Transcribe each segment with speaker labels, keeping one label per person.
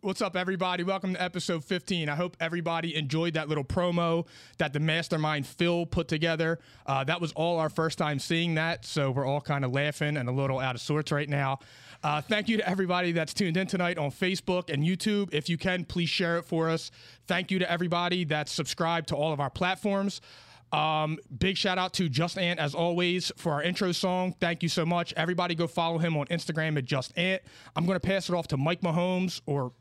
Speaker 1: What's up, everybody? Welcome to episode 15. I hope everybody enjoyed that little promo that the mastermind Phil put together. Uh, that was all our first time seeing that, so we're all kind of laughing and a little out of sorts right now. Uh, thank you to everybody that's tuned in tonight on Facebook and YouTube. If you can, please share it for us. Thank you to everybody that's subscribed to all of our platforms. Um, big shout out to Just Ant as always for our intro song. Thank you so much. Everybody go follow him on Instagram at Just Ant. I'm going to pass it off to Mike Mahomes or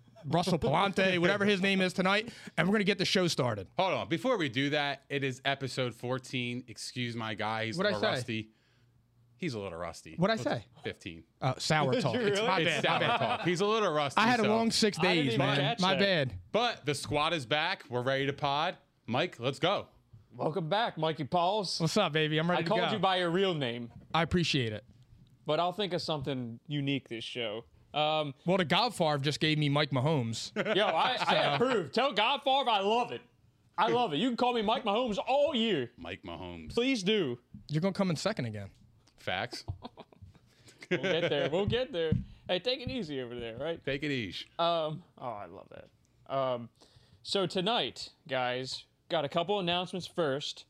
Speaker 1: Russell Palante, whatever his name is tonight, and we're going to get the show started.
Speaker 2: Hold on. Before we do that, it is episode 14. Excuse my guy. He's
Speaker 1: What'd
Speaker 2: a
Speaker 1: I
Speaker 2: little
Speaker 1: say?
Speaker 2: rusty. He's a little rusty.
Speaker 1: What'd I
Speaker 2: Let's-
Speaker 1: say?
Speaker 2: 15.
Speaker 1: Uh, sour talk. It's my
Speaker 2: It's
Speaker 1: bad. My
Speaker 2: sour
Speaker 1: bad.
Speaker 2: talk. He's a little rusty.
Speaker 1: I had a
Speaker 2: so-
Speaker 1: long six days, man. My bad.
Speaker 2: But the squad is back. We're ready to pod. Mike, let's go.
Speaker 3: Welcome back, Mikey Pauls.
Speaker 1: What's up, baby? I'm ready
Speaker 3: I
Speaker 1: to
Speaker 3: called
Speaker 1: go.
Speaker 3: you by your real name,
Speaker 1: I appreciate it.
Speaker 3: but I'll think of something unique this show. Um,
Speaker 1: Well, the Godfarve just gave me Mike Mahomes.
Speaker 3: yo, I, I approve. Tell God Favre I love it. I love it. You can call me Mike Mahomes all year.
Speaker 2: Mike Mahomes.
Speaker 3: Please do.
Speaker 1: You're going to come in second again.
Speaker 2: Facts.
Speaker 3: We'll get there. We'll get there. Hey, take it easy over there, right?
Speaker 2: Take it easy.
Speaker 3: Um, oh, I love that. Um, so tonight, guys, got a couple announcements first.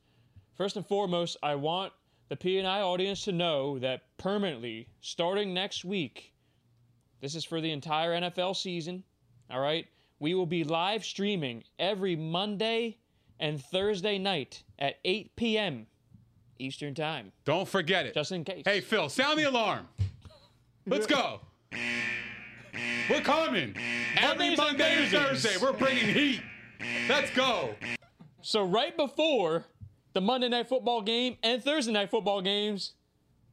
Speaker 3: First and foremost, I want the P&I audience to know that permanently, starting next week, this is for the entire NFL season, all right? We will be live streaming every Monday and Thursday night at 8 p.m. Eastern Time,
Speaker 2: Don't forget it.
Speaker 3: just in case.
Speaker 2: hey, Phil, sound the alarm. Let's go. We're coming. Every
Speaker 3: Mondays and
Speaker 2: Monday and
Speaker 3: Thursdays.
Speaker 2: Thursday, we're bringing heat. Let's go.
Speaker 3: So right before the Monday night football game and Thursday night football games,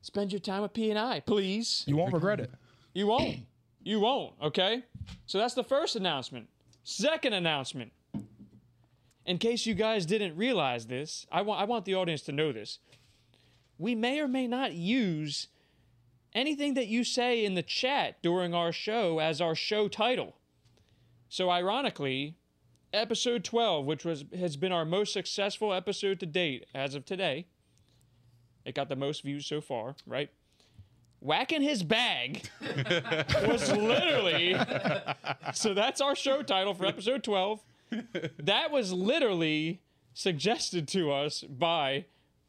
Speaker 3: spend your time with P and I, please.
Speaker 1: You won't regret it.
Speaker 3: You won't. You won't. Okay. So that's the first announcement. Second announcement. In case you guys didn't realize this, I want I want the audience to know this. We may or may not use anything that you say in the chat during our show as our show title. So ironically, episode 12, which was has been our most successful episode to date as of today. It got the most views so far, right? Whacking his bag was literally So that's our show title for episode 12. That was literally suggested to us by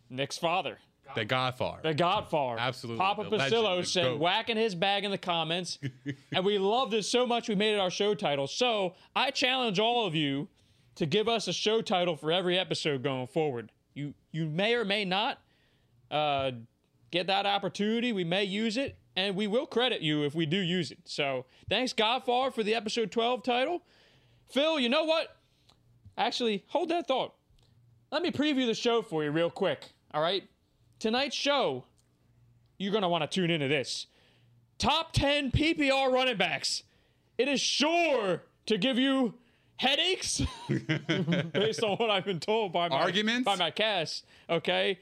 Speaker 3: Nick's father.
Speaker 2: The Godfather.
Speaker 3: The Godfather.
Speaker 2: Absolutely.
Speaker 3: Papa
Speaker 2: The legend,
Speaker 3: Pasillo
Speaker 2: the
Speaker 3: said
Speaker 2: goat.
Speaker 3: whacking his bag in the comments. and we loved it so much we made it our show title. So I challenge all of you to give us a show title for every episode going forward. You you may or may not uh, get that opportunity. We may use it, and we will credit you if we do use it. So thanks, Godfather, for the episode 12 title. Phil, you know what? Actually, hold that thought. Let me preview the show for you real quick. All right. Tonight's show, you're going to want to tune into this. Top 10 PPR running backs. It is sure to give you headaches based on what I've been told by my
Speaker 2: Arguments?
Speaker 3: by my cast, okay?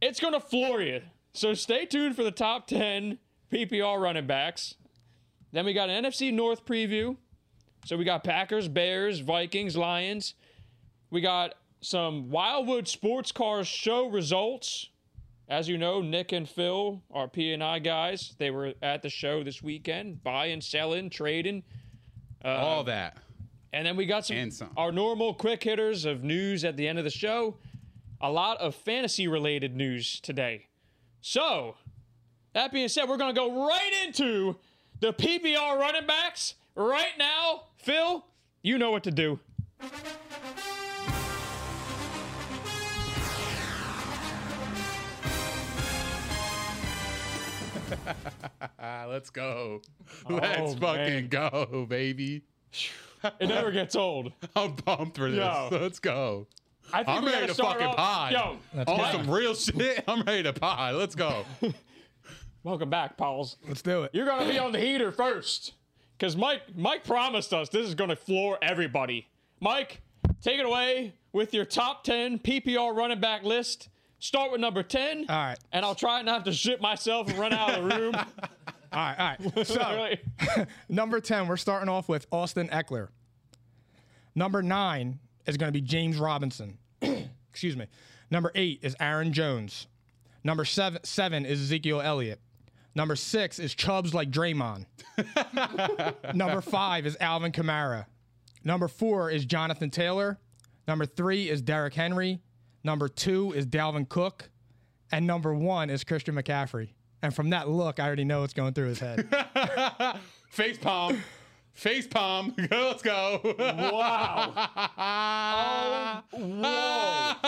Speaker 3: It's going to floor you. So stay tuned for the top 10 PPR running backs. Then we got an NFC North preview. So we got Packers, Bears, Vikings, Lions. We got some Wildwood Sports Cars show results As you know, Nick and Phil, our P&I guys, they were at the show this weekend, buying, selling, trading.
Speaker 2: All that.
Speaker 3: And then we got some,
Speaker 2: And some.
Speaker 3: our normal quick hitters of news at the end of the show. A lot of fantasy related news today. So, that being said, we're going to go right into the PBR running backs right now. Phil, you know what to do.
Speaker 2: Ah, let's go. Let's
Speaker 3: Oh, man.
Speaker 2: fucking go, baby.
Speaker 3: It never gets old.
Speaker 2: I'm pumped for this.
Speaker 3: Yo.
Speaker 2: Let's go.
Speaker 3: I think
Speaker 2: I'm
Speaker 3: we gotta
Speaker 2: ready to
Speaker 3: start
Speaker 2: fucking
Speaker 3: off-
Speaker 2: pie.
Speaker 3: Yo,
Speaker 2: on some real shit. I'm ready to pie. Let's go.
Speaker 3: welcome back, Pauls.
Speaker 1: Let's do it.
Speaker 3: You're gonna be on the heater first, cause Mike Mike promised us this is gonna floor everybody. Mike, take it away with your top ten PPR running back list. Start with number ten.
Speaker 1: All right.
Speaker 3: And I'll try not to shit myself and run out of the room.
Speaker 1: All right, all right. So,
Speaker 3: Really?
Speaker 1: number 10, we're starting off with Austin Eckler. Number nine is going to be James Robinson. Excuse me. Number eight is Aaron Jones. Number seven, seven is Ezekiel Elliott. Number six is Chubbs like Draymond. Number five is Alvin Kamara. Number four is Jonathan Taylor. Number three is Derrick Henry. Number two is Dalvin Cook. And number one is Christian McCaffrey. And from that look, I already know what's going through his head.
Speaker 2: Face palm. Face palm. Let's go.
Speaker 3: wow. Oh,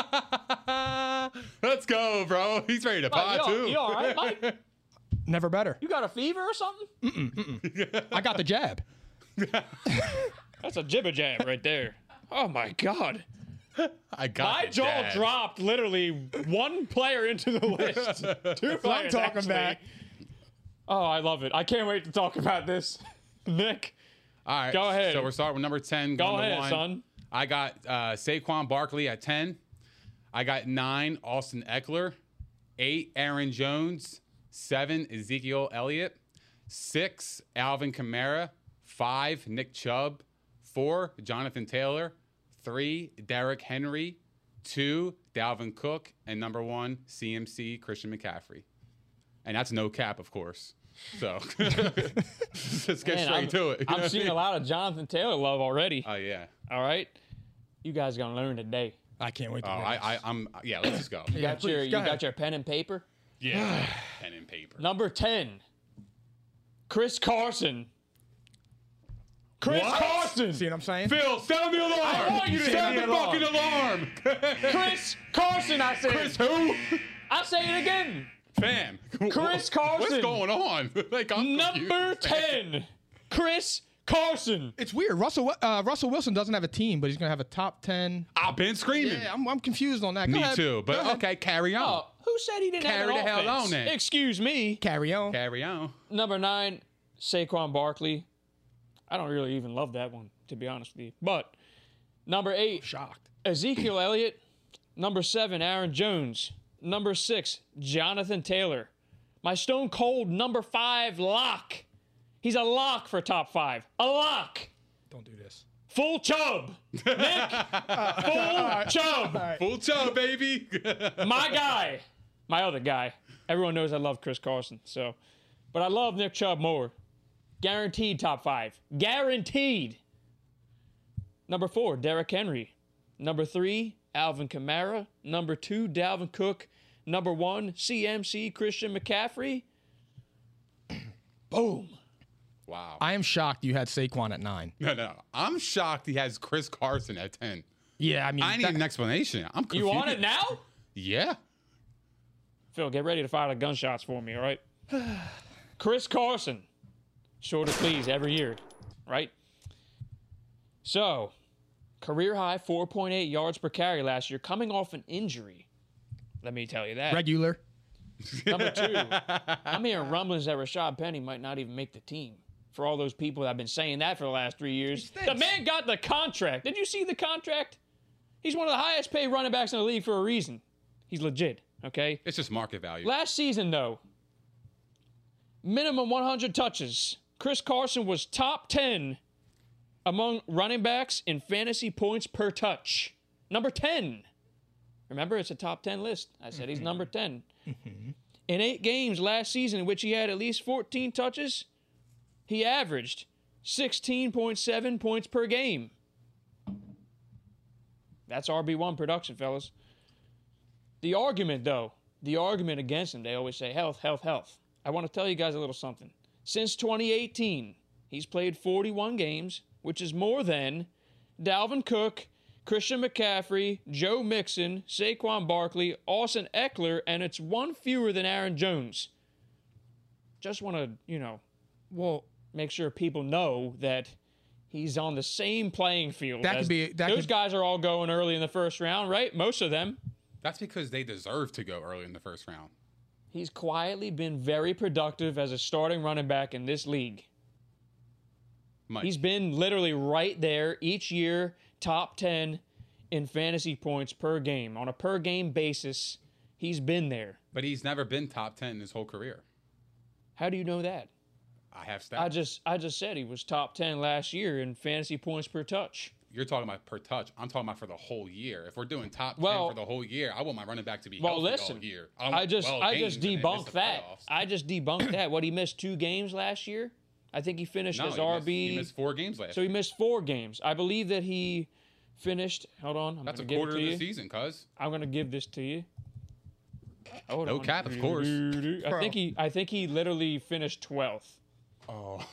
Speaker 3: Whoa.
Speaker 2: Let's go, bro. He's ready to pie
Speaker 3: you, all-
Speaker 2: too.
Speaker 3: you all right, Mike?
Speaker 1: Never better.
Speaker 3: You got a fever or something?
Speaker 1: I got the jab.
Speaker 3: That's a jibber jab right there. Oh my god.
Speaker 2: I got
Speaker 3: My
Speaker 2: it,
Speaker 3: jaw
Speaker 2: Dad.
Speaker 3: dropped literally one player into the list. Two players.
Speaker 1: talking
Speaker 3: actually.
Speaker 1: about.
Speaker 3: Oh, I love it. I can't wait to talk about this. Nick,
Speaker 2: All right.
Speaker 3: Go ahead.
Speaker 2: So we're starting with number 10.
Speaker 3: go
Speaker 2: going to
Speaker 3: ahead,
Speaker 2: one.
Speaker 3: son.
Speaker 2: I got uh, Saquon Barkley at 10. I got nine, Austin Eckler. Eight, Aaron Jones. Seven, Ezekiel Elliott. Six, Alvin Kamara. Five, Nick Chubb. Four, Jonathan Taylor. Three, Derrick Henry. Two, Dalvin Cook. And number one, CMC, Christian McCaffrey. And that's no cap, of course. So let's get straight
Speaker 3: Man, I'm,
Speaker 2: to it. You know what I
Speaker 3: I'm seeing
Speaker 2: mean?
Speaker 3: a lot of Jonathan Taylor love already.
Speaker 2: Oh, yeah.
Speaker 3: All right. You guys going to learn today.
Speaker 1: I can't wait to
Speaker 2: Oh,
Speaker 1: hear
Speaker 2: I, I, I'm. Yeah, let's just go.
Speaker 3: You got your
Speaker 1: please,
Speaker 3: you
Speaker 1: go
Speaker 3: got
Speaker 1: ahead.
Speaker 3: your pen and paper.
Speaker 2: Yeah, pen and paper.
Speaker 3: Number 10. Chris Carson. Chris Carson.
Speaker 1: See what I'm saying?
Speaker 2: Phil, sound the alarm!
Speaker 3: I want you to
Speaker 2: sound
Speaker 3: hit
Speaker 2: the,
Speaker 3: the alarm.
Speaker 2: fucking alarm!
Speaker 3: Chris Carson, I said.
Speaker 2: Chris, who?
Speaker 3: I say it again.
Speaker 2: Fam,
Speaker 3: Chris
Speaker 2: What's
Speaker 3: Carson.
Speaker 2: going on? like I'm
Speaker 3: Number
Speaker 2: confused, man.
Speaker 3: 10. Chris Carson.
Speaker 1: It's weird. Russell Wi- uh, Russell Wilson doesn't have a team, but he's gonna have a top ten.
Speaker 2: I've been screaming.
Speaker 1: Yeah, I'm, I'm confused on that. Go
Speaker 2: Me
Speaker 1: ahead.
Speaker 2: too.
Speaker 1: Go
Speaker 2: But
Speaker 1: ahead.
Speaker 2: okay, carry on.
Speaker 3: Oh, who said he didn't
Speaker 2: Carry
Speaker 3: have an
Speaker 2: the hell
Speaker 3: offense?
Speaker 2: on then.
Speaker 3: Excuse me.
Speaker 1: carry on.
Speaker 2: Carry on.
Speaker 3: Number nine, Saquon Barkley. I don't really even love that one, to be honest with you. But number eight,
Speaker 1: Shocked.
Speaker 3: Ezekiel Elliott. Number seven, Aaron Jones. Number six, Jonathan Taylor. My stone cold number five lock. He's a lock for top five. A lock.
Speaker 1: Don't do this.
Speaker 3: Full chub. Nick, full chub.
Speaker 2: Full toe, baby.
Speaker 3: my guy, my other guy. Everyone knows I love Chris Carson, so, but I love Nick Chubb more. Guaranteed top five. Guaranteed. Number four, Derrick Henry. Number three, Alvin Kamara. Number two, Dalvin Cook. Number one, CMC Christian McCaffrey. Boom.
Speaker 2: wow.
Speaker 1: I am shocked you had Saquon at nine.
Speaker 2: No, no. I'm shocked he has Chris Carson at 10.
Speaker 1: Yeah, I mean,
Speaker 2: I need
Speaker 1: that-
Speaker 2: an explanation. I'm confused.
Speaker 3: You want it now?
Speaker 2: Yeah.
Speaker 3: Phil, get ready to fire the gunshots for me, all right? Chris Carson, sure to please every year, right? So, career high 4.8 yards per carry last year, coming off an injury. Let me tell you that.
Speaker 1: regular.
Speaker 3: Number two, I'm hearing rumblings that Rashad Penny might not even make the team. For all those people that have been saying that for the last three years, the man got the contract. Did you see the contract? He's one of the highest paid running backs in the league for a reason. He's legit, okay?
Speaker 2: It's just market value.
Speaker 3: Last season, though, minimum 100 touches. Chris Carson was top 10 among running backs in fantasy points per touch. Number 10. Remember, it's a top 10 list. I said he's number 10. In eight games last season, in which he had at least 14 touches, he averaged 16.7 points per game. That's RB1 production, fellas. The argument, though, the argument against him, they always say health, health, health. I want to tell you guys a little something. Since 2018, he's played 41 games, which is more than Dalvin Cook, Christian McCaffrey, Joe Mixon, Saquon Barkley, Austin Eckler, and it's one fewer than Aaron Jones. Just want to, you know,
Speaker 1: Well,
Speaker 3: make sure people know that he's on the same playing field.
Speaker 1: That
Speaker 3: as-
Speaker 1: could be- that
Speaker 3: those
Speaker 1: could-
Speaker 3: guys are all going early in the first round, right? Most of them.
Speaker 2: That's because they deserve to go early in the first round.
Speaker 3: He's quietly been very productive as a starting running back in this league.
Speaker 2: Mike,
Speaker 3: He's been literally right there each year, top 10 in fantasy points per game. On a per game basis, he's been there.
Speaker 2: but he's never been top ten in his whole career.
Speaker 3: How do you know that?
Speaker 2: I have stats.
Speaker 3: I just I just said he was top 10 last year in fantasy points per touch.
Speaker 2: You're talking about per touch. I'm talking about for the whole year. If we're doing top
Speaker 3: Well-
Speaker 2: ten for the whole year, I want my running back to be
Speaker 3: Well,
Speaker 2: healthy
Speaker 3: listen.
Speaker 2: all year. don't
Speaker 3: I
Speaker 2: want
Speaker 3: just
Speaker 2: 12
Speaker 3: I just
Speaker 2: games and then miss
Speaker 3: debunked
Speaker 2: the
Speaker 3: that.
Speaker 2: playoffs.
Speaker 3: I just debunked that. What he missed two games last year. I think he finished
Speaker 2: no,
Speaker 3: as
Speaker 2: he
Speaker 3: RB.
Speaker 2: Missed, he missed four games last.
Speaker 3: so
Speaker 2: year.
Speaker 3: he missed four games. I believe that he finished. Hold on, I'm
Speaker 2: That's a
Speaker 3: gonna give
Speaker 2: quarter
Speaker 3: it
Speaker 2: of
Speaker 3: to
Speaker 2: the
Speaker 3: you.
Speaker 2: season, cuz.
Speaker 3: I'm gonna give this to you. Hold
Speaker 2: No
Speaker 3: on.
Speaker 2: cap, of course.
Speaker 3: I think he I think he literally finished 12th.
Speaker 2: Oh.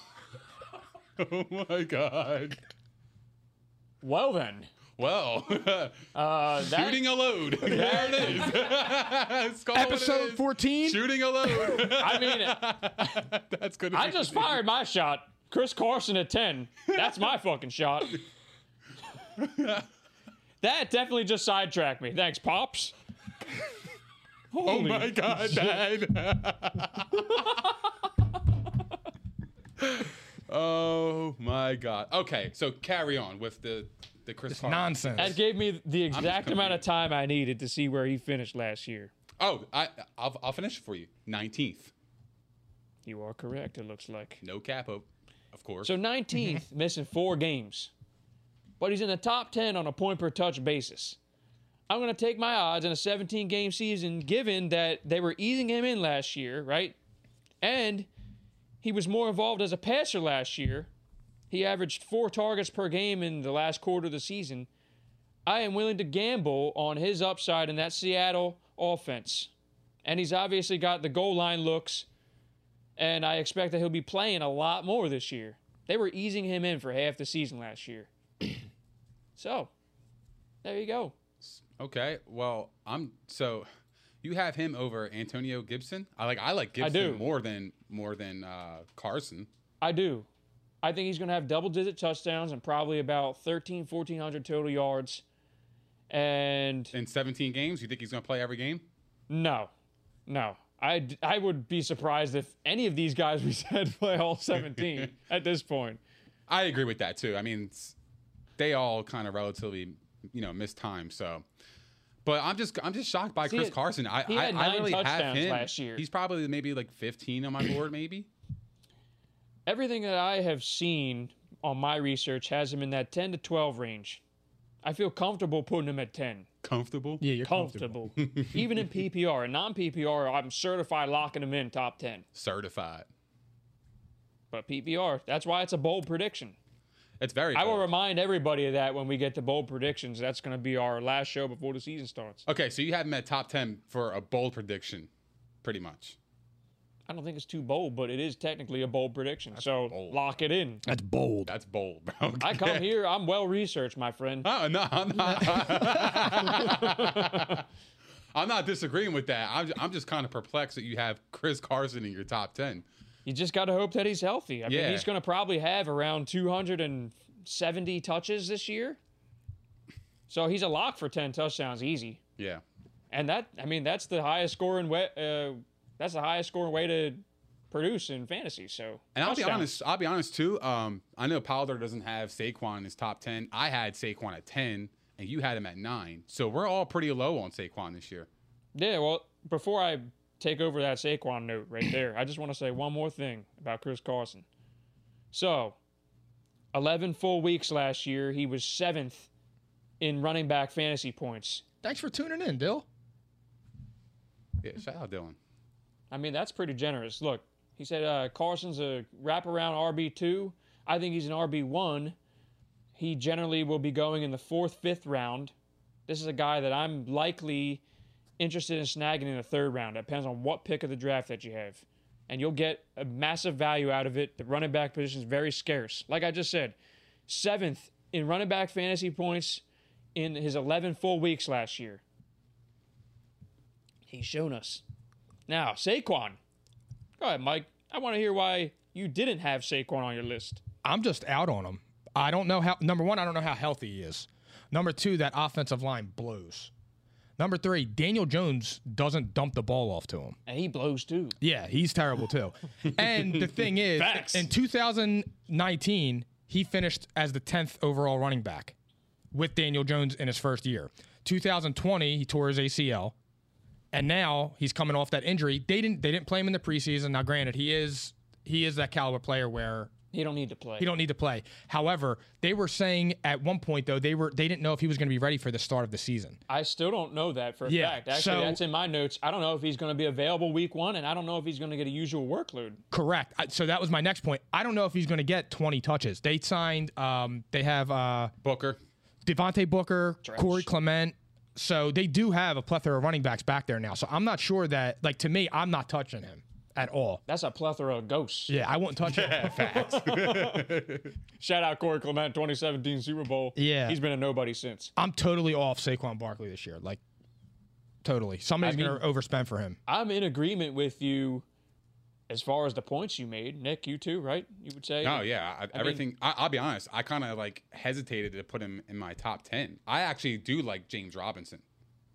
Speaker 2: oh my god.
Speaker 3: Well then,
Speaker 2: Well,
Speaker 3: uh, that,
Speaker 2: shooting a load. there it is. Call it
Speaker 1: episode
Speaker 2: is.
Speaker 1: 14.
Speaker 2: Shooting a load.
Speaker 3: I mean,
Speaker 2: That's good.
Speaker 3: I just fired my shot. Chris Carson at 10. That's my fucking shot. that definitely just sidetracked me. Thanks, Pops.
Speaker 2: Oh my god, Dad. oh my god. Okay, so carry on with the the Chris
Speaker 1: It's
Speaker 2: Carter.
Speaker 1: nonsense.
Speaker 3: That gave me the exact amount of
Speaker 2: confused.
Speaker 3: time I needed to see where he finished last year.
Speaker 2: Oh, I I'll, I'll finish for you. 19th.
Speaker 3: You are correct, it looks like.
Speaker 2: No capo, of course.
Speaker 3: So 19th, missing four games. But he's in the top 10 on a point per touch basis. I'm going to take my odds in a 17 game season, given that they were easing him in last year, right? And he was more involved as a passer last year. He averaged four targets per game in the last quarter of the season. I am willing to gamble on his upside in that Seattle offense. And he's obviously got the goal line looks and I expect that he'll be playing a lot more this year. They were easing him in for half the season last year. so, there you go.
Speaker 2: Okay. Well, I'm so you have him over Antonio Gibson. I like I like Gibson
Speaker 3: do.
Speaker 2: more than more than uh, Carson.
Speaker 3: I do. I think he's going to have double digit touchdowns and probably about 13, 1400 total yards. And
Speaker 2: In 17 games, you think he's going to play every game?
Speaker 3: no, no. I, d- I would be surprised if any of these guys we said play all 17 at this point.
Speaker 2: I agree with that too. I mean, it's- they all kind of relatively, you know, missed time. So, but I'm just I'm just shocked by
Speaker 3: See,
Speaker 2: Chris
Speaker 3: it-
Speaker 2: Carson. I
Speaker 3: he
Speaker 2: I,
Speaker 3: had
Speaker 2: I
Speaker 3: nine
Speaker 2: really have
Speaker 3: touchdowns
Speaker 2: him.
Speaker 3: last year.
Speaker 2: He's probably maybe like 15 on my board, maybe.
Speaker 3: everything that I have seen on my research has him in that 10 to 12 range. I feel comfortable putting him at 10.
Speaker 2: Comfortable.
Speaker 1: yeah, you're
Speaker 3: Comfortable. Even in PPR and non PPR, I'm certified locking him in top 10.
Speaker 2: Certified.
Speaker 3: But PPR, that's why it's a bold prediction.
Speaker 2: It's very.
Speaker 3: I will
Speaker 2: bold.
Speaker 3: remind everybody of that when we get to bold predictions. That's going to be our last show before the season starts.
Speaker 2: okay, so you have him at top 10 for a bold prediction, pretty much.
Speaker 3: I don't think it's too bold, but it is technically a bold prediction. so lock it in.
Speaker 1: That's bold.
Speaker 2: That's bold, bro.
Speaker 3: I come here, I'm well researched, my friend.
Speaker 2: Oh, no, I'm not. I'm not disagreeing with that. I'm, I'm just kind of perplexed that you have Chris Carson in your top 10.
Speaker 3: You just got to hope that he's healthy. I
Speaker 2: Yeah.
Speaker 3: mean, he's going to probably have around 270 touches this year. So he's a lock for 10 touchdowns easy.
Speaker 2: Yeah.
Speaker 3: And that, I mean, that's the highest scoring way. Uh, that's the highest scoring way to produce in fantasy. So,
Speaker 2: And I'll be
Speaker 3: touchdowns.
Speaker 2: honest. I'll be honest too. Um, I know Powder doesn't have Saquon in his top ten. I had Saquon at ten, and you had him at nine. So we're all pretty low on Saquon this year.
Speaker 3: Yeah, well, before I take over that Saquon note right there, I just want to say one more thing about Chris Carson. So, 11 full weeks last year, he was seventh in running back fantasy points.
Speaker 1: Thanks for tuning in, Dill.
Speaker 2: Yeah, shout out Dylan.
Speaker 3: I mean, that's pretty generous. Look, he said uh, Carson's a wraparound RB2. I think he's an RB1. He generally will be going in the fourth, fifth round. This is a guy that I'm likely interested in snagging in the third round. It depends on what pick of the draft that you have. And you'll get a massive value out of it. The running back position is very scarce. Like I just said, seventh in running back fantasy points in his 11 full weeks last year. He's shown us. Now, Saquon. Go ahead, Mike. I want to hear why you didn't have Saquon on your list.
Speaker 1: I'm just out on him. I don't know how. Number one, I don't know how healthy he is. Number two, that offensive line blows. Number three, Daniel Jones doesn't dump the ball off to him.
Speaker 3: And he blows too.
Speaker 1: Yeah, he's terrible too. and the thing is,
Speaker 3: Facts.
Speaker 1: in 2019, he finished as the 10th overall running back with Daniel Jones in his first year. 2020, he tore his ACL, and now he's coming off that injury. They didn't they didn't play him in the preseason. Now, granted, he is he is that caliber player where
Speaker 3: He don't need to play.
Speaker 1: he don't need to play. However, they were saying at one point though they were they didn't know if he was going to be ready for the start of the season.
Speaker 3: I still don't know that for a
Speaker 1: Yeah,
Speaker 3: fact. Actually,
Speaker 1: so-
Speaker 3: that's in my notes. I don't know if he's going to be available week one, and I don't know if he's going to get a usual workload.
Speaker 1: Correct. I, so that was my next point. I don't know if he's going to get 20 touches. They signed. Um, they have uh,
Speaker 2: Booker.
Speaker 1: Devontae Booker, Corey Clement. So they do have a plethora of running backs back there now. So I'm not sure that, like, to me, I'm not touching him at all.
Speaker 3: That's a plethora of ghosts.
Speaker 1: Yeah, I won't touch him.
Speaker 3: Shout out Corey Clement, 2017 Super Bowl.
Speaker 1: Yeah.
Speaker 3: He's been a nobody since.
Speaker 1: I'm totally off Saquon Barkley this year. Like, totally. Somebody's
Speaker 3: I mean-
Speaker 1: going to overspend for him.
Speaker 3: I'm in agreement with you as far as the points you made. Nick, you too, right? You would say?
Speaker 2: Oh yeah, I, everything. I, I'll be honest. I kind of like hesitated to put him in my top ten. I actually do like James Robinson.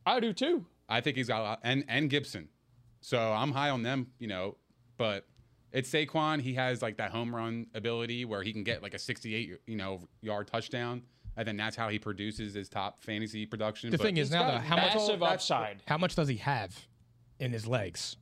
Speaker 3: I do too.
Speaker 2: I think he's got a lot, and and Gibson. So I'm high on them, you know. But it's Saquon. He has like that home run ability where he can get like a 68, you know, yard touchdown, and then that's how he produces his top fantasy production.
Speaker 1: The
Speaker 2: But
Speaker 1: thing is now,
Speaker 3: Got
Speaker 1: though,
Speaker 3: a
Speaker 1: Uh, how much,
Speaker 3: massive upside.
Speaker 1: how much does he have in his legs?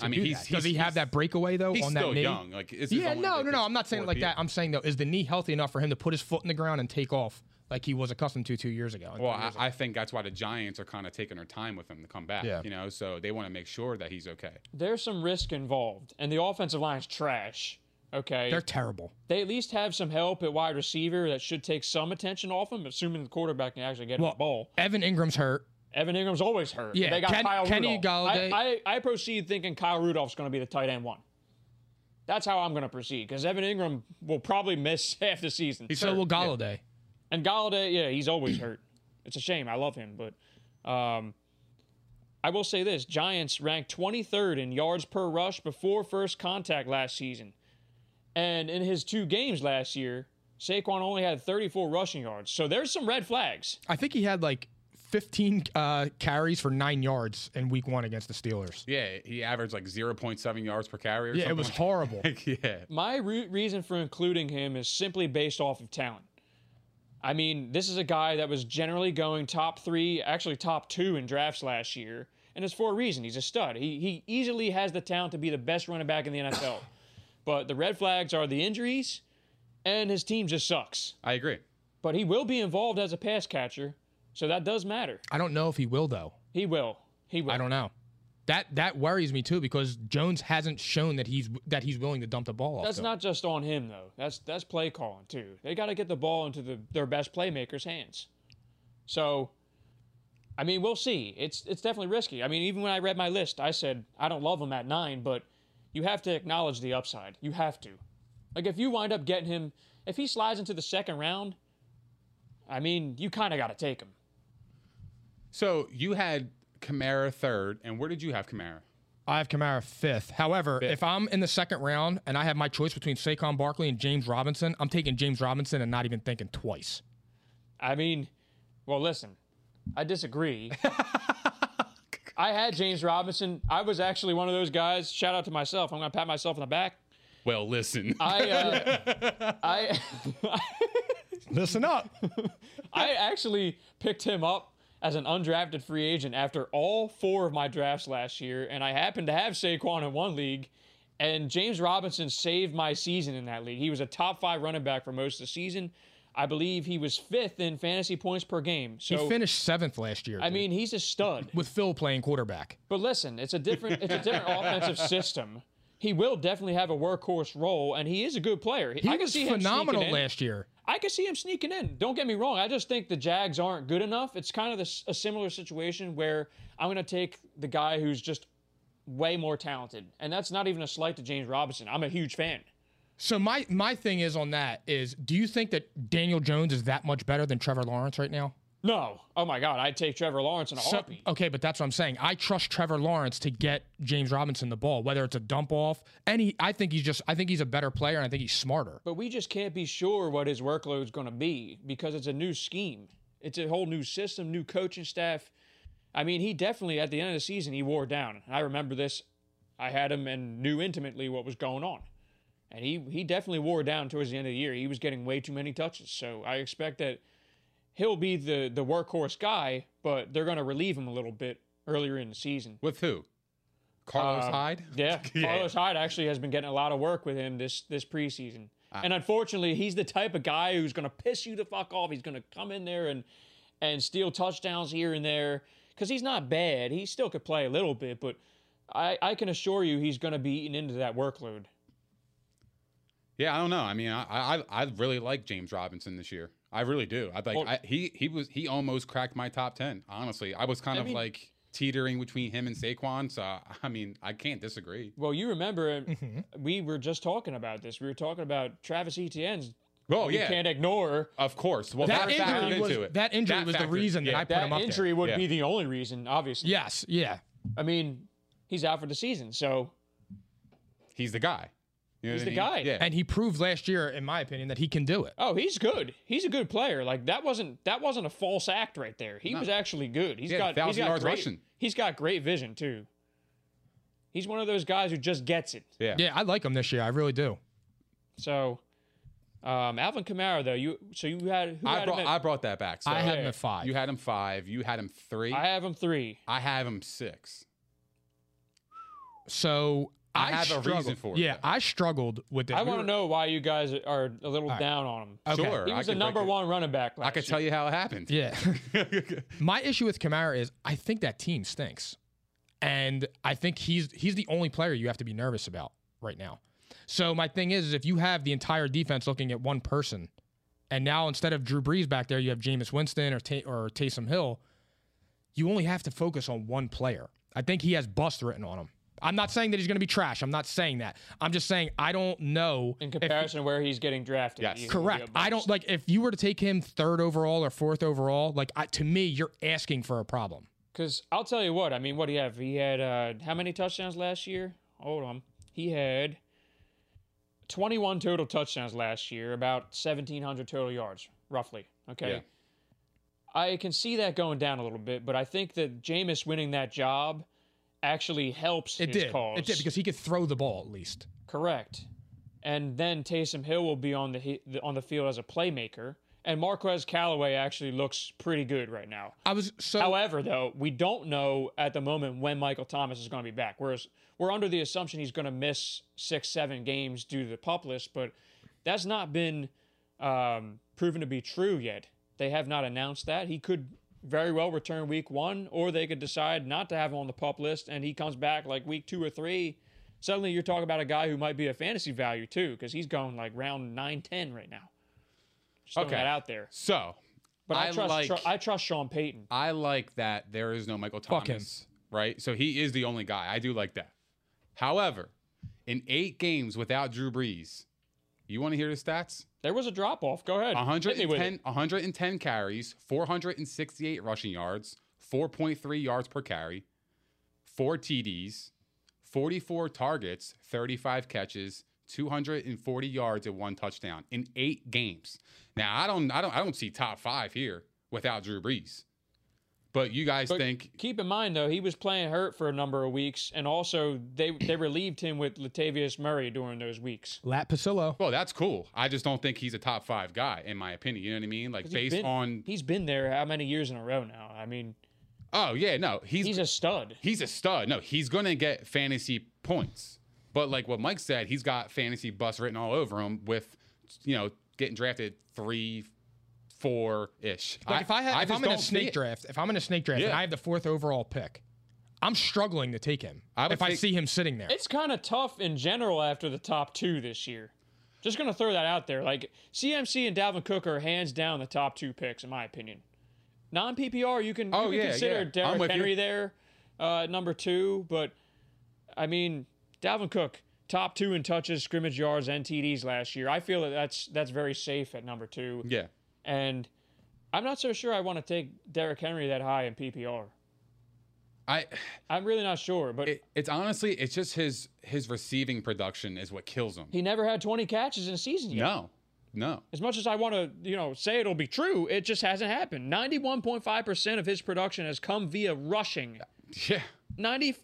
Speaker 2: I mean,
Speaker 1: Do
Speaker 2: he's,
Speaker 1: that?
Speaker 2: he's
Speaker 1: does he have that breakaway though
Speaker 2: He's
Speaker 1: on
Speaker 2: still
Speaker 1: that knee?
Speaker 2: young. Like, it's
Speaker 1: Yeah, no, no, no. I'm not saying it like that. I'm saying though, is the knee healthy enough for him to put his foot in the ground and take off like he was accustomed to two years ago? and
Speaker 2: Well,
Speaker 1: three
Speaker 2: I,
Speaker 1: years ago?
Speaker 2: I think that's why the Giants are kind of taking their time with him to come back.
Speaker 1: Yeah.
Speaker 2: You know, so they want to make sure that he's okay.
Speaker 3: There's some risk involved, and the offensive line's trash. Okay.
Speaker 1: they're terrible.
Speaker 3: they at least have some help at wide receiver that should take some attention off him, assuming the quarterback can actually get him
Speaker 1: Well,
Speaker 3: the ball.
Speaker 1: Evan Ingram's hurt.
Speaker 3: Evan Ingram's always hurt.
Speaker 1: Yeah,
Speaker 3: they got
Speaker 1: Ken-
Speaker 3: Kyle
Speaker 1: Kenny
Speaker 3: Rudolph.
Speaker 1: Golladay-
Speaker 3: I, I, I proceed thinking Kyle Rudolph's going to be the tight end one. That's how I'm going to proceed because Evan Ingram will probably miss half the season.
Speaker 1: so will Galladay.
Speaker 3: And Galladay, yeah, he's always hurt. It's a shame. I love him, but um, I will say this: Giants ranked 23rd in yards per rush before first contact last season, and in his two games last year, Saquon only had 34 rushing yards. So there's some red flags.
Speaker 1: I think he had like 15 uh, carries for nine yards in week one against the Steelers.
Speaker 2: Yeah, he averaged like 0.7 yards per carry. Or
Speaker 1: Yeah, it
Speaker 2: something
Speaker 1: was
Speaker 2: like
Speaker 1: horrible.
Speaker 2: Like, yeah.
Speaker 3: My re- reason for including him is simply based off of talent. I mean, this is a guy that was generally going top three, actually top two in drafts last year, and it's for a reason. He's a stud. He he easily has the talent to be the best running back in the NFL. but the red flags are the injuries, and his team just sucks.
Speaker 2: I agree.
Speaker 3: But he will be involved as a pass catcher, so that does matter.
Speaker 1: I don't know if he will though.
Speaker 3: He will. He will.
Speaker 1: I don't know. That that worries me too because Jones hasn't shown that he's that he's willing to dump the ball off.
Speaker 3: That's
Speaker 1: to him.
Speaker 3: not just on him though. That's that's play calling too. They got to get the ball into the, their best playmakers' hands. So, I mean, we'll see. It's it's definitely risky. I mean, even when I read my list, I said I don't love him at nine, but you have to acknowledge the upside. You have to. Like if you wind up getting him, if he slides into the second round, I mean, you kind of got to take him.
Speaker 2: So you had Kamara third, and where did you have Kamara?
Speaker 1: I have Kamara fifth. However, if I'm in the second round and I have my choice between Saquon Barkley and James Robinson, I'm taking James Robinson and not even thinking twice.
Speaker 3: I mean, well, listen, I disagree. I had James Robinson. I was actually one of those guys. Shout out to myself. I'm gonna pat myself on the back.
Speaker 2: Well, listen.
Speaker 3: I, uh, I,
Speaker 1: Listen up.
Speaker 3: I actually picked him up as an undrafted free agent after all four of my drafts last year, and I happened to have Saquon in one league, and James Robinson saved my season in that league. He was a top five running back for most of the season. I believe he was fifth in fantasy points per game. So
Speaker 1: he finished seventh last year.
Speaker 3: I
Speaker 1: dude,
Speaker 3: mean, he's a stud.
Speaker 1: with Phil playing quarterback.
Speaker 3: But listen, it's a different it's a different offensive system. He will definitely have a workhorse role, and he is a good player.
Speaker 1: He
Speaker 3: I can
Speaker 1: was
Speaker 3: see him phenomenal
Speaker 1: phenomenal
Speaker 3: in.
Speaker 1: last year.
Speaker 3: I could see him sneaking in. Don't get me wrong. I just think the Jags aren't good enough. It's kind of this, a similar situation where I'm going to take the guy who's just way more talented, and that's not even a slight to James Robinson. I'm a huge fan.
Speaker 1: So my my thing is on that is, do you think that Daniel Jones is that much better than Trevor Lawrence right now?
Speaker 3: No, oh my God, I'd take Trevor Lawrence in a
Speaker 1: So-
Speaker 3: heartbeat.
Speaker 1: okay, but that's what I'm saying. I trust Trevor Lawrence to get James Robinson the ball, whether it's a dump off. Any, I think he's just, I think he's a better player, and I think he's smarter.
Speaker 3: But we just can't be sure what his workload's going to be because it's a new scheme. It's a whole new system, new coaching staff. I mean, he definitely at the end of the season he wore down. I remember this. I had him and knew intimately what was going on. And he he definitely wore down towards the end of the year. He was getting way too many touches. So I expect that he'll be the the workhorse guy, but they're going to relieve him a little bit earlier in the season.
Speaker 2: With who? Carlos
Speaker 3: Uh,
Speaker 2: Hyde?
Speaker 3: Yeah, Carlos Hyde actually has been getting a lot of work with him this this preseason,
Speaker 1: Uh,
Speaker 3: and unfortunately, he's the type of guy who's going to piss you the fuck off. He's going to come in there and and steal touchdowns here and there because he's not bad. He still could play a little bit, but I I can assure you he's going to be eaten into that workload.
Speaker 2: Yeah, I don't know. I mean, I I, I really like James Robinson this year. I really do. I like
Speaker 3: Well-
Speaker 2: I, he he was he almost cracked my top ten. Honestly, I was kind
Speaker 3: I
Speaker 2: of
Speaker 3: mean-
Speaker 2: like teetering between him and Saquon. So I mean, I can't disagree.
Speaker 3: Well, you remember um,
Speaker 1: Mm-hmm.
Speaker 3: we were just talking about this. We were talking about Travis Etienne's.
Speaker 2: Oh
Speaker 3: you
Speaker 2: yeah,
Speaker 3: can't ignore.
Speaker 2: of course. Well,
Speaker 1: That
Speaker 2: that,
Speaker 1: injury
Speaker 2: factored
Speaker 1: was-
Speaker 2: into it.
Speaker 1: that injury was the
Speaker 2: factored-
Speaker 1: reason that
Speaker 2: yeah.
Speaker 1: I put him
Speaker 3: That
Speaker 1: up there.
Speaker 3: injury would
Speaker 2: Yeah.
Speaker 3: be the only reason, obviously.
Speaker 1: Yes, yeah.
Speaker 3: I mean, he's out for the season, so
Speaker 2: He's the guy. You know
Speaker 3: He's
Speaker 2: what I
Speaker 3: the
Speaker 2: mean?
Speaker 3: guy.
Speaker 2: Yeah.
Speaker 1: And he proved last year, in my opinion, that he can do it.
Speaker 3: Oh, he's good. He's a good player. Like that wasn't that wasn't a false act right there. He was actually good. He's
Speaker 2: Yeah,
Speaker 3: got he's
Speaker 2: 1,000
Speaker 3: got
Speaker 2: yards
Speaker 3: great,
Speaker 2: rushing.
Speaker 3: He's got great vision too. He's one of those guys who just gets it.
Speaker 2: yeah.
Speaker 1: Yeah, I like him this year. I really do.
Speaker 3: So, um, Alvin Kamara though, you so you had who
Speaker 2: I
Speaker 3: had
Speaker 2: brought
Speaker 3: him
Speaker 2: I
Speaker 3: at,
Speaker 2: brought that back. So
Speaker 1: I had him at five.
Speaker 2: You had him five. You had him three.
Speaker 3: I, have him three.
Speaker 2: I have him six.
Speaker 1: so I,
Speaker 2: I have a
Speaker 1: struggled.
Speaker 2: reason for it,
Speaker 1: Yeah,
Speaker 2: though.
Speaker 1: I struggled with it.
Speaker 3: I
Speaker 1: We
Speaker 3: want
Speaker 1: were-
Speaker 3: to know why you guys are a little down on him.
Speaker 1: Okay.
Speaker 2: Sure.
Speaker 3: He
Speaker 2: I
Speaker 3: was the
Speaker 2: could break
Speaker 3: number
Speaker 2: it.
Speaker 3: one running back.
Speaker 2: I
Speaker 3: Last
Speaker 2: could tell you how it happened.
Speaker 1: Yeah. My issue with Kamara is I think that team stinks. And I think he's he's the only player you have to be nervous about right now. So my thing is, is if you have the entire defense looking at one person, and now instead of Drew Brees back there, you have Jameis Winston or Ta- or Taysom Hill, you only have to focus on one player. I think he has bust written on him. I'm not saying that he's going to be trash. I'm not saying that. I'm just saying I don't know
Speaker 3: in comparison to where he's getting drafted.
Speaker 2: Yes.
Speaker 3: he's gonna be
Speaker 1: Correct.
Speaker 3: a
Speaker 1: I don't
Speaker 3: bust.
Speaker 1: like if you were to take him third overall or fourth overall. Like I, to me, you're asking for a problem.
Speaker 3: Because I'll tell you what, I mean, what do you have? He had uh, how many touchdowns last year? Hold on. He had 21 total touchdowns last year, about 1,700 total yards, roughly. Okay.
Speaker 2: Yeah.
Speaker 3: I can see that going down a little bit, but I think that Jameis winning that job actually helps
Speaker 1: It
Speaker 3: his
Speaker 1: did.
Speaker 3: cause.
Speaker 1: It did because he could throw the ball at least.
Speaker 3: Correct. And then Taysom Hill will be on the, he- the on the field as a playmaker, and Marquez Callaway actually looks pretty good right now.
Speaker 1: I was so
Speaker 3: However, though, we don't know at the moment when Michael Thomas is going to be back. Whereas we're under the assumption he's going to miss six, seven games due to the pup list, but that's not been um, proven to be true yet. They have not announced that. He could very well return week one, or they could decide not to have him on the pup list and he comes back like week two or three. Suddenly you're talking about a guy who might be a fantasy value too, because he's going like round nine, ten right now. Just throwing
Speaker 2: Okay.
Speaker 3: that out there.
Speaker 2: So,
Speaker 3: But I,
Speaker 2: I
Speaker 3: trust
Speaker 2: like-
Speaker 3: I trust Sean Payton.
Speaker 2: I like that there is no Michael
Speaker 1: Fuck him.
Speaker 2: Thomas, right? So he is the only guy. I do like that. However, in eight games without Drew Brees, you want to hear the stats?
Speaker 3: There was a drop off. Go ahead. Hit me with it.
Speaker 2: 110, 110 carries, 468 rushing yards, 4.3 yards per carry, four TDs, 44 targets, 35 catches, 240 yards and one touchdown in eight games. Now I don't, I don't, I don't see top five here without Drew Brees. But you guys
Speaker 3: But
Speaker 2: think
Speaker 3: Keep in mind though, he was playing hurt for a number of weeks, and also they they relieved him with Latavius Murray during those weeks.
Speaker 1: Lat Pasillo.
Speaker 2: Well, that's cool. I just don't think he's a top five guy, in my opinion. You know what I mean? Like
Speaker 3: 'Cause he's
Speaker 2: based
Speaker 3: been-
Speaker 2: on
Speaker 3: he's been there how many years in a row now? I mean,
Speaker 2: oh yeah, no, he's
Speaker 3: he's a stud.
Speaker 2: he's a stud. No, he's gonna get fantasy points. But like what Mike said, he's got fantasy bus written all over him with you know getting drafted three, four ish.
Speaker 1: Like if I had, if
Speaker 2: just
Speaker 1: I'm in a
Speaker 2: don't see
Speaker 1: snake
Speaker 2: it.
Speaker 1: draft, if I'm in a snake draft and
Speaker 2: Yeah.
Speaker 1: I have the fourth overall pick, I'm struggling to take him.
Speaker 2: I would
Speaker 1: if I
Speaker 2: take-
Speaker 1: see him sitting there,
Speaker 3: It's kind of tough in general after the top two this year. Just gonna throw that out there. Like CMC and Dalvin Cook are hands down the top two picks in my opinion. Non PPR, you can,
Speaker 2: Oh,
Speaker 3: you can
Speaker 2: yeah,
Speaker 3: consider
Speaker 2: yeah. I'm
Speaker 3: Derrick
Speaker 2: with you.
Speaker 3: Henry there uh, at number two, but I mean Dalvin Cook top two in touches, scrimmage yards, and TDs last year. I feel that that's that's very safe at number two.
Speaker 2: yeah.
Speaker 3: and I'm not so sure I want to take Derrick Henry that high in PPR.
Speaker 2: I
Speaker 3: I'm really not sure, but
Speaker 2: it, it's honestly it's just his his receiving production is what kills him.
Speaker 3: he never had 20 catches in a season yet.
Speaker 2: No, no.
Speaker 3: As much as I want to, you know, say it'll be true, it just hasn't happened. 91.5% of his production has come via rushing.
Speaker 2: Yeah,
Speaker 3: 90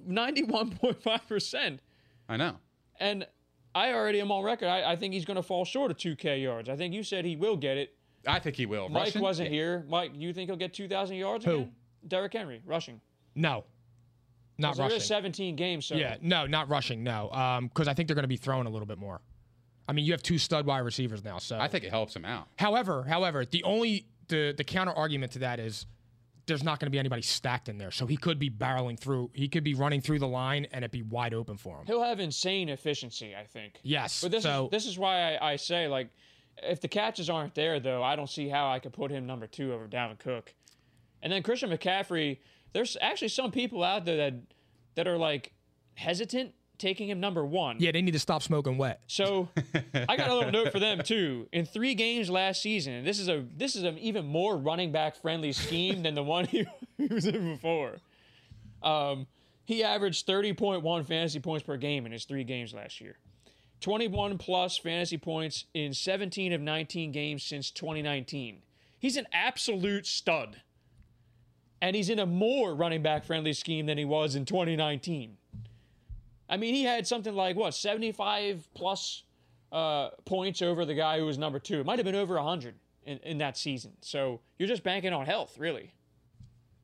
Speaker 3: 91.5%.
Speaker 2: I know.
Speaker 3: And I already am on record. I, I think he's going to fall short of 2K yards. I think you said he will get it.
Speaker 2: I think he will.
Speaker 3: Mike
Speaker 2: Rushing?
Speaker 3: wasn't
Speaker 2: Yeah.
Speaker 3: here. Mike, you think he'll get 2,000 yards
Speaker 1: Who?
Speaker 3: again? Derrick Henry, rushing.
Speaker 1: no, not
Speaker 3: There
Speaker 1: rushing.
Speaker 3: is 17 games, so
Speaker 1: Yeah, no, not rushing. No, because I think they're going to be throwing a little bit more. I mean, you have two stud wide receivers now, so
Speaker 2: I think it helps him out.
Speaker 1: However, however, the only the the counter argument to that is there's not going to be anybody stacked in there, so he could be barreling through. He could be running through the line, and it'd be wide open for him.
Speaker 3: he'll have insane efficiency, I think.
Speaker 1: Yes.
Speaker 3: But this
Speaker 1: so
Speaker 3: is this is why I, I say like if the catches aren't there though, I don't see how I could put him number two over Dalvin Cook. And then Christian McCaffrey, there's actually some people out there that that are like hesitant taking him number one.
Speaker 1: yeah, they need to stop smoking wet.
Speaker 3: So I got a little note for them too. In three games last season, and this is a this is an even more running back friendly scheme than the one he, he was in before. Um, he averaged 30.1 fantasy points per game in his three games last year. 21 plus fantasy points in 17 of 19 games since 2019. He's an absolute stud. And he's in a more running back friendly scheme than he was in 2019. I mean, he had something like what 75 plus uh, points over the guy who was number two. It might have been over 100 in, in that season. So you're just banking on health, really,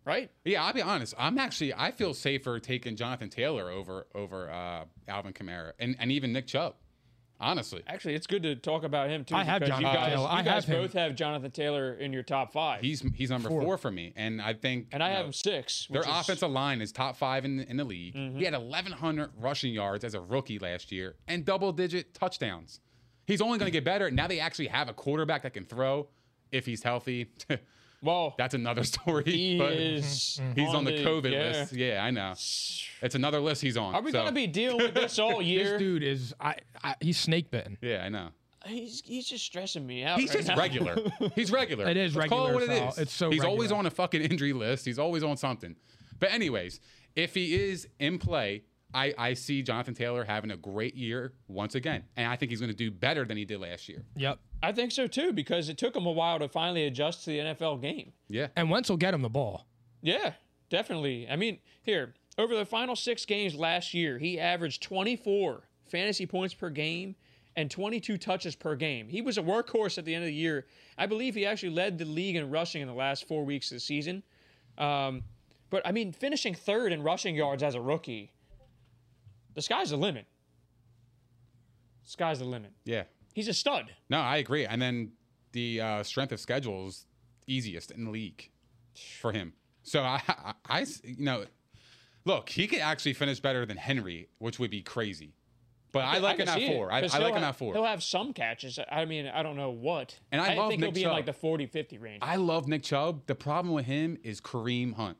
Speaker 3: right?
Speaker 2: Yeah, I'll be honest. I'm actually I feel safer taking Jonathan Taylor over over uh, Alvin Kamara and, and even Nick Chubb. Honestly,
Speaker 3: Actually, it's good to talk about him too.
Speaker 1: I have
Speaker 3: because you
Speaker 1: Jonathan
Speaker 3: guys,
Speaker 1: Taylor.
Speaker 3: You
Speaker 1: I
Speaker 3: guys
Speaker 1: have him.
Speaker 3: both have Jonathan Taylor in your top five,
Speaker 2: he's he's number four. for me, and I think
Speaker 3: and I
Speaker 2: you
Speaker 3: have
Speaker 2: know,
Speaker 3: him six.
Speaker 2: Their
Speaker 3: which is- Mm-hmm.
Speaker 2: offensive line is top five in the, in the league. He had 1,100 rushing yards as a rookie last year and double digit touchdowns. He's only going to get better. Now they actually have a quarterback that can throw if he's healthy.
Speaker 3: Well,
Speaker 2: That's another story.
Speaker 3: he
Speaker 2: but
Speaker 3: is.
Speaker 2: he's on the, COVID
Speaker 3: yeah.
Speaker 2: list. Yeah, I know. It's another list he's on.
Speaker 3: Are we
Speaker 2: so-
Speaker 3: gonna be dealing with this all
Speaker 1: This
Speaker 3: year?
Speaker 1: dude is I, I he's snake bitten.
Speaker 2: Yeah, I know.
Speaker 3: he's he's just stressing me out.
Speaker 2: He's
Speaker 3: right
Speaker 2: just
Speaker 3: now.
Speaker 2: regular. He's regular.
Speaker 1: It is
Speaker 2: Let's Call it
Speaker 1: regular,
Speaker 2: what it
Speaker 1: Sal.
Speaker 2: is.
Speaker 1: It's so
Speaker 2: He's always
Speaker 1: regular.
Speaker 2: on a fucking injury list. He's always on something. But anyways, if he is in play, I, I see Jonathan Taylor having a great year once again, and I think he's going to do better than he did last year.
Speaker 1: Yep.
Speaker 3: I think so too because it took him a while to finally adjust to the NFL game.
Speaker 2: Yeah.
Speaker 1: And Wentz will get him the ball.
Speaker 3: Yeah, definitely. I mean, here, over the final six games last year, he averaged 24 fantasy points per game and 22 touches per game. He was a workhorse at the end of the year. I believe he actually led the league in rushing in the last four weeks of the season. Um, but I mean, finishing third in rushing yards as a rookie, the sky's the limit. Sky's the limit.
Speaker 2: Yeah.
Speaker 3: He's a stud.
Speaker 2: No, I agree. And then the uh, strength of schedule is easiest in the league for him. So I, I, I s- you know, look, he could actually finish better than Henry, which would be crazy. But I, like him
Speaker 3: can
Speaker 2: at
Speaker 3: see it,
Speaker 2: four. I, I
Speaker 3: 'cause
Speaker 2: like
Speaker 3: he'll
Speaker 2: him
Speaker 3: ha-
Speaker 2: at four.
Speaker 3: He'll have some catches. I mean, I don't know what.
Speaker 2: And I love
Speaker 3: think he'll
Speaker 2: Nick
Speaker 3: be in
Speaker 2: Chubb.
Speaker 3: like the 40 50 range.
Speaker 2: I love Nick Chubb. The problem with him is Kareem Hunt.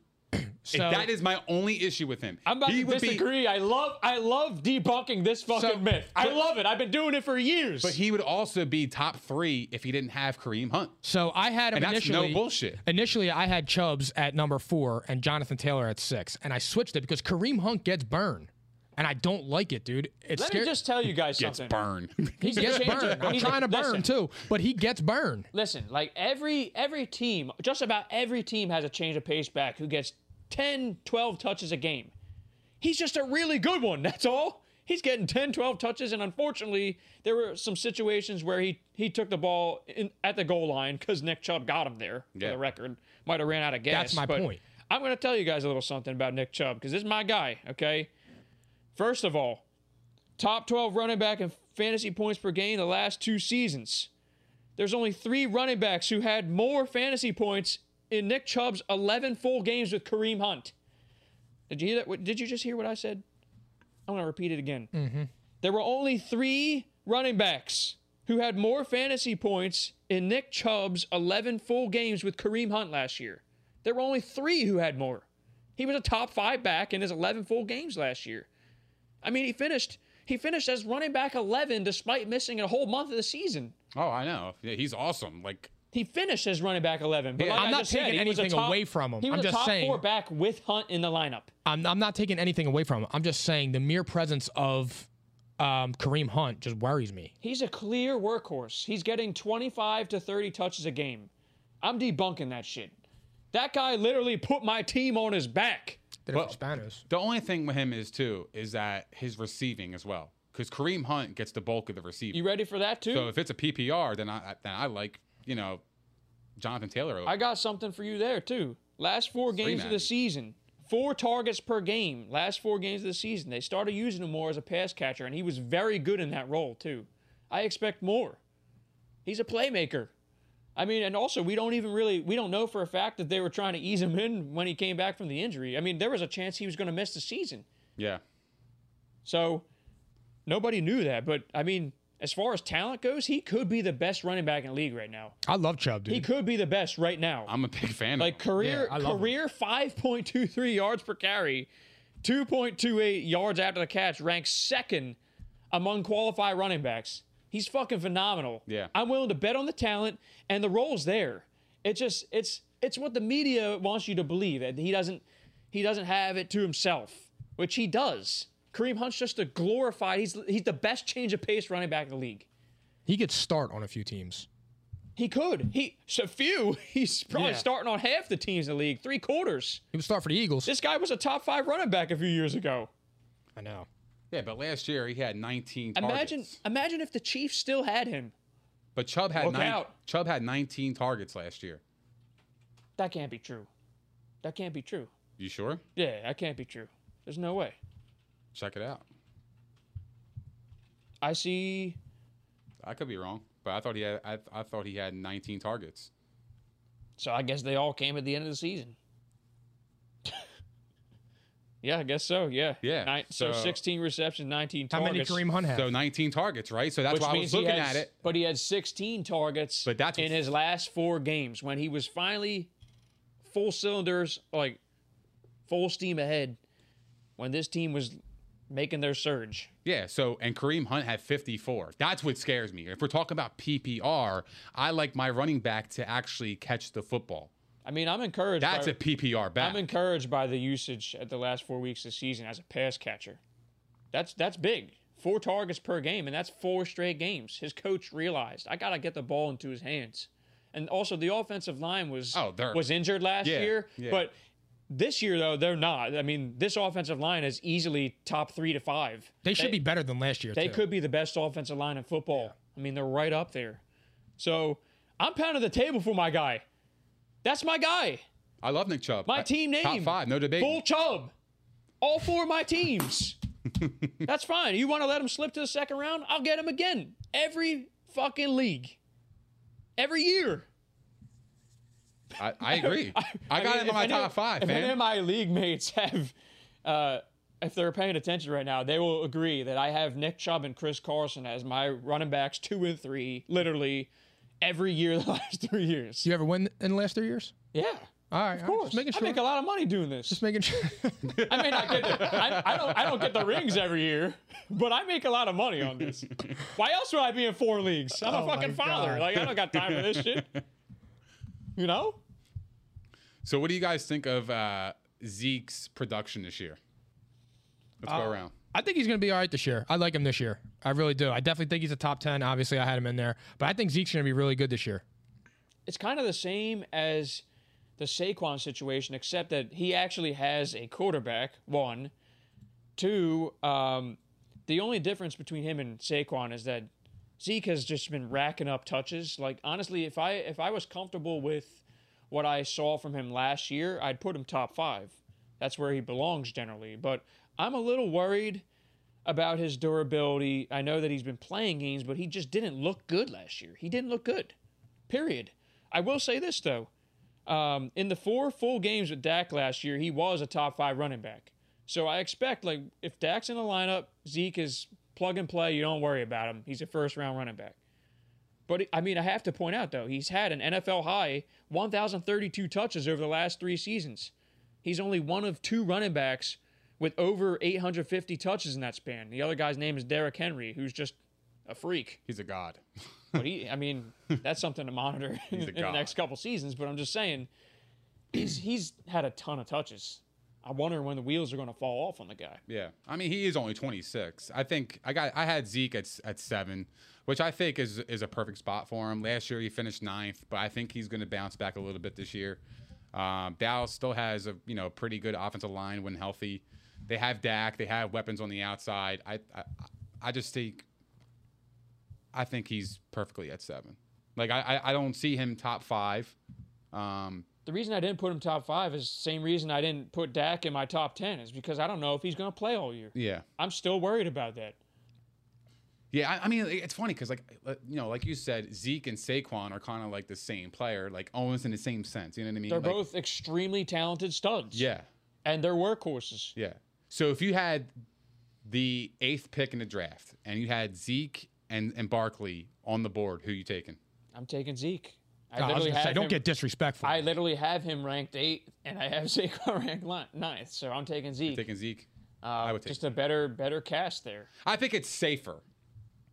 Speaker 1: So
Speaker 2: that is my only issue with him.
Speaker 3: I'm about
Speaker 2: He
Speaker 3: to
Speaker 2: would be-
Speaker 3: disagree. I love I love debunking this fucking
Speaker 1: So-
Speaker 3: myth. I love it. I've been doing it for years.
Speaker 2: but he would also be top three if he didn't have Kareem Hunt.
Speaker 1: so I had him
Speaker 2: And that's no
Speaker 1: initially.
Speaker 2: bullshit.
Speaker 1: Initially, I had Chubbs at number four and Jonathan Taylor at six, and I switched it because Kareem Hunt gets burned, and I don't like it, dude. It's
Speaker 3: Let me just tell you guys
Speaker 2: Gets
Speaker 3: something.
Speaker 2: burned.
Speaker 1: He gets
Speaker 3: Change it.
Speaker 1: burned. I'm
Speaker 3: He's-
Speaker 1: trying to burn
Speaker 3: listen.
Speaker 1: too, but he gets burned.
Speaker 3: Listen, like every every team, just about every team has a change of pace back who gets 10, 12 touches a game. He's just a really good one, that's all. He's getting 10, 12 touches and unfortunately, there were some situations where he he took the ball in, at the goal line cuz Nick Chubb got him there.
Speaker 2: Yeah.
Speaker 3: For the record, might have ran out of gas.
Speaker 1: That's my
Speaker 3: but
Speaker 1: point.
Speaker 3: I'm going to tell you guys a little something about Nick Chubb because this is my guy, okay? First of all, top 12 running back in fantasy points per game the last two seasons. There's only three running backs who had more fantasy points in Nick Chubb's 11 full games with Kareem Hunt. Did you hear that? What- Did you just hear what I said? I'm going to repeat it again.
Speaker 1: Mm-hmm.
Speaker 3: There were only three running backs who had more fantasy points in Nick Chubb's 11 full games with Kareem Hunt last year. There were only three who had more. He was a top five back in his 11 full games last year. I mean, he finished he finished as running back 11 despite missing a whole month of the season.
Speaker 2: Oh, I know. Yeah, he's awesome. Like
Speaker 3: He finished as running back 11. But
Speaker 2: Yeah.
Speaker 3: like
Speaker 2: I'm
Speaker 3: I
Speaker 1: not
Speaker 3: just said,
Speaker 1: taking
Speaker 3: he was a
Speaker 1: anything
Speaker 3: top-
Speaker 1: away from him.
Speaker 3: He was
Speaker 1: I'm
Speaker 3: a
Speaker 1: just
Speaker 3: top
Speaker 1: saying-
Speaker 3: four back with Hunt in the lineup.
Speaker 1: I'm, I'm not taking anything away from him. I'm just saying the mere presence of um, Kareem Hunt just worries me.
Speaker 3: He's a clear workhorse. He's getting 25 to 30 touches a game. I'm debunking that shit. That guy literally put my team on his back.
Speaker 1: Did it
Speaker 2: Well-
Speaker 1: for Spanos.
Speaker 2: the only thing with him is too is that his receiving as well, because Kareem Hunt gets the bulk of the receiving.
Speaker 3: You ready for that too?
Speaker 2: So if it's a PPR, then I then I like you know Jonathan Taylor. Over.
Speaker 3: I got something for you there too. Last four games of the
Speaker 2: man.
Speaker 3: season, four targets per game. Last four games of the season, they started using him more as a pass catcher, and he was very good in that role too. I expect more. He's a playmaker. I mean, and also we don't even really we don't know for a fact that they were trying to ease him in when he came back from the injury. I mean, there was a chance he was going to miss the season.
Speaker 2: yeah.
Speaker 3: So nobody knew that, but I mean, as far as talent goes, he could be the best running back in the league right now.
Speaker 1: I love Chubb,
Speaker 3: He
Speaker 1: dude.
Speaker 3: could be the best right now.
Speaker 2: I'm a big fan.
Speaker 3: Like
Speaker 2: Like,
Speaker 3: career
Speaker 1: Yeah, I love him.
Speaker 3: career 5.23 yards per carry, 2.28 yards after the catch, ranks second among qualified running backs. He's fucking phenomenal.
Speaker 2: Yeah.
Speaker 3: I'm willing to bet on the talent and the role's there. It's just it's it's what the media wants you to believe that he doesn't he doesn't have it to himself, which he does. Kareem Hunt's just a glorified. He's he's the best change of pace running back in the league.
Speaker 1: He could start on a few teams.
Speaker 3: He could. He so few. He's probably
Speaker 1: Yeah.
Speaker 3: starting on half the teams in the league, three quarters.
Speaker 1: He would start for the Eagles.
Speaker 3: This guy was a top five running back a few years ago.
Speaker 1: I know.
Speaker 2: yeah, but last year he had 19.
Speaker 3: Imagine,
Speaker 2: targets.
Speaker 3: imagine if the Chiefs still had him.
Speaker 2: But Chubb had
Speaker 3: Look
Speaker 2: nine,
Speaker 3: out.
Speaker 2: Chubb had 19 targets last year.
Speaker 3: That can't be true. That can't be true.
Speaker 2: You sure?
Speaker 3: Yeah, that can't be true. There's no way.
Speaker 2: Check it out.
Speaker 3: I see.
Speaker 2: I could be wrong, but I thought he had I, I thought he had 19 targets.
Speaker 3: So I guess they all came at the end of the season. yeah, I guess so. Yeah.
Speaker 2: Yeah,
Speaker 3: Nine, so,
Speaker 2: so-
Speaker 3: 16 receptions, 19
Speaker 1: How many
Speaker 3: targets.
Speaker 1: Kareem Hunt had?
Speaker 2: So 19 targets, right? So that's
Speaker 3: which
Speaker 2: why I
Speaker 3: means
Speaker 2: was
Speaker 3: he
Speaker 2: looking
Speaker 3: has-
Speaker 2: at it.
Speaker 3: But he had 16 targets
Speaker 2: But that's
Speaker 3: in
Speaker 2: what's-
Speaker 3: his last four games when he was finally full cylinders, like full steam ahead, when this team was making their surge.
Speaker 2: Yeah. So and Kareem Hunt had 54. That's what scares me. If we're talking about PPR, I like my running back to actually catch the football.
Speaker 3: I mean, I'm encouraged.
Speaker 2: That's
Speaker 3: by,
Speaker 2: a PPR back.
Speaker 3: I'm encouraged by the usage at the last four weeks of the season as a pass catcher. That's that's big. Four targets per game, and that's four straight games. His coach realized I gotta get the ball into his hands, and also the offensive line was
Speaker 2: Oh, they're-
Speaker 3: was injured last
Speaker 2: Yeah,
Speaker 3: year.
Speaker 2: yeah.
Speaker 3: But this year though, they're not. I mean, this offensive line is easily top three to five.
Speaker 1: they should be better than last year.
Speaker 3: They
Speaker 1: too.
Speaker 3: could be the best offensive line in football. I mean, they're right up there. So I'm pounding the table for my guy. That's my guy.
Speaker 2: I love Nick Chubb.
Speaker 3: My
Speaker 2: I-
Speaker 3: team name.
Speaker 2: Top five, no debate.
Speaker 3: Bull Chubb. All four of my teams. That's fine. You want to let him slip to the second round? I'll get him again. Every fucking league. Every year.
Speaker 2: I, I agree. I, got
Speaker 3: mean,
Speaker 2: him in
Speaker 3: if
Speaker 2: my
Speaker 3: any-
Speaker 2: top five,
Speaker 3: If any of
Speaker 2: man.
Speaker 3: my league mates have, uh, if they're paying attention right now, they will agree that I have Nick Chubb and Chris Carson as my running backs two and three, literally every year the last three years.
Speaker 1: Do you ever win in the last three years?
Speaker 3: Yeah.
Speaker 1: All right.
Speaker 3: Of
Speaker 1: all right,
Speaker 3: course.
Speaker 1: Just making
Speaker 3: I
Speaker 1: sure.
Speaker 3: make a lot of money doing this.
Speaker 1: just making sure.
Speaker 3: I may not get the, I, I don't I don't get the rings every year, but I make a lot of money on this. Why else would I be in four leagues? I'm
Speaker 1: Oh
Speaker 3: a
Speaker 1: my
Speaker 3: fucking father.
Speaker 1: God.
Speaker 3: Like I don't got time for this shit. You know?
Speaker 2: So what do you guys think of uh, Zeke's production this year? Let's go around.
Speaker 1: I think he's going to be all right this year. I like him this year. I really do. I definitely think he's a top 10. Obviously, I had him in there. But I think Zeke's going to be really good this year.
Speaker 3: It's kind of the same as the Saquon situation, except that he actually has a quarterback. One, two. Um, the only difference between him and Saquon is that Zeke has just been racking up touches. Like honestly, if I if I was comfortable with what I saw from him last year, I'd put him top five. That's where he belongs generally. But I'm a little worried about his durability. I know that he's been playing games, but he just didn't look good last year. He didn't look good. Period. I will say this though, um, in the four full games with Dak last year, he was a top five running back. So I expect like if Dak's in the lineup, Zeke is plug and play. You don't worry about him. He's a first round running back. But I mean, I have to point out though, he's had an NFL high 1,032 touches over the last three seasons. He's only one of two running backs with over 850 touches in that span. The other guy's name is Derrick Henry, who's just a freak.
Speaker 2: He's a god.
Speaker 3: But he, I mean, that's something to monitor in,
Speaker 2: He's a
Speaker 3: in the
Speaker 2: god.
Speaker 3: next couple seasons. But I'm just saying, he's he's had a ton of touches. I wonder when the wheels are going to fall off on the guy.
Speaker 2: Yeah, I mean he is only 26. I think I got I had Zeke at s- at seven, which I think is is a perfect spot for him. Last year he finished ninth, but I think he's going to bounce back a little bit this year. Um, Dallas still has a you know pretty good offensive line when healthy. They have Dak. They have weapons on the outside. I I, I just think I think he's perfectly at seven. Like I I, I don't see him top five. Um,
Speaker 3: The reason I didn't put him top five is the same reason I didn't put Dak in my top ten is because I don't know if he's going to play all year.
Speaker 2: yeah.
Speaker 3: I'm still worried about that.
Speaker 2: Yeah, I, I mean, it's funny because, like, uh, you know, like you said, Zeke and Saquon are kind of like the same player, like almost in the same sense. You know what I mean?
Speaker 3: They're
Speaker 2: Like,
Speaker 3: both extremely talented studs.
Speaker 2: Yeah,
Speaker 3: and they're workhorses.
Speaker 2: yeah. So if you had the eighth pick in the draft and you had Zeke and and Barkley on the board, who you taking?
Speaker 3: I'm taking Zeke. I
Speaker 1: I, was
Speaker 3: literally
Speaker 1: gonna say,
Speaker 3: have
Speaker 1: don't
Speaker 3: him-
Speaker 1: get disrespectful.
Speaker 3: I literally have him ranked eight, and I have Saquon ranked li- ninth. So I'm taking Zeke.
Speaker 2: Taking Zeke.
Speaker 3: I
Speaker 2: would take
Speaker 3: just a better, better cast there.
Speaker 2: I think it's safer.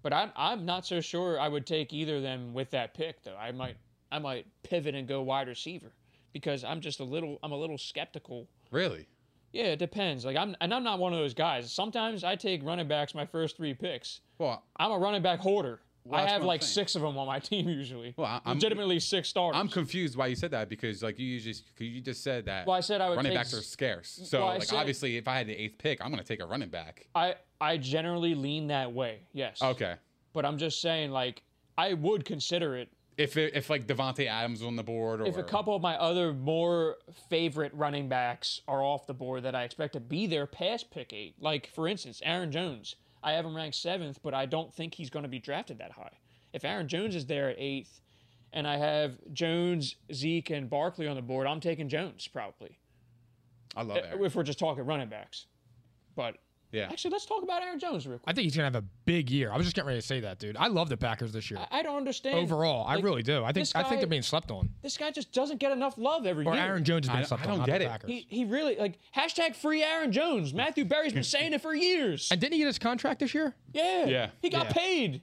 Speaker 3: But I'm, I'm not so sure I would take either of them with that pick though. I might, I might pivot and go wide receiver because I'm just a little, I'm a little skeptical.
Speaker 2: Really?
Speaker 3: Yeah, it depends. Like I'm, and I'm not one of those guys. Sometimes I take running backs my first three picks.
Speaker 2: Well,
Speaker 3: I'm a running back hoarder.
Speaker 2: Well,
Speaker 3: I
Speaker 2: that's
Speaker 3: have
Speaker 2: what I'm
Speaker 3: like
Speaker 2: saying.
Speaker 3: six of them on my team usually.
Speaker 2: Well, I- I'm-
Speaker 3: legitimately six starters.
Speaker 2: I'm confused why you said that because like you just you just said that.
Speaker 3: Well, I said I would
Speaker 2: running
Speaker 3: take
Speaker 2: backs
Speaker 3: Z-
Speaker 2: are scarce. So
Speaker 3: Well, I
Speaker 2: like
Speaker 3: said-
Speaker 2: obviously, if I had the eighth pick, I'm gonna take a running back.
Speaker 3: I I generally lean that way. Yes.
Speaker 2: Okay.
Speaker 3: But I'm just saying, like, I would consider it
Speaker 2: If it, if like Devonte Adams was on the board or
Speaker 3: if a couple of my other more favorite running backs are off the board that I expect to be there past pick eight. Like, for instance, Aaron Jones. I have him ranked seventh, but I don't think he's going to be drafted that high. If Aaron Jones is there at eighth, and I have Jones, Zeke, and Barkley on the board, I'm taking Jones probably. eh,
Speaker 2: I love Aaron.
Speaker 3: If we're just talking running backs, but
Speaker 2: Yeah.
Speaker 3: actually, let's talk about Aaron Jones real quick.
Speaker 1: I think he's gonna have a big year. I was just getting ready to say that, dude. I love the Packers this year.
Speaker 3: I, I don't understand
Speaker 1: Overall, I
Speaker 3: like,
Speaker 1: really do. I think
Speaker 3: this
Speaker 1: I think
Speaker 3: guy-
Speaker 1: they're being slept on.
Speaker 3: This guy just doesn't get enough love every
Speaker 1: Or
Speaker 3: year.
Speaker 1: Aaron Jones has
Speaker 2: I
Speaker 1: been
Speaker 2: don't-
Speaker 1: slept
Speaker 2: I don't
Speaker 1: on.
Speaker 2: get
Speaker 1: not
Speaker 2: it.
Speaker 1: the Packers.
Speaker 3: He, he really like hashtag free Aaron Jones. Matthew Barry's been saying it for years.
Speaker 1: and didn't he get his contract this year?
Speaker 3: yeah,
Speaker 2: Yeah.
Speaker 3: he got
Speaker 1: Yeah.
Speaker 3: paid.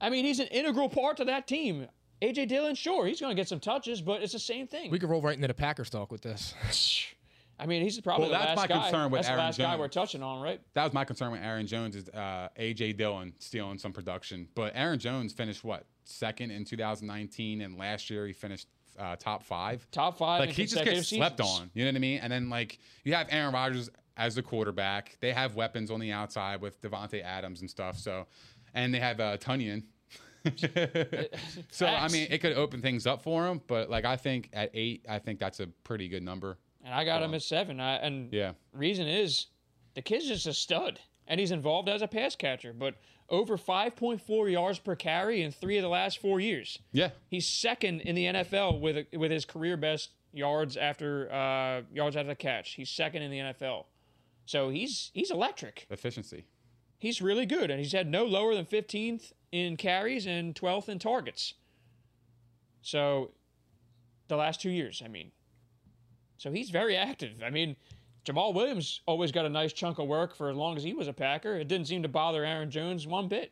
Speaker 3: I mean, he's an integral part of that team. AJ Dillon, sure, he's going to get some touches, but it's the same thing.
Speaker 1: We could roll right into the Packers talk with this.
Speaker 3: I mean, he's probably
Speaker 2: Well,
Speaker 3: the
Speaker 2: that's
Speaker 3: last
Speaker 2: my
Speaker 3: guy.
Speaker 2: concern with
Speaker 3: that's the
Speaker 2: Aaron
Speaker 3: last guy we're
Speaker 2: Jones.
Speaker 3: touching on, right?
Speaker 2: That was my concern with Aaron Jones is uh, AJ Dillon stealing some production. But Aaron Jones finished what second in 2019, and last year he finished uh, top five.
Speaker 3: Top five
Speaker 2: Like
Speaker 3: in
Speaker 2: he just gets
Speaker 3: consecutive
Speaker 2: slept
Speaker 3: seasons.
Speaker 2: on. You know what I mean? And then like you have Aaron Rodgers as the quarterback. They have weapons on the outside with Devonte Adams and stuff. So, and they have uh, Tunyon. so I mean, it could open things up for him. But like I think at eight, I think that's a pretty good number.
Speaker 3: And I got him at seven. I, and
Speaker 2: Yeah.
Speaker 3: reason is the kid's just a stud, and he's involved as a pass catcher. But over 5.4 yards per carry in three of the last four years.
Speaker 2: Yeah.
Speaker 3: He's second in the NFL with with his career best yards after uh, yards after the catch. He's second in the NFL, so he's he's electric.
Speaker 2: Efficiency.
Speaker 3: He's really good, and he's had no lower than 15th in carries and 12th in targets. So, the last two years, I mean, so he's very active. I mean, Jamal Williams always got a nice chunk of work for as long as he was a Packer. It didn't seem to bother Aaron Jones one bit.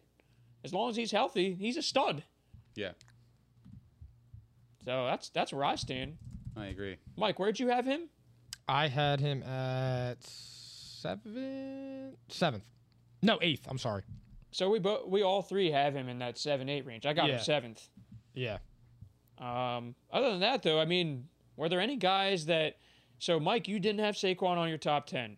Speaker 3: As long as he's healthy, he's a stud.
Speaker 2: Yeah,
Speaker 3: So that's that's where I stand.
Speaker 2: I agree.
Speaker 3: Mike, where'd you have him?
Speaker 1: I had him at seventh, seventh, no eighth. I'm sorry.
Speaker 3: So we both we all three have him in that seven eight range. I got
Speaker 1: Yeah.
Speaker 3: him seventh.
Speaker 1: Yeah.
Speaker 3: Um, other than that, though, I mean, were there any guys that? So Mike, you didn't have Saquon on your top ten.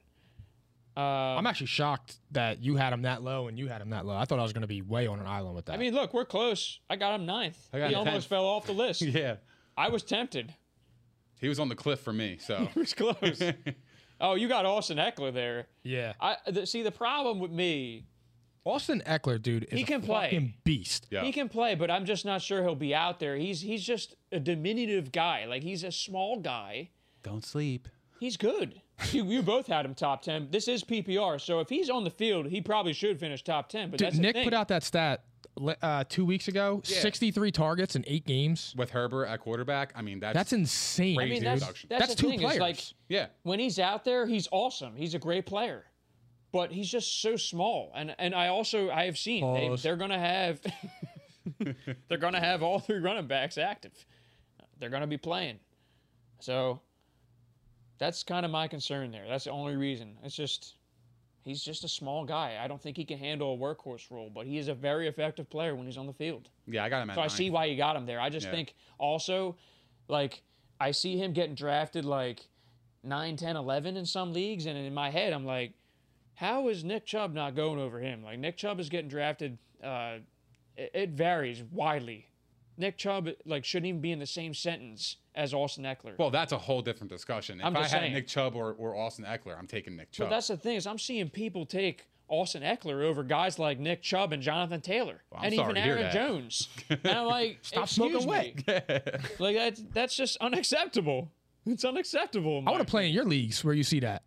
Speaker 3: Uh,
Speaker 1: I'm actually shocked that you had him that low and you had him that low. I thought I was going to be way on an island with that.
Speaker 3: I mean, look, we're close. I got him ninth.
Speaker 2: I got
Speaker 3: he
Speaker 2: him
Speaker 3: almost
Speaker 2: tenth.
Speaker 3: fell off the list.
Speaker 2: Yeah.
Speaker 3: I was tempted.
Speaker 2: He was on the cliff for me, so
Speaker 3: It was close. oh, you got Austin Eckler there.
Speaker 1: yeah.
Speaker 3: I the, see the problem with me
Speaker 1: Austin Eckler, dude, is
Speaker 3: He can
Speaker 1: a
Speaker 3: play.
Speaker 1: fucking beast.
Speaker 2: Yeah.
Speaker 3: He can play, but I'm just not sure he'll be out there. He's he's just a diminutive guy. Like he's a small guy.
Speaker 2: Don't sleep.
Speaker 3: He's good. You, you both had him top ten. This is PPR, so if he's on the field, he probably should finish top ten. But
Speaker 1: Dude,
Speaker 3: that's the
Speaker 1: Nick
Speaker 3: thing.
Speaker 1: put out that stat le- uh, two weeks ago: sixty-three targets in eight games.
Speaker 2: With Herbert at quarterback, I mean that's
Speaker 1: That's insane.
Speaker 2: I mean,
Speaker 1: dude.
Speaker 2: that's-
Speaker 1: that's,
Speaker 3: that's the
Speaker 1: two
Speaker 3: thing,
Speaker 1: players.
Speaker 3: it's like-
Speaker 2: yeah.
Speaker 3: when he's out there, he's awesome. He's a great player, but he's just so small. And and I also I have seen they,
Speaker 1: Pause.
Speaker 3: they're gonna have they're gonna have all three running backs active. They're gonna be playing, so that's kind of my concern there. That's the only reason. It's just he's just a small guy. I don't think he can handle a workhorse role, but he is a very effective player when he's on the field.
Speaker 2: Yeah, I got him at
Speaker 3: So I
Speaker 2: nine.
Speaker 3: see why you got him there. I just
Speaker 2: Yeah.
Speaker 3: think also, like, I see him getting drafted like 9, 10, 11 in some leagues. And in my head, I'm like, how is Nick Chubb not going over him? Like, Nick Chubb is getting drafted. Uh, it, it varies widely. Nick Chubb, like, shouldn't even be in the same sentence as Austin Eckler.
Speaker 2: Well, that's a whole different discussion. If
Speaker 3: I'm
Speaker 2: I had
Speaker 3: just saying.
Speaker 2: Nick Chubb or, or Austin Eckler, I'm taking Nick Chubb.
Speaker 3: but that's the thing is I'm seeing people take Austin Eckler over guys like Nick Chubb and Jonathan Taylor
Speaker 2: I'm
Speaker 3: and
Speaker 2: sorry
Speaker 3: even
Speaker 2: to hear
Speaker 3: Aaron
Speaker 2: that.
Speaker 3: Jones. And I'm like,
Speaker 1: Stop
Speaker 3: excuse
Speaker 1: smoking
Speaker 3: me.
Speaker 1: weight.
Speaker 3: like that's that's just unacceptable. It's unacceptable. in
Speaker 1: I
Speaker 3: my
Speaker 1: want to play
Speaker 3: opinion.
Speaker 1: in your leagues where you see that.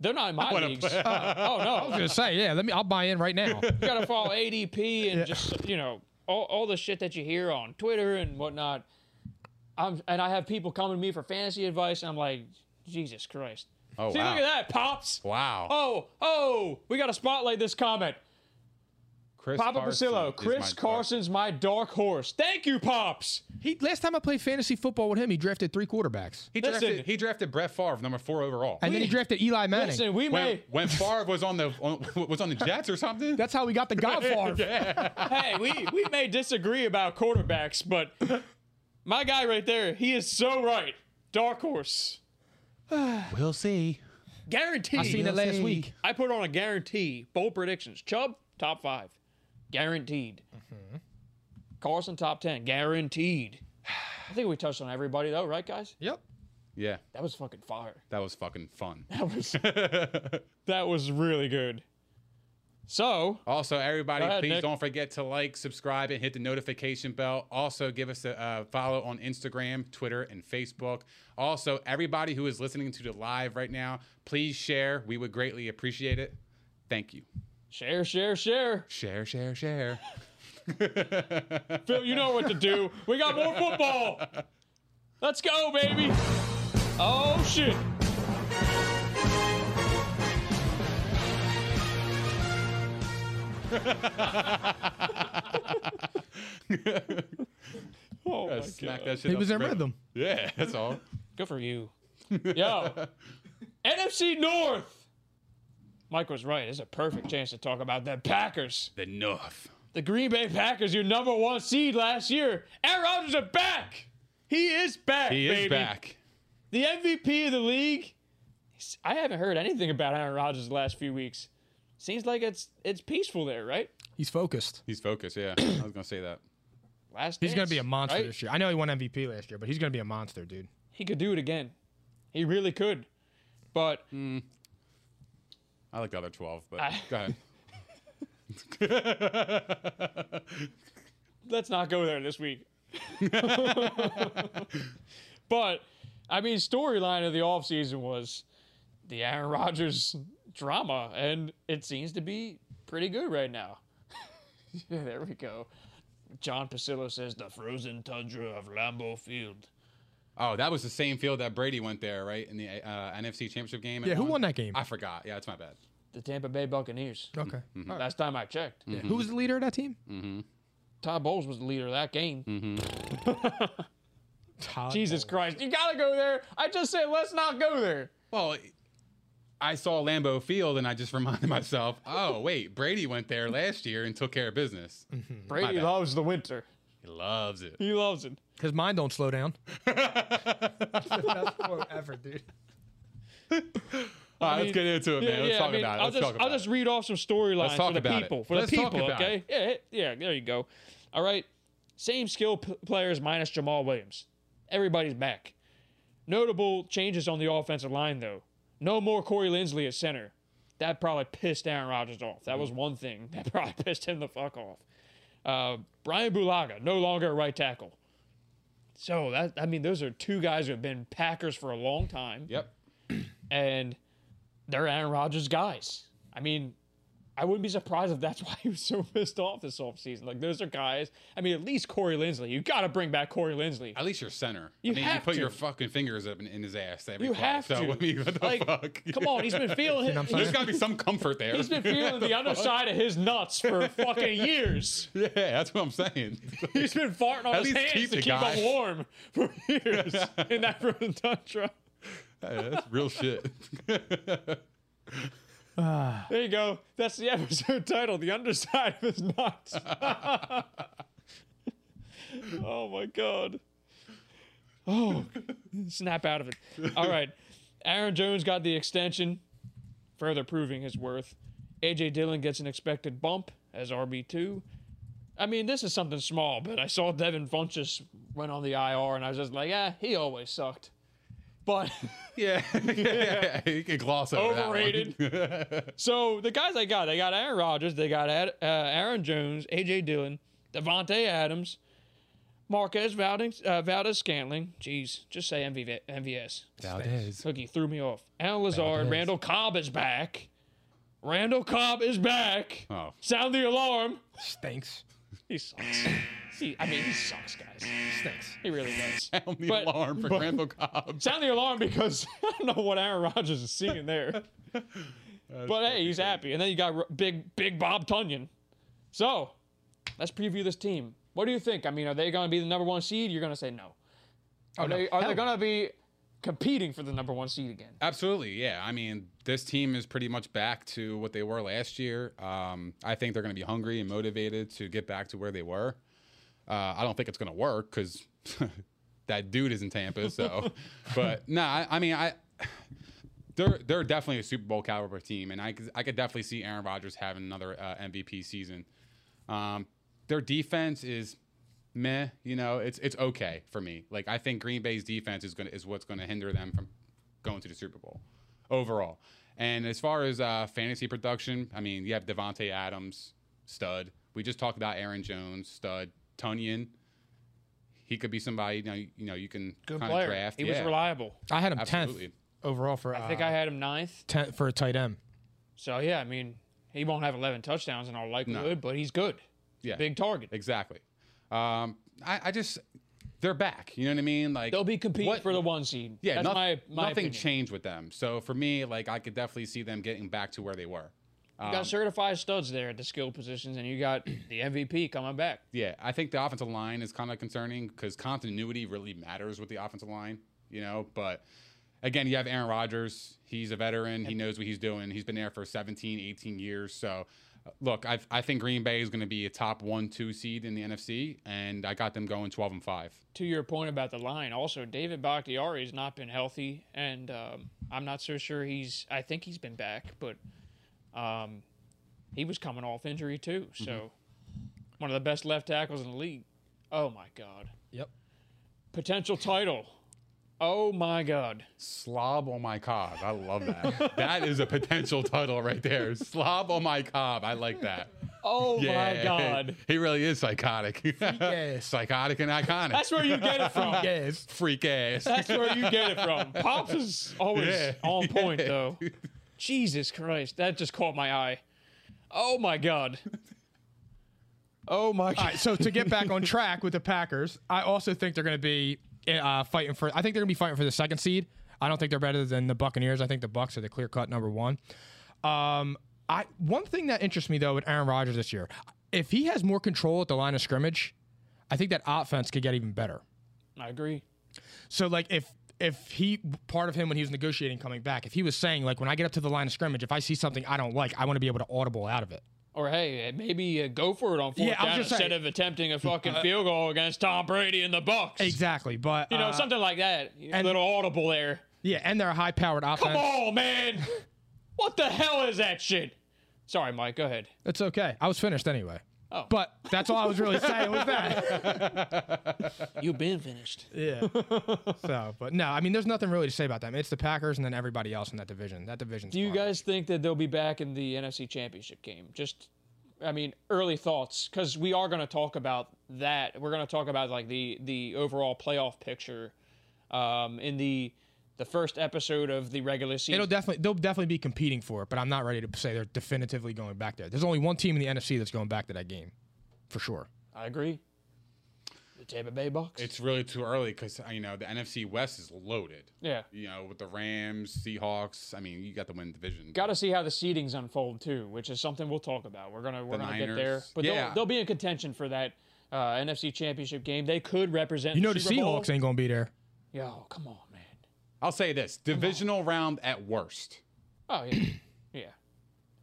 Speaker 3: They're not in my
Speaker 2: wanna
Speaker 3: leagues.
Speaker 2: play-
Speaker 3: oh
Speaker 1: I
Speaker 3: no,
Speaker 1: was gonna say, yeah. Let me. I'll buy in right now.
Speaker 3: you gotta follow ADP and just you know all, all the shit that you hear on Twitter and whatnot. I'm and I have people coming to me for fantasy advice, and I'm like, Jesus Christ.
Speaker 2: oh
Speaker 3: See,
Speaker 2: wow.
Speaker 3: look at that, pops.
Speaker 2: Wow.
Speaker 3: Oh, oh, we gotta spotlight this comment.
Speaker 2: Chris
Speaker 3: Papa
Speaker 2: Carson
Speaker 3: Pasillo,
Speaker 2: is my
Speaker 3: Chris
Speaker 2: dark-
Speaker 3: Carson's my dark horse. Thank you, pops.
Speaker 1: He last time I played fantasy football with him, he drafted three quarterbacks,
Speaker 2: He
Speaker 3: Listen.
Speaker 2: drafted, he drafted Brett Favre, number four overall.
Speaker 1: and then he drafted Eli Manning.
Speaker 3: Listen, we
Speaker 2: when,
Speaker 3: may
Speaker 2: when Favre was on the on, was on the Jets or something.
Speaker 1: That's how we got the Godfather.
Speaker 3: hey, we, we may disagree about quarterbacks, but my guy right there, he is so right. Dark horse.
Speaker 2: we'll see.
Speaker 3: Guaranteed.
Speaker 1: I seen it last week.
Speaker 3: I put on a guarantee. Bold predictions. Chubb, top five. Guaranteed. Carson, top 10. Guaranteed. I think we touched on everybody, though, right, guys?
Speaker 1: Yep.
Speaker 2: Yeah,
Speaker 3: That was fucking fire.
Speaker 2: that was fucking fun.
Speaker 3: That was, that was really good. So,
Speaker 2: Also, everybody,
Speaker 3: Go ahead,
Speaker 2: please
Speaker 3: Nick.
Speaker 2: don't forget to like, subscribe, and hit the notification bell. Also, give us a uh, follow on Instagram, Twitter, and Facebook. Also, everybody who is listening to the live right now, please share. We would greatly appreciate it. Thank you.
Speaker 3: share, share, share.
Speaker 2: Share, share, share.
Speaker 3: Phil, you know what to do. We got more football. Let's go, baby. Oh, shit. oh, my
Speaker 2: Smack
Speaker 3: God.
Speaker 2: that shit
Speaker 1: He
Speaker 2: up
Speaker 1: was
Speaker 2: the
Speaker 1: in rhythm.
Speaker 2: Yeah, that's all.
Speaker 3: Good for you. Yo, NFC North. Mike was right. It's a perfect chance to talk about the Packers.
Speaker 2: The North.
Speaker 3: The Green Bay Packers, your number one seed last year. Aaron Rodgers is back. He is back.
Speaker 2: He
Speaker 3: baby.
Speaker 2: is back.
Speaker 3: The MVP of the league. I haven't heard anything about Aaron Rodgers the last few weeks. Seems like it's it's peaceful there, right?
Speaker 1: He's focused.
Speaker 2: He's focused. Yeah, I was gonna say that.
Speaker 3: Last
Speaker 1: He's gonna
Speaker 3: dance,
Speaker 1: be a monster
Speaker 3: right?
Speaker 1: this year. I know he won MVP last year, but he's gonna be a monster, dude.
Speaker 3: He could do it again. He really could. But
Speaker 2: I like the other twelve, but go ahead.
Speaker 3: let's not go there this week. but I mean, storyline of the offseason was the Aaron Rodgers drama, and it seems to be pretty good right now. yeah, there we go. John Pasillo says the frozen tundra of Lambeau Field.
Speaker 2: Oh, that was the same field that Brady went there, right? In the uh, NFC Championship game. and
Speaker 1: Yeah, who won that game?
Speaker 2: I forgot. Yeah, that's my bad.
Speaker 3: The Tampa Bay Buccaneers.
Speaker 1: Okay. All right.
Speaker 3: Last time I checked,
Speaker 1: Who was the leader of that team?
Speaker 3: Todd Bowles was the leader of that game.
Speaker 1: Todd
Speaker 3: Jesus Christ, you gotta go there. I just said let's not go there.
Speaker 2: Well, I saw Lambeau Field and I just reminded myself, oh, wait, Brady went there last year and took care of business.
Speaker 3: Brady
Speaker 2: bad.
Speaker 3: loves the winter.
Speaker 2: He loves it.
Speaker 3: He loves it.
Speaker 1: His mind don't slow down. Best quote ever, dude.
Speaker 2: All right,
Speaker 3: mean,
Speaker 2: let's get into it, man. let's talk
Speaker 3: I mean,
Speaker 2: about it.
Speaker 3: I'll
Speaker 2: Let's
Speaker 3: just,
Speaker 2: talk about
Speaker 3: I'll just read off some storylines
Speaker 2: talk
Speaker 3: for the
Speaker 2: about it.
Speaker 3: people. For
Speaker 2: Let's
Speaker 3: the
Speaker 2: talk
Speaker 3: people,
Speaker 2: about
Speaker 3: okay? Yeah, hit- yeah, there you go. All right. Same skill p- players minus Jamal Williams. Everybody's back. Notable changes on the offensive line, though. No more Corey Lindsley at center. that probably pissed Aaron Rodgers off. That was
Speaker 2: Mm.
Speaker 3: one thing that probably pissed him the fuck off. Uh, Brian Bulaga, no longer a right tackle. So that I mean, those are two guys who have been Packers for a long time
Speaker 2: Yep.
Speaker 3: and they're Aaron Rodgers guys. I mean, I wouldn't be surprised if that's why he was so pissed off this offseason. Like those are guys. I mean, at least Corey Lindsley. You got to bring back Corey Lindsley.
Speaker 2: At least you're center.
Speaker 3: You
Speaker 2: I mean, you
Speaker 3: have
Speaker 2: put
Speaker 3: to.
Speaker 2: your fucking fingers up in, in his ass. Every
Speaker 3: You
Speaker 2: play.
Speaker 3: have
Speaker 2: so,
Speaker 3: to.
Speaker 2: I mean, what the
Speaker 3: Like,
Speaker 2: fuck?
Speaker 3: Come on, he's been feeling.
Speaker 1: I'm
Speaker 3: He's
Speaker 1: saying?
Speaker 2: There's got to be some comfort there.
Speaker 3: he's been feeling the underside of his nuts for fucking years.
Speaker 2: yeah, that's what I'm saying.
Speaker 3: He's been farting on
Speaker 2: At
Speaker 3: his
Speaker 2: least
Speaker 3: hands
Speaker 2: keep
Speaker 3: to
Speaker 2: it,
Speaker 3: keep
Speaker 2: guy.
Speaker 3: him warm for years in that rotunda.
Speaker 2: Yeah, that's real shit.
Speaker 3: There you go. That's the episode title. The underside of his nuts. oh my god. Oh, snap out of it. All right. Aaron Jones got the extension, further proving his worth. AJ Dillon gets an expected bump as RB2. I mean, this is something small, but I saw Devin Funches went on the IR and I was just like, ah, he always sucked. But
Speaker 2: yeah. yeah, you can gloss over that one.
Speaker 3: overrated. so the guys I got, they got Aaron Rodgers, they got Ad, uh, Aaron Jones, AJ Dillon, Devontae Adams, Marquez Valdez, uh, Valdez Scantling. Jeez, just say MV, MVS.
Speaker 2: Valdez.
Speaker 3: Look, he threw me off. Alan Lazard, Randall Cobb is back. Randall Cobb is back.
Speaker 2: Oh.
Speaker 3: Sound the alarm.
Speaker 1: Stinks.
Speaker 3: He sucks. he, I mean, he sucks, guys.
Speaker 1: Stinks.
Speaker 3: He really does.
Speaker 2: On the
Speaker 3: But-
Speaker 2: alarm for
Speaker 3: but-
Speaker 2: Randall Cobb.
Speaker 3: Sound the alarm because I don't know what Aaron Rodgers is seeing there. but hey, he's happy. And then you got R- big big Bob Tunyon. So let's preview this team. What do you think? I mean, are they going to be the number one seed? You're going to say no.
Speaker 2: Oh,
Speaker 3: Are they, are they going to be competing for the number one seed again?
Speaker 2: Absolutely, yeah. I mean, this team is pretty much back to what they were last year. Um, I think they're going to be hungry and motivated to get back to where they were. Uh, I don't think it's going to work because that dude is in Tampa. So, but no, I, I mean, I they're they're definitely a Super Bowl caliber team, and I could- I could definitely see Aaron Rodgers having another uh, MVP season. Um, their defense is meh. You know, it's it's okay for me. Like I think Green Bay's defense is gonna is what's gonna hinder them from going to the Super Bowl overall. And as far as uh, fantasy production, I mean, you have Devonte Adams, stud. We just talked about Aaron Jones, stud. Tunyon, he could be somebody. You know, you, you know, you can kind of draft.
Speaker 3: He was
Speaker 2: Yeah,
Speaker 3: reliable.
Speaker 1: I had him
Speaker 2: Absolutely.
Speaker 1: 10th overall for uh,
Speaker 3: I think
Speaker 2: Uh-huh.
Speaker 3: I had him ninth.
Speaker 1: for a tight end.
Speaker 3: So yeah, I mean, he won't have 11 touchdowns in all likelihood, but he's good.
Speaker 2: Yeah.
Speaker 3: Big target.
Speaker 2: Exactly. Um, I, I just they're back. You know what I mean? Like
Speaker 3: They'll be competing
Speaker 2: what-
Speaker 3: for the one seed.
Speaker 2: Yeah,
Speaker 3: That's
Speaker 2: noth-
Speaker 3: my, my
Speaker 2: nothing
Speaker 3: opinion.
Speaker 2: changed with them. So for me, like I could definitely see them getting back to where they were.
Speaker 3: You got certified studs there at the skill positions, and you got the MVP coming back.
Speaker 2: Yeah, I think the offensive line is kind of concerning because continuity really matters with the offensive line, you know. But again, you have Aaron Rodgers. He's a veteran. He knows what he's doing. He's been there for 17, 18 years. So, uh, look, I, I think Green Bay is going to be a top one, two seed in the NFC, and I got them going 12 and five.
Speaker 3: To your point about the line, also David Bakhtiari has not been healthy, and um, I'm not so sure he's. I think he's been back, but um, he was coming off injury too. So one of the best left tackles in the league. Oh my God.
Speaker 1: Yep.
Speaker 3: Potential title. Oh my God.
Speaker 2: Slob on my cob. I love that. that is a potential title right there. Slob on my cob. I like that.
Speaker 3: Oh my
Speaker 2: Yeah.
Speaker 3: God.
Speaker 2: He really is psychotic.
Speaker 1: ass.
Speaker 2: psychotic and iconic.
Speaker 3: That's where you get it from.
Speaker 1: Yes.
Speaker 2: freak ass.
Speaker 3: That's where you get it from. Pops is always
Speaker 2: Yeah.
Speaker 3: on point,
Speaker 2: Yeah.
Speaker 3: though. Jesus Christ, that just caught my eye. Oh my God. Oh my
Speaker 1: All
Speaker 3: God.
Speaker 1: right, so to get back on track with the Packers, I also think they're going to be uh, fighting for. I think they're going to be fighting for the second seed. I don't think they're better than the Buccaneers. I think the Bucks are the clear cut number one. Um, I one thing that interests me though with Aaron Rodgers this year, if he has more control at the line of scrimmage, I think that offense could get even better.
Speaker 3: I agree.
Speaker 1: So like if if he part of him when he was negotiating coming back, if he was saying like when I get up to the line of scrimmage, if I see something I don't like, I want to be able to audible out of it.
Speaker 3: Or hey, maybe uh, go for it on fourth
Speaker 1: Yeah, I was
Speaker 3: down
Speaker 1: just
Speaker 3: instead
Speaker 1: saying- Uh,
Speaker 3: of attempting a fucking field goal against Tom Brady and the Bucks.
Speaker 1: Exactly, but
Speaker 3: You know,
Speaker 1: uh,
Speaker 3: something like that. A
Speaker 1: and- Uh,
Speaker 3: little audible there.
Speaker 1: yeah, and they're a high powered offense.
Speaker 3: Come on, man. What the hell is that shit? Sorry, Mike. Go ahead.
Speaker 1: It's okay. I was finished anyway.
Speaker 3: Oh.
Speaker 1: But that's all I was really saying with that.
Speaker 3: You've been finished.
Speaker 1: Yeah. So, but no, I mean, there's nothing really to say about that. I mean, it's the Packers and then everybody else in that division. That division.
Speaker 3: Do you guys think that they'll be back in the NFC Championship game? Just, I mean, early thoughts because we are going to talk about that. We're going to talk about like the the overall playoff picture um, in the the first episode of the regular season.
Speaker 1: It'll definitely they'll definitely be competing for it, but I'm not ready to say they're definitively going back there. There's only one team in the NFC that's going back to that game, for sure.
Speaker 3: I agree. The Tampa Bay Bucks.
Speaker 2: It's really too early because you know the NFC West is loaded.
Speaker 3: yeah.
Speaker 2: You know with the Rams, Seahawks. I mean, you got the win division.
Speaker 3: Got to see how the seedings unfold too, which is something we'll talk about. We're gonna we're
Speaker 2: The
Speaker 3: gonna get
Speaker 2: Niners.
Speaker 3: there, but they'll-
Speaker 2: Yeah.
Speaker 3: they'll, be in contention for that uh, NFC Championship game. They could represent.
Speaker 1: You know the
Speaker 3: Super Bowl.
Speaker 1: Seahawks ain't going to be there.
Speaker 3: Yo, come on, man.
Speaker 2: I'll say this: divisional round at worst.
Speaker 3: Oh yeah, yeah.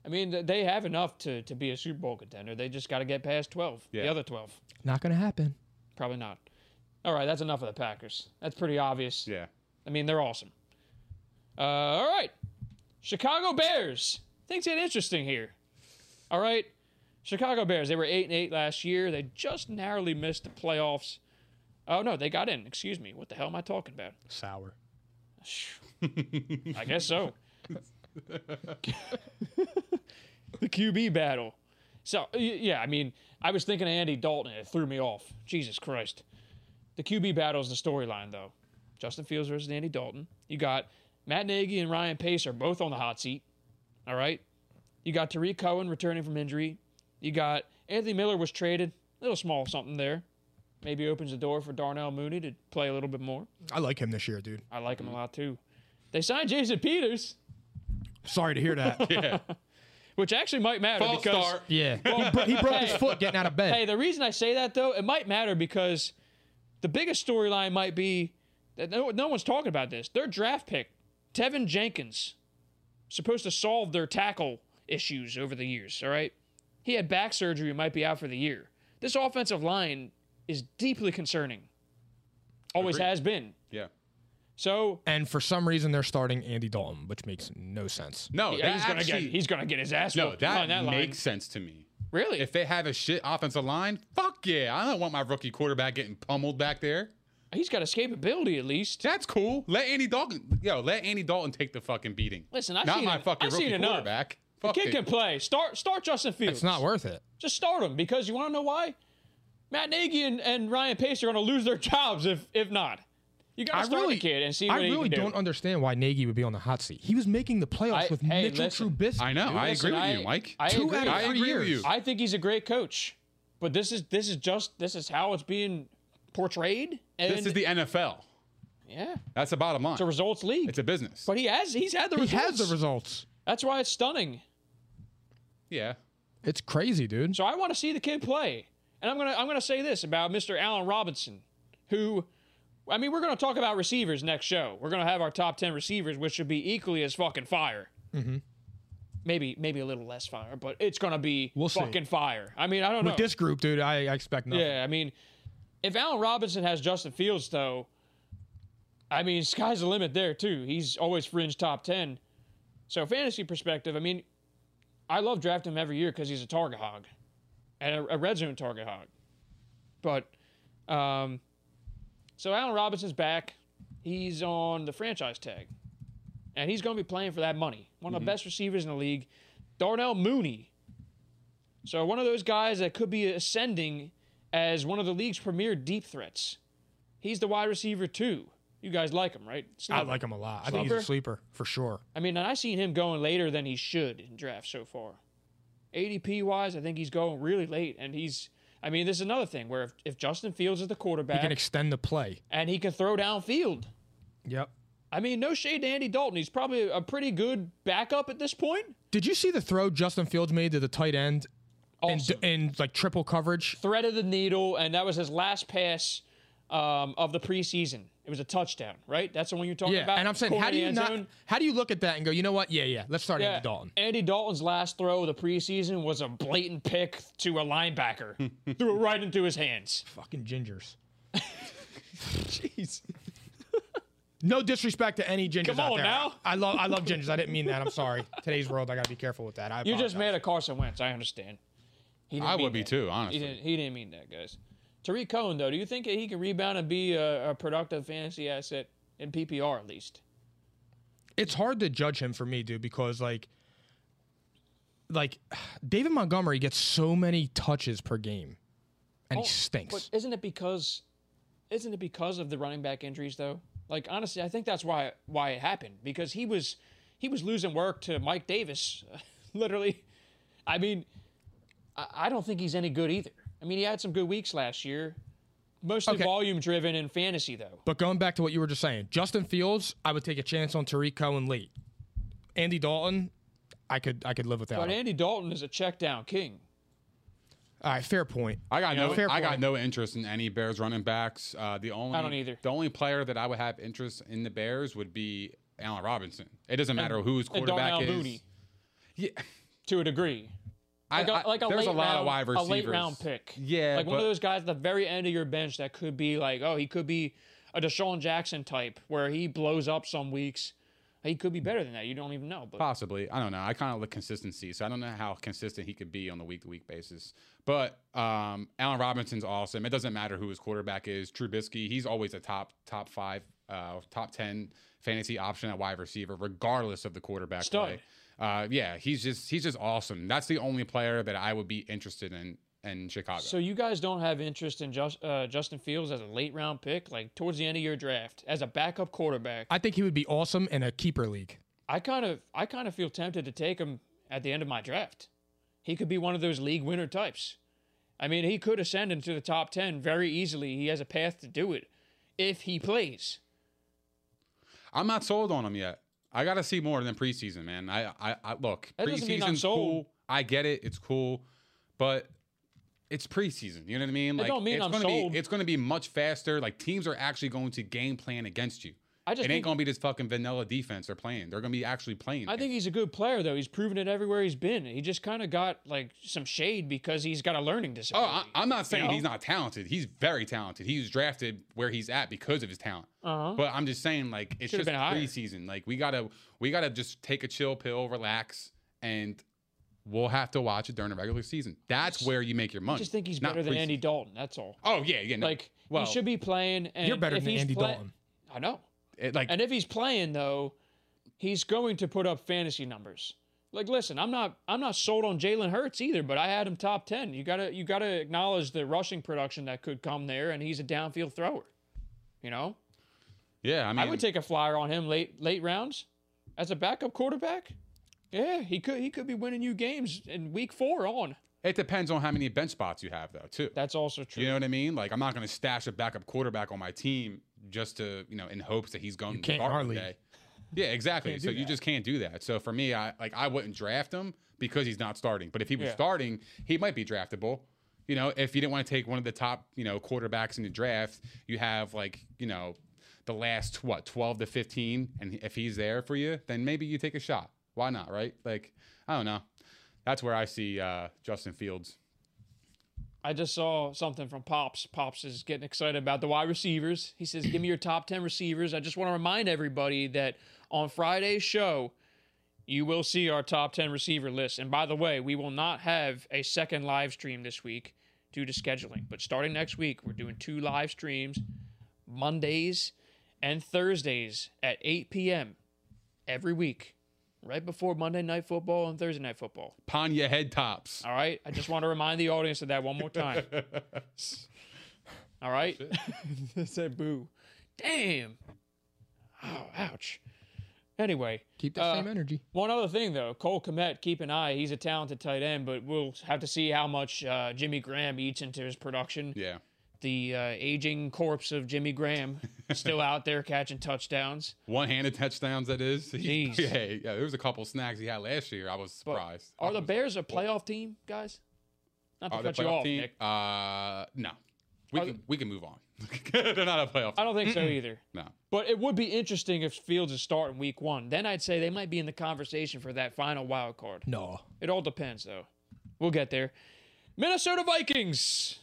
Speaker 3: I mean, th- they have enough to to be a Super Bowl contender. They just got to get past twelve. The
Speaker 2: Yeah.
Speaker 3: other twelve,
Speaker 1: Not going to happen.
Speaker 3: probably not. All right, that's enough of the Packers. That's pretty obvious.
Speaker 2: Yeah.
Speaker 3: I mean, they're awesome. Uh, all right. Chicago Bears. Things get interesting here. All right. Chicago Bears. They were 8 and 8 last year. They just narrowly missed the playoffs. Oh, no, they got in. Excuse me. What the hell am I talking about?
Speaker 1: Sour.
Speaker 3: I guess so. the QB battle. So, y- yeah, I mean, I was thinking of Andy Dalton and it threw me off. Jesus Christ. The QB battle is the storyline, though. Justin Fields versus Andy Dalton. You got Matt Nagy and Ryan Pace are both on the hot seat. All right. You got Tariq Cohen returning from injury. You got Anthony Miller was traded. Little small something there. Maybe opens the door for Darnell Mooney to play a little bit more.
Speaker 1: I like him this year, dude.
Speaker 3: I like him a lot too. They signed Jason Peters,
Speaker 1: Sorry to hear that.
Speaker 3: which actually might matter
Speaker 2: False
Speaker 3: because
Speaker 2: start.
Speaker 1: yeah. He, bro- he broke his foot getting out of bed.
Speaker 3: hey, the reason I say that though, it might matter because the biggest storyline might be that no, no one's talking about this. Their draft pick, Tevin Jenkins, supposed to solve their tackle issues over the years. All right, he had back surgery and might be out for the year. This offensive line is deeply concerning. Always
Speaker 2: Agreed.
Speaker 3: has been.
Speaker 2: Yeah.
Speaker 3: So
Speaker 1: and for some reason, they're starting Andy Dalton, which makes no sense.
Speaker 2: No,
Speaker 3: yeah,
Speaker 2: that
Speaker 3: he's gonna
Speaker 2: actually,
Speaker 3: get he's gonna get his ass
Speaker 2: no,
Speaker 3: whooped on
Speaker 2: that,
Speaker 3: that line.
Speaker 2: makes sense to me.
Speaker 3: Really?
Speaker 2: If they have a shit offensive line, fuck yeah, I don't want my rookie quarterback getting pummeled back there.
Speaker 3: He's got escapability at least.
Speaker 2: That's cool. Let Andy Dalton, yo, let Andy Dalton take the fucking beating.
Speaker 3: Listen, I've
Speaker 2: not
Speaker 3: seen
Speaker 2: my
Speaker 3: en-
Speaker 2: fucking
Speaker 3: I've
Speaker 2: rookie
Speaker 3: seen enough.
Speaker 2: quarterback.
Speaker 3: The
Speaker 2: Fuck
Speaker 3: kid
Speaker 2: it.
Speaker 3: can play. Start start Justin Fields.
Speaker 1: It's not worth it.
Speaker 3: Just start him because you want to know why? Matt Nagy and, and Ryan Pace are going to lose their jobs if if not. You got to
Speaker 1: I
Speaker 3: start
Speaker 1: really,
Speaker 3: the kid and see
Speaker 1: I
Speaker 3: what he
Speaker 1: really
Speaker 3: can do.
Speaker 1: don't understand why Nagy would be on the hot seat. He was making the playoffs
Speaker 3: I-
Speaker 1: with
Speaker 3: hey,
Speaker 1: Mitchell
Speaker 3: listen.
Speaker 1: Trubisky.
Speaker 2: I know. I
Speaker 3: Listen,
Speaker 2: agree with
Speaker 3: I-
Speaker 2: you, Mike.
Speaker 3: I
Speaker 1: Two
Speaker 3: agree.
Speaker 1: out of
Speaker 2: I
Speaker 1: three
Speaker 2: agree
Speaker 1: years.
Speaker 2: with you.
Speaker 3: I think he's a great coach, but this is this is just this is how it's being portrayed. And
Speaker 2: this is the NFL.
Speaker 3: yeah,
Speaker 2: That's the bottom line.
Speaker 3: it's a results league.
Speaker 2: It's a business.
Speaker 3: but he has he's had the
Speaker 1: He
Speaker 3: results.
Speaker 1: has the results.
Speaker 3: That's why it's stunning.
Speaker 2: yeah.
Speaker 1: It's crazy, dude.
Speaker 3: So I want to see the kid play. And I'm gonna I'm gonna say this about Mr. Allen Robinson, who I mean, we're gonna talk about receivers next show. We're gonna have our top ten receivers, which should be equally as fucking fire. Mm-hmm. Maybe maybe a little less fire, but it's gonna be
Speaker 1: We'll see.
Speaker 3: fucking fire. I mean, I don't know.
Speaker 1: With this group, dude, I, I expect nothing.
Speaker 3: yeah, I mean, if Allen Robinson has Justin Fields though, I mean, sky's the limit there too. He's always fringe top ten. So fantasy perspective, I mean, I love drafting him every year because he's a target hog, and a, a red zone target hog. But, um, so Allen Robinson's back. He's on the franchise tag, and he's going to be playing for that money. One
Speaker 1: Mm-hmm.
Speaker 3: of the best receivers in the league, Darnell Mooney. So one of those guys that could be ascending as one of the league's premier deep threats. He's the wide receiver too. You guys like him, right?
Speaker 1: I like him a lot. I think he's a sleeper for sure.
Speaker 3: I mean, and I seen him going later than he should in drafts so far. ADP wise, I think he's going really late, and he's. I mean, this is another thing where if, if Justin Fields is the
Speaker 1: He
Speaker 3: quarterback
Speaker 1: can extend the play.
Speaker 3: and he can throw downfield,
Speaker 1: Yep.
Speaker 3: I mean, no shade to Andy Dalton, he's probably a pretty good backup at this point.
Speaker 1: Did you see the throw Justin Fields made to the tight end and
Speaker 3: Awesome.
Speaker 1: in like triple coverage?
Speaker 3: Thread of the needle, and that was his last pass um, of the preseason. It was a touchdown, right? That's the one you're talking
Speaker 1: Yeah,
Speaker 3: about.
Speaker 1: and I'm saying,
Speaker 3: Corner
Speaker 1: how do you
Speaker 3: end
Speaker 1: not?
Speaker 3: zone.
Speaker 1: How do you look at that and go, you know what? Yeah, yeah. Let's start
Speaker 3: Yeah,
Speaker 1: Andy Dalton.
Speaker 3: Andy Dalton's last throw of the preseason was a blatant pick to a linebacker. Threw it right into his hands.
Speaker 1: Fucking gingers. Jeez. No disrespect to any gingers
Speaker 3: Come
Speaker 1: out
Speaker 3: on
Speaker 1: there.
Speaker 3: now.
Speaker 1: I love I love gingers. I didn't mean that. I'm sorry. Today's world, I gotta be careful with that. I
Speaker 3: You just
Speaker 1: apologize.
Speaker 3: made a Carson Wentz. I understand. He
Speaker 2: I
Speaker 3: mean
Speaker 2: would be
Speaker 3: that.
Speaker 2: too, honestly.
Speaker 3: He didn't, he didn't mean that, guys. Tariq Cohen, though, do you think he can rebound and be a, a productive fantasy asset in PPR at least?
Speaker 1: it's hard to judge him for me, dude, because like like David Montgomery gets so many touches per game and
Speaker 3: Oh,
Speaker 1: he stinks.
Speaker 3: But isn't it because isn't it because of the running back injuries though? Like honestly, I think that's why why it happened because he was he was losing work to Mike Davis, literally. I mean, I, I don't think he's any good either. I mean, he had some good weeks last year, mostly
Speaker 1: Okay.
Speaker 3: volume driven in fantasy though.
Speaker 1: But going back to what you were just saying, Justin Fields, I would take a chance on Tariq Cohen late. Andy Dalton, I could I could live without.
Speaker 3: But
Speaker 1: him.
Speaker 3: Andy Dalton is a check down king.
Speaker 1: All right, fair point.
Speaker 2: I got
Speaker 1: You know,
Speaker 2: no.
Speaker 1: fair
Speaker 2: I got
Speaker 1: point.
Speaker 2: no interest in any Bears running backs. Uh, the only
Speaker 3: I don't either.
Speaker 2: The only player that I would have interest in the Bears would be Allen Robinson. It doesn't matter who's
Speaker 3: And
Speaker 2: quarterback
Speaker 3: Darnell
Speaker 2: is.
Speaker 3: Mooney
Speaker 2: Yeah,
Speaker 3: to a degree.
Speaker 2: I-
Speaker 3: Like a,
Speaker 2: I-
Speaker 3: like a
Speaker 2: there's
Speaker 3: late
Speaker 2: a lot
Speaker 3: round,
Speaker 2: of wide
Speaker 3: a
Speaker 2: receivers.
Speaker 3: late round pick.
Speaker 2: Yeah,
Speaker 3: like one of
Speaker 2: but-
Speaker 3: those guys at the very end of your bench that could be like, oh, he could be a Deshaun Jackson type where he blows up some weeks. He could be better than that. You don't even know. But
Speaker 2: Possibly. I don't know. I kind of look consistency, so I don't know how consistent he could be on the week to week basis. But um, Allen Robinson's awesome. It doesn't matter who his quarterback is. Trubisky, he's always a top top five, uh, top ten fantasy option at wide receiver, regardless of the quarterback
Speaker 3: Stud.
Speaker 2: play. Uh, yeah, he's just he's just awesome. That's the only player that I would be interested in in Chicago.
Speaker 3: so you guys don't have interest in Just, uh, Justin Fields as a late round pick, like towards the end of your draft as a backup quarterback. I,
Speaker 1: I think he would be awesome in a keeper league.
Speaker 3: kind of, I kind of feel tempted to take him at the end of my draft. He could be one of those league winner types. I mean, he could ascend into the top ten very easily. He has a path to do it if he plays.
Speaker 2: I'm not sold on him yet. I got to see more than preseason, man. I, I, I look,
Speaker 3: That doesn't mean I'm
Speaker 2: preseason's
Speaker 3: sold.
Speaker 2: cool. I get it. It's cool, but it's preseason. You know what I mean? Like,
Speaker 3: don't mean
Speaker 2: it's
Speaker 3: I'm
Speaker 2: gonna
Speaker 3: sold.
Speaker 2: Be, it's going to be much faster. Like teams are actually going to game plan against you.
Speaker 3: I just
Speaker 2: it
Speaker 3: think-
Speaker 2: ain't going to be this fucking vanilla defense they're playing. They're going to be actually playing.
Speaker 3: I think
Speaker 2: against
Speaker 3: he's a good player though. He's proven it everywhere he's been. He just kind of got like some shade because he's got a learning
Speaker 2: you. Oh,
Speaker 3: disability.
Speaker 2: I, I'm not saying
Speaker 3: know?
Speaker 2: he's not talented. He's very talented. He was drafted where he's at because of his talent.
Speaker 3: Uh-huh.
Speaker 2: But I'm just saying, like, it's
Speaker 3: Should've
Speaker 2: just
Speaker 3: been higher.
Speaker 2: preseason. Like, we gotta, we gotta just take a chill pill, relax, and we'll have to watch it during the regular season. That's where you make your money.
Speaker 3: I just think he's
Speaker 2: not
Speaker 3: better than
Speaker 2: preseason.
Speaker 3: Andy Dalton. That's all.
Speaker 2: Oh yeah, yeah. no.
Speaker 3: Like
Speaker 2: well,
Speaker 3: he should be playing. And
Speaker 1: You're better
Speaker 3: if
Speaker 1: than
Speaker 3: he's
Speaker 1: Andy
Speaker 3: play-
Speaker 1: Dalton.
Speaker 3: I know.
Speaker 2: it- like,
Speaker 3: And if he's playing though, he's going to put up fantasy numbers. Like, listen, I'm not I'm not sold on Jalen Hurts either, but I had him top ten. You gotta you gotta acknowledge the rushing production that could come there, and he's a downfield thrower. You know,
Speaker 2: yeah, I mean,
Speaker 3: I would take a flyer on him late late rounds as a backup quarterback. Yeah, he could he could be winning you games in week four on.
Speaker 2: It depends on how many bench spots you have, though, too.
Speaker 3: That's also true.
Speaker 2: you know what I mean? Like, I'm not gonna stash a backup quarterback on my team just to, you know, in hopes that he's going to
Speaker 1: can't in
Speaker 2: start
Speaker 1: our
Speaker 2: one
Speaker 1: league.
Speaker 2: day. Yeah, exactly. So you just can't do that. So for me, I like I wouldn't draft him because he's not starting. But if he was
Speaker 3: Yeah.
Speaker 2: starting, he might be draftable. You know, if you didn't want to take one of the top, you know, quarterbacks in the draft, you have like, you know, the last what, 12 to 15, and if he's there for you, then maybe you take a shot. Why not, right? Like, I don't know. That's where I see uh, Justin Fields.
Speaker 3: I just saw something from Pops. Pops is getting excited about the wide receivers. He says, "Give me your top ten receivers." I just want to remind everybody that on Friday's show, you will see our top ten receiver list. And by the way, we will not have a second live stream this week due to scheduling. But starting next week, we're doing two live streams, Mondays and Thursdays at 8 p.m. every week, right before Monday Night Football and Thursday Night Football.
Speaker 2: Panya head tops.
Speaker 3: All right. I just want to remind the audience of that one more time. All right. they said boo. Damn. Oh, ouch. Anyway,
Speaker 1: Keep that same energy.
Speaker 3: one other thing though, Cole Komet, keep an eye. He's a talented tight end, but we'll have to see how much uh, Jimmy Graham eats into his production.
Speaker 2: Yeah.
Speaker 3: The uh, aging corpse of Jimmy Graham still out there catching touchdowns.
Speaker 2: One handed touchdowns, that is. He-
Speaker 3: Jeez.
Speaker 2: Yeah, yeah. There was a couple snacks he had last year. I was
Speaker 3: But
Speaker 2: surprised.
Speaker 3: are the
Speaker 2: I was-
Speaker 3: Bears a playoff team, guys? Not to
Speaker 2: Oh, are they
Speaker 3: cut you
Speaker 2: playoff
Speaker 3: off,
Speaker 2: team?
Speaker 3: Nick.
Speaker 2: Uh, no. We
Speaker 3: Are
Speaker 2: can, we can move on. They're not a playoff.
Speaker 3: I
Speaker 2: Team.
Speaker 3: don't think so either.
Speaker 2: No.
Speaker 3: But it would be interesting if Fields is starting week one. Then I'd say they might be in the conversation for that final wild card.
Speaker 1: No.
Speaker 3: It all depends, though. We'll get there. Minnesota Vikings.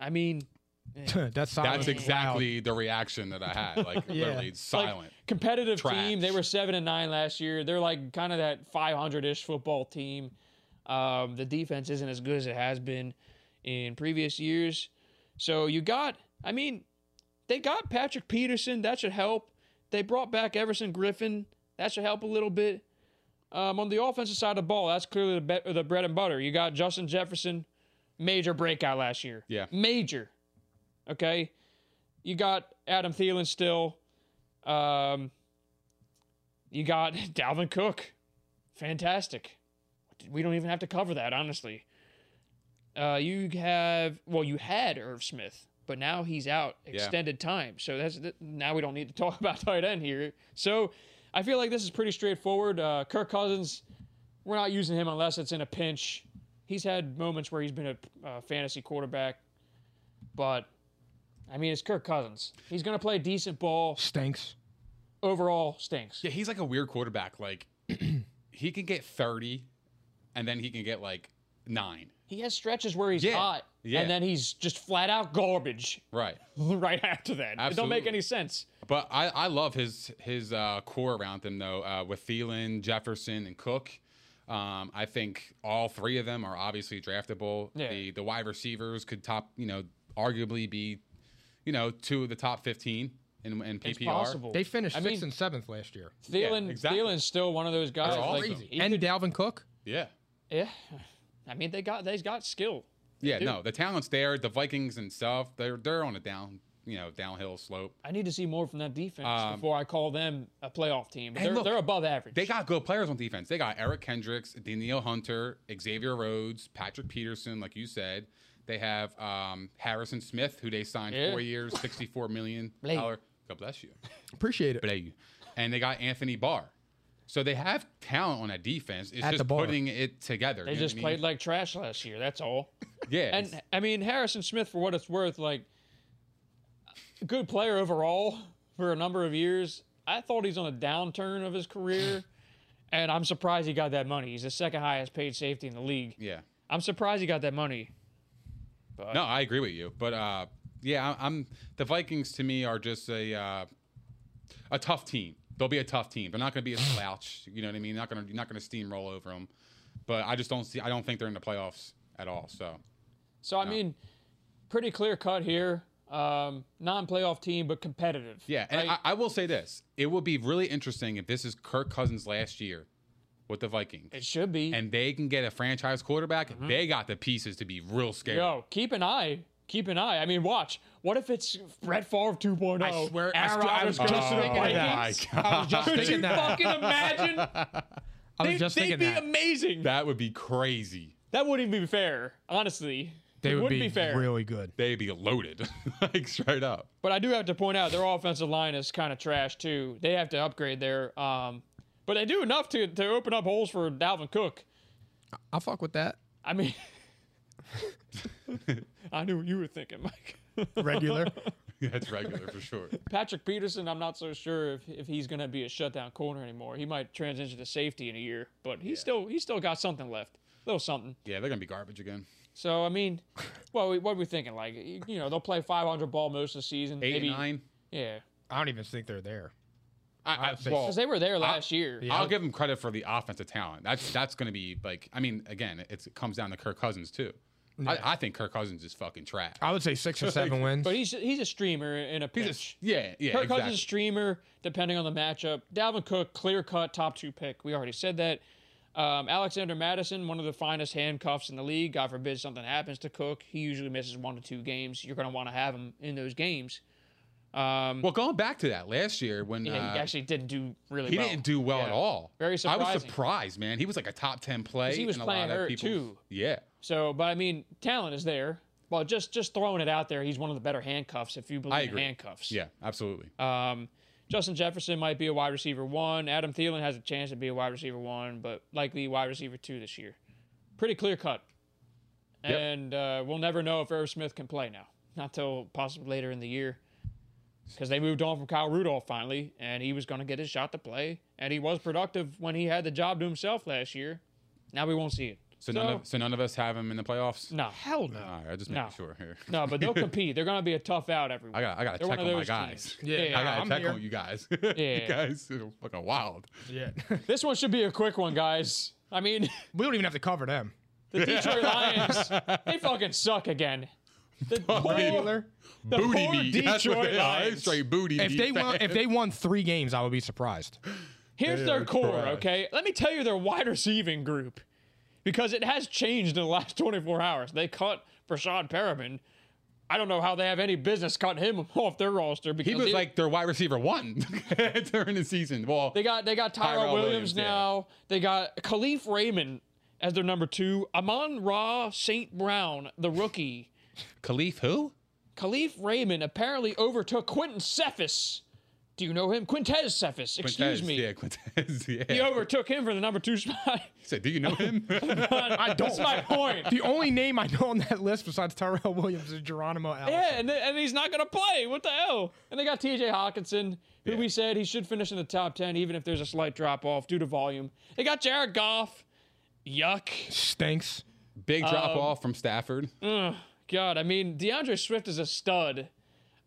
Speaker 3: I mean,
Speaker 1: That's
Speaker 2: That's
Speaker 1: silence is
Speaker 2: exactly the reaction that I had. Like literally
Speaker 3: like,
Speaker 2: silent.
Speaker 3: competitive
Speaker 2: Trash.
Speaker 3: team. They were seven and nine last year. They're like kind of that 500-ish football team. Um, the defense isn't as good as it has been in previous years. So you got, I mean, they got Patrick Peterson. That should help. They brought back Everson Griffin. That should help a little bit. Um, on the offensive side of the ball, that's clearly the, be- the bread and butter. You got Justin Jefferson, major breakout last year.
Speaker 2: Yeah.
Speaker 3: Major. Okay. You got Adam Thielen still. Um, you got Dalvin Cook. Fantastic. We don't even have to cover that, honestly. Uh, you have, well, you had Irv Smith, but now he's out extended time. So that's th- now we don't need to talk about tight end here. So I feel like this is pretty straightforward. Uh, Kirk Cousins, we're not using him unless it's in a pinch. He's had moments where he's been a uh, fantasy quarterback, but I mean, it's Kirk Cousins. He's going to play decent ball.
Speaker 1: Stinks.
Speaker 3: Overall, stinks.
Speaker 2: Yeah, he's like a weird quarterback. Like he can get 30 and then he can get like 9.
Speaker 3: He has stretches where he's
Speaker 2: Yeah,
Speaker 3: hot,
Speaker 2: yeah.
Speaker 3: and then he's just flat out garbage
Speaker 2: Right.
Speaker 3: right after that. It don't make
Speaker 2: Absolutely.
Speaker 3: any sense.
Speaker 2: But I, I love his his uh, core around him though, uh, with Thielen, Jefferson, and Cook. Um, I think all three of them are obviously draftable.
Speaker 3: Yeah.
Speaker 2: The the wide receivers could top, you know, arguably be, you know, two of the top fifteen in, in PPR.
Speaker 3: It's possible.
Speaker 1: They finished
Speaker 3: I mean,
Speaker 1: sixth and seventh last year.
Speaker 3: Thielen,
Speaker 2: Yeah, exactly.
Speaker 3: Thielen's still one of those guys.
Speaker 2: That's
Speaker 3: like,
Speaker 2: crazy.
Speaker 3: he
Speaker 1: and
Speaker 3: could-
Speaker 1: Dalvin Cook.
Speaker 2: Yeah.
Speaker 3: yeah, I mean they got they've got skill.
Speaker 2: Yeah.
Speaker 3: do.
Speaker 2: No, the talent's there. The Vikings and stuff, they're they're on a down, you know, downhill slope.
Speaker 3: I need to see more from that defense before I call them a playoff team. They're,
Speaker 2: Um, look,
Speaker 3: they're above average.
Speaker 2: They got good players on defense. They got Eric Kendricks, Daniil Hunter, Xavier Rhodes, Patrick Peterson, like you said. They have um, Harrison Smith, who they signed
Speaker 3: Yeah.
Speaker 2: four years, sixty-four million
Speaker 3: Blake.
Speaker 2: dollar. God bless you.
Speaker 1: Appreciate it.
Speaker 2: Blake. And they got Anthony Barr. So they have talent on that defense. It's
Speaker 1: At the
Speaker 2: just
Speaker 1: bar.
Speaker 2: putting it together.
Speaker 3: they just played like trash last year. That's all.
Speaker 2: yeah.
Speaker 3: And I mean Harrison Smith, for what it's worth, like good player overall for a number of years. I thought he's on a downturn of his career, and I'm surprised he got that money. He's the second highest paid safety in the league.
Speaker 2: yeah.
Speaker 3: I'm surprised he got that money.
Speaker 2: No, I agree with you. But uh, yeah, I, I'm the Vikings to me are just a uh, a tough team. They'll be a tough team. They're not going to be a slouch. You know what I mean? Not going to not going to steamroll over them. But I just don't see. I don't think they're in the playoffs at all. So
Speaker 3: So I mean, pretty clear cut here. Um, non-playoff team, but competitive.
Speaker 2: yeah, and
Speaker 3: Right?
Speaker 2: I, I will say this: it will be really interesting if this is Kirk Cousins' last year with the Vikings,
Speaker 3: it should be.
Speaker 2: and they can get a franchise quarterback. They got the pieces to be real scary.
Speaker 3: Yo, keep an eye. Keep an eye. I mean, watch. What if it's Brett Favre oh? 2.0?
Speaker 1: I swear- I
Speaker 3: Aaron
Speaker 1: swear- I
Speaker 3: Rodgers
Speaker 1: was
Speaker 3: goes
Speaker 1: just
Speaker 3: to the
Speaker 1: thinking that.
Speaker 3: Vikings?
Speaker 1: I was just
Speaker 3: Oh Could
Speaker 1: thinking
Speaker 3: you
Speaker 1: that.
Speaker 3: fucking imagine?
Speaker 1: I was
Speaker 3: They'd,
Speaker 1: just
Speaker 3: they'd
Speaker 1: thinking
Speaker 3: be
Speaker 1: that.
Speaker 3: amazing. That,
Speaker 2: That would be crazy.
Speaker 3: wouldn't even be fair, honestly.
Speaker 1: they
Speaker 3: it
Speaker 1: would
Speaker 3: wouldn't
Speaker 1: be,
Speaker 3: fair.
Speaker 1: really good.
Speaker 2: They'd be loaded, like straight up.
Speaker 3: But I do have to point out their offensive line is kind of trash too. They have to upgrade their. Um, but they do enough to, to open up holes for Dalvin Cook.
Speaker 1: I'll fuck with that.
Speaker 3: I mean, I knew what you were thinking, Mike.
Speaker 1: Regular.
Speaker 2: That's regular for sure.
Speaker 3: Patrick Peterson, I'm not so sure if, if he's going to be a shutdown corner anymore. He might transition to safety in a year, but he's still he's still got something left, little something.
Speaker 2: Yeah, they're gonna be garbage again.
Speaker 3: So I mean, well, we- what are we thinking? Like you you know, they'll play 500 ball most of the season.
Speaker 2: Eight
Speaker 3: maybe
Speaker 2: and nine.
Speaker 3: Yeah,
Speaker 1: I don't even think they're there.
Speaker 2: I, I,
Speaker 1: think-
Speaker 2: well,
Speaker 3: because they were there last year.
Speaker 2: I'll give him credit for the offensive talent. That's that's going to be like. I mean, again, it's, it comes down to Kirk Cousins too. I, I think Kirk Cousins is fucking trash.
Speaker 1: I would say six or seven wins.
Speaker 3: But he's Oh, he's a streamer in a pinch.
Speaker 2: yeah, yeah,
Speaker 3: Kirk
Speaker 2: exactly.
Speaker 3: Cousins is a streamer, depending on the matchup. Dalvin Cook, clear cut top two pick. We already said that. Um, Alexander Madison, one of the finest handcuffs in the league. God forbid something happens to Cook. He usually misses one to two games. You're going to want to have him in those games. Um,
Speaker 2: Well, going back to that last year when
Speaker 3: you know,
Speaker 2: uh,
Speaker 3: he actually didn't do really
Speaker 2: he
Speaker 3: well.
Speaker 2: didn't do well
Speaker 3: Yeah.
Speaker 2: at all.
Speaker 3: Very
Speaker 2: I was
Speaker 3: surprising.
Speaker 2: surprised, man. He was like a top ten play.
Speaker 3: he was
Speaker 2: and
Speaker 3: playing
Speaker 2: a lot of
Speaker 3: hurt,
Speaker 2: people,
Speaker 3: too.
Speaker 2: Yeah,
Speaker 3: So, but I mean, talent is there. Well, just just throwing it out there, he's one of the better handcuffs if you believe in
Speaker 2: agree.
Speaker 3: handcuffs.
Speaker 2: yeah, absolutely.
Speaker 3: Um, Justin Jefferson might be a wide receiver one. Adam Thielen has a chance to be a wide receiver one, but likely wide receiver two this year. Pretty clear cut.
Speaker 2: Yep.
Speaker 3: And uh, we'll never know if Irv Smith can play now. Not till possibly later in the year. Because they moved on from Kyle Rudolph finally, and he was going to get his shot to play. And he was productive when he had the job to himself last year. Now we won't see it.
Speaker 2: so, none
Speaker 3: so-
Speaker 2: of so none of us have him in the playoffs.
Speaker 3: No. Hell
Speaker 2: All right, I just make
Speaker 3: No.
Speaker 2: sure here.
Speaker 3: No, but they'll compete. They're going to be a tough out every week.
Speaker 2: I got I got to
Speaker 3: They're one
Speaker 2: check
Speaker 3: of
Speaker 2: on my
Speaker 3: those
Speaker 2: guys.
Speaker 3: teams. Yeah,
Speaker 2: I got
Speaker 1: I'm
Speaker 2: to check
Speaker 1: here.
Speaker 2: on you guys.
Speaker 3: Yeah.
Speaker 2: you guys are fucking wild.
Speaker 1: yeah.
Speaker 3: This one should be a quick one, guys. I mean,
Speaker 1: We don't even have to cover them.
Speaker 3: the Detroit Lions, they fucking suck again. The poor,
Speaker 1: Regular.
Speaker 3: the poor
Speaker 2: meat. That's what
Speaker 3: Detroit
Speaker 2: they are.
Speaker 3: Lions.
Speaker 2: Straight booty
Speaker 1: If
Speaker 2: meat.
Speaker 1: they won, if they won three games, I would be surprised.
Speaker 3: Here's their
Speaker 2: are
Speaker 3: core,
Speaker 2: trash.
Speaker 3: okay? Let me tell you their wide receiving group because it has changed in the last 24 hours. They cut Brashad Perriman. I don't know how they have any business cutting him off their roster because
Speaker 2: he was
Speaker 3: they-
Speaker 2: like their wide receiver one during the season. Well,
Speaker 3: they got they got Tyrell
Speaker 2: Tyrell
Speaker 3: Williams,
Speaker 2: Williams, yeah.
Speaker 3: now. They got Khalif Raymond as their number two. Amon Ra St. Brown, the rookie.
Speaker 2: Khalif who?
Speaker 3: Khalif Raymond apparently overtook Quentin Cephas. Do you know him? Quintez Cephas, excuse
Speaker 2: Quintez,
Speaker 3: me.
Speaker 2: Yeah, Quintez. Yeah.
Speaker 3: He overtook him for the number two spot.
Speaker 2: So, do you know him?
Speaker 1: I don't.
Speaker 3: That's my point.
Speaker 1: The only name I know on that list besides Tyrell Williams is Geronimo Allison.
Speaker 3: Yeah, and, th- and he's not going to play. What the hell? And they got TJ Hawkinson, who we said he should finish in the top 10, even if there's a slight drop off due to volume. They got Jared Goff. Yuck.
Speaker 1: Stinks.
Speaker 2: Big
Speaker 3: Um,
Speaker 2: drop off from Stafford.
Speaker 3: God, I mean, DeAndre Swift is a stud.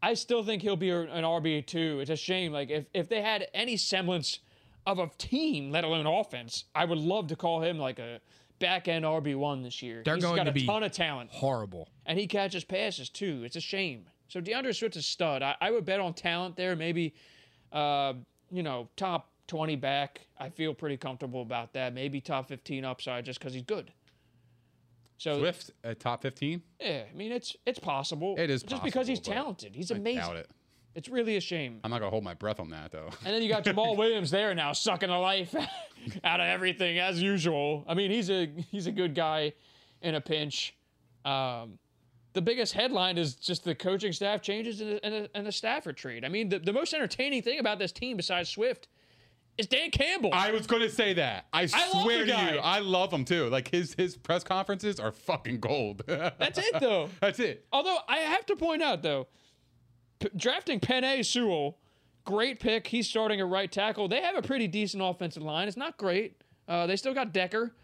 Speaker 3: I still think he'll be a- an RB2. It's a shame. Like, if, if they had any semblance of a team, let alone offense, I would love to call him like a back end RB1 this year.
Speaker 1: They're
Speaker 3: He's
Speaker 1: going
Speaker 3: got
Speaker 1: to
Speaker 3: a
Speaker 1: be
Speaker 3: ton of talent.
Speaker 1: Horrible.
Speaker 3: and he catches passes too. It's a shame. So DeAndre Swift's a stud. I, I would bet on talent there. Maybe, uh, you know, top twenty back. I feel pretty comfortable about that. Maybe top fifteen upside just because he's good. So
Speaker 2: Swift at top 15.
Speaker 3: yeah, I mean it's it's possible.
Speaker 2: It is
Speaker 3: just because he's
Speaker 2: possible, but
Speaker 3: talented. He's
Speaker 2: I
Speaker 3: amazing.
Speaker 2: doubt it.
Speaker 3: It's really a shame.
Speaker 2: I'm not going to hold my breath on that, though.
Speaker 3: And then you got Jamal Williams there now, sucking the life out of everything as usual. I mean, he's a he's a good guy in a pinch. Um, the biggest headline is just the coaching staff changes and the, and the, and the Stafford trade. I mean, the, the most entertaining thing about this team besides Swift is Dan Campbell.
Speaker 2: I was going to say that. I,
Speaker 3: love
Speaker 2: swear
Speaker 3: the
Speaker 2: to
Speaker 3: guy.
Speaker 2: you, I love him too. Like his his press conferences are fucking gold.
Speaker 3: That's it though.
Speaker 2: That's it.
Speaker 3: Although I have to point out though, p- drafting Penay Sewell, great pick. He's starting at right tackle. They have a pretty decent offensive line. It's not great. Uh, they still got Decker,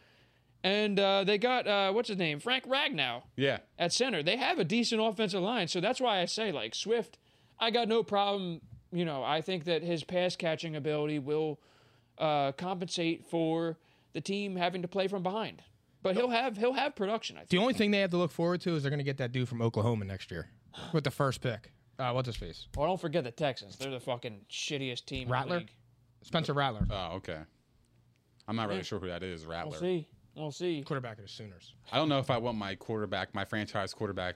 Speaker 3: and uh, they got uh, what's his name, Frank Ragnow
Speaker 2: Yeah.
Speaker 3: at center. They have a decent offensive line, so that's why I say like Swift. I got no problem. You know, I think that his pass catching ability will uh, compensate for the team having to play from behind. But he'll have he'll have production. I think.
Speaker 1: The only thing they have to look forward to is they're going to get that dude from Oklahoma next year with the first pick. Uh, what's his face?
Speaker 3: Well, don't forget the Texans. They're the fucking shittiest team.
Speaker 1: Rattler?
Speaker 3: In the league.
Speaker 1: Spencer Rattler,
Speaker 2: Oh, okay. I'm not really sure who that is, Rattler.
Speaker 3: We'll see. We'll see.
Speaker 1: quarterback of the Sooners.
Speaker 2: I don't know if I want my quarterback, my franchise quarterback,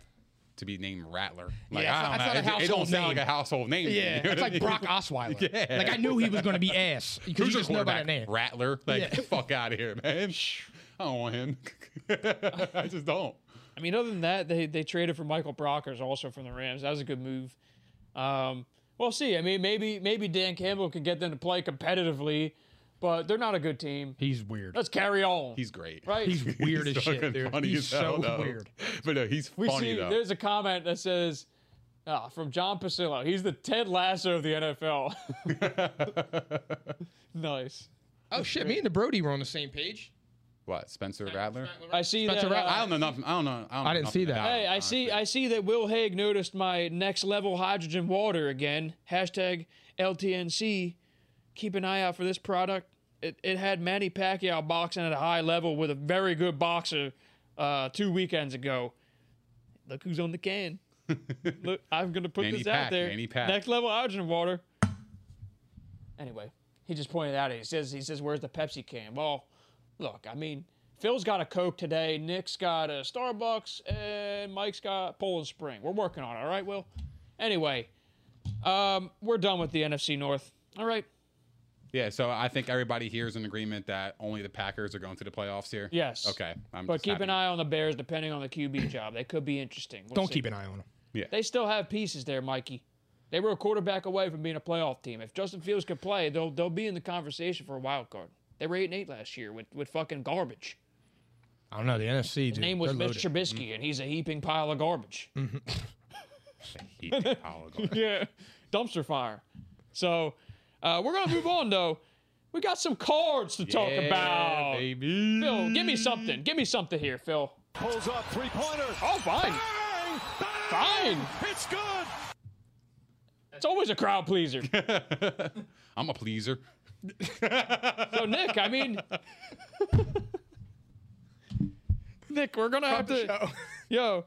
Speaker 2: to be named Rattler. Like,
Speaker 1: Yeah,
Speaker 2: I
Speaker 1: it's
Speaker 2: don't
Speaker 1: not-
Speaker 2: know.
Speaker 1: it's not a
Speaker 2: It- it, don't
Speaker 1: household
Speaker 2: sound
Speaker 1: name.
Speaker 2: like a household name. to me, you know
Speaker 1: it's
Speaker 2: what I
Speaker 1: like
Speaker 2: mean?
Speaker 1: Brock Osweiler.
Speaker 2: Yeah.
Speaker 1: Like I knew he was going to be ass because you
Speaker 2: Who's your
Speaker 1: just know by
Speaker 2: quarterback?
Speaker 1: that name.
Speaker 2: Rattler. Like,
Speaker 1: Yeah.
Speaker 2: get the fuck out of here, man. I don't want him. I just don't.
Speaker 3: I mean, other than that, they they traded for Michael Brockers also from the Rams. That was a good move. Um, we'll see. I mean, maybe maybe Dan Campbell can get them to play competitively, but they're not a good team.
Speaker 1: He's weird.
Speaker 3: Let's carry on.
Speaker 2: He's great.
Speaker 3: right.
Speaker 1: He's weird as
Speaker 2: fucking
Speaker 1: shit, dude.
Speaker 2: funny
Speaker 1: He's
Speaker 2: as hell,
Speaker 1: so
Speaker 2: though.
Speaker 1: weird.
Speaker 2: But no, he's
Speaker 3: we
Speaker 2: funny
Speaker 3: see.
Speaker 2: though.
Speaker 3: There's a comment that says. ah, from John Pasillo. He's the Ted Lasso of the NFL. nice.
Speaker 1: Oh shit! Me and the Brody were on the same page.
Speaker 2: what? Spencer Rattler?
Speaker 3: I see
Speaker 1: Spencer
Speaker 3: that. uh,
Speaker 1: Rattler.
Speaker 2: I don't know nothing. I don't know. I, don't
Speaker 1: I
Speaker 2: know
Speaker 1: didn't
Speaker 2: nothing
Speaker 1: see that.
Speaker 2: about
Speaker 3: Hey,
Speaker 2: him,
Speaker 3: I see.
Speaker 2: honestly.
Speaker 3: I see that Will Haig noticed my next level hydrogen water again. Hashtag LTNC. Keep an eye out for this product. It, it had Manny Pacquiao boxing at a high level with a very good boxer uh, two weekends ago. Look who's on the can. Look, I'm gonna put
Speaker 2: Manny
Speaker 3: this out
Speaker 2: Pac,
Speaker 3: there.
Speaker 2: Manny Pac.
Speaker 3: Next level hydrogen water. Anyway, he just pointed out it. He says he says where's the Pepsi can? Well, look, I mean, Phil's got a Coke today, Nick's got a Starbucks, and Mike's got Poland Spring. We're working on it, all right, Will? Anyway, um, we're done with the NFC North. All right.
Speaker 2: Yeah, so I think everybody here is in agreement that only the Packers are going to the playoffs here.
Speaker 3: Yes.
Speaker 2: Okay. I'm
Speaker 3: but
Speaker 2: just
Speaker 3: keep
Speaker 2: happy.
Speaker 3: an eye on the Bears depending on the QB job. They could be interesting. We'll
Speaker 1: Don't
Speaker 3: see.
Speaker 1: keep an eye on him.
Speaker 3: They still have pieces there, Mikey. They were a quarterback away from being a playoff team. If Justin Fields could play, they'll they'll be in the conversation for a wild card. They were eight and eight last year with, with fucking garbage.
Speaker 1: I don't know the NFC.
Speaker 3: His name was Mitch Trubisky, and he's a heaping pile of garbage.
Speaker 2: Mm. He did apologize.
Speaker 3: yeah, dumpster fire. So uh, we're gonna move on though. We got some cards to talk
Speaker 2: Yeah,
Speaker 3: about.
Speaker 2: baby.
Speaker 3: Phil, give me something. Give me something here, Phil.
Speaker 4: Pulls up three pointer.
Speaker 3: Oh, fine. Fine.
Speaker 4: It's good.
Speaker 3: It's always a crowd pleaser.
Speaker 2: I'm a pleaser.
Speaker 1: Oh,
Speaker 3: So Nick, I mean, Nick, we're gonna have to.
Speaker 1: show.
Speaker 3: Yo,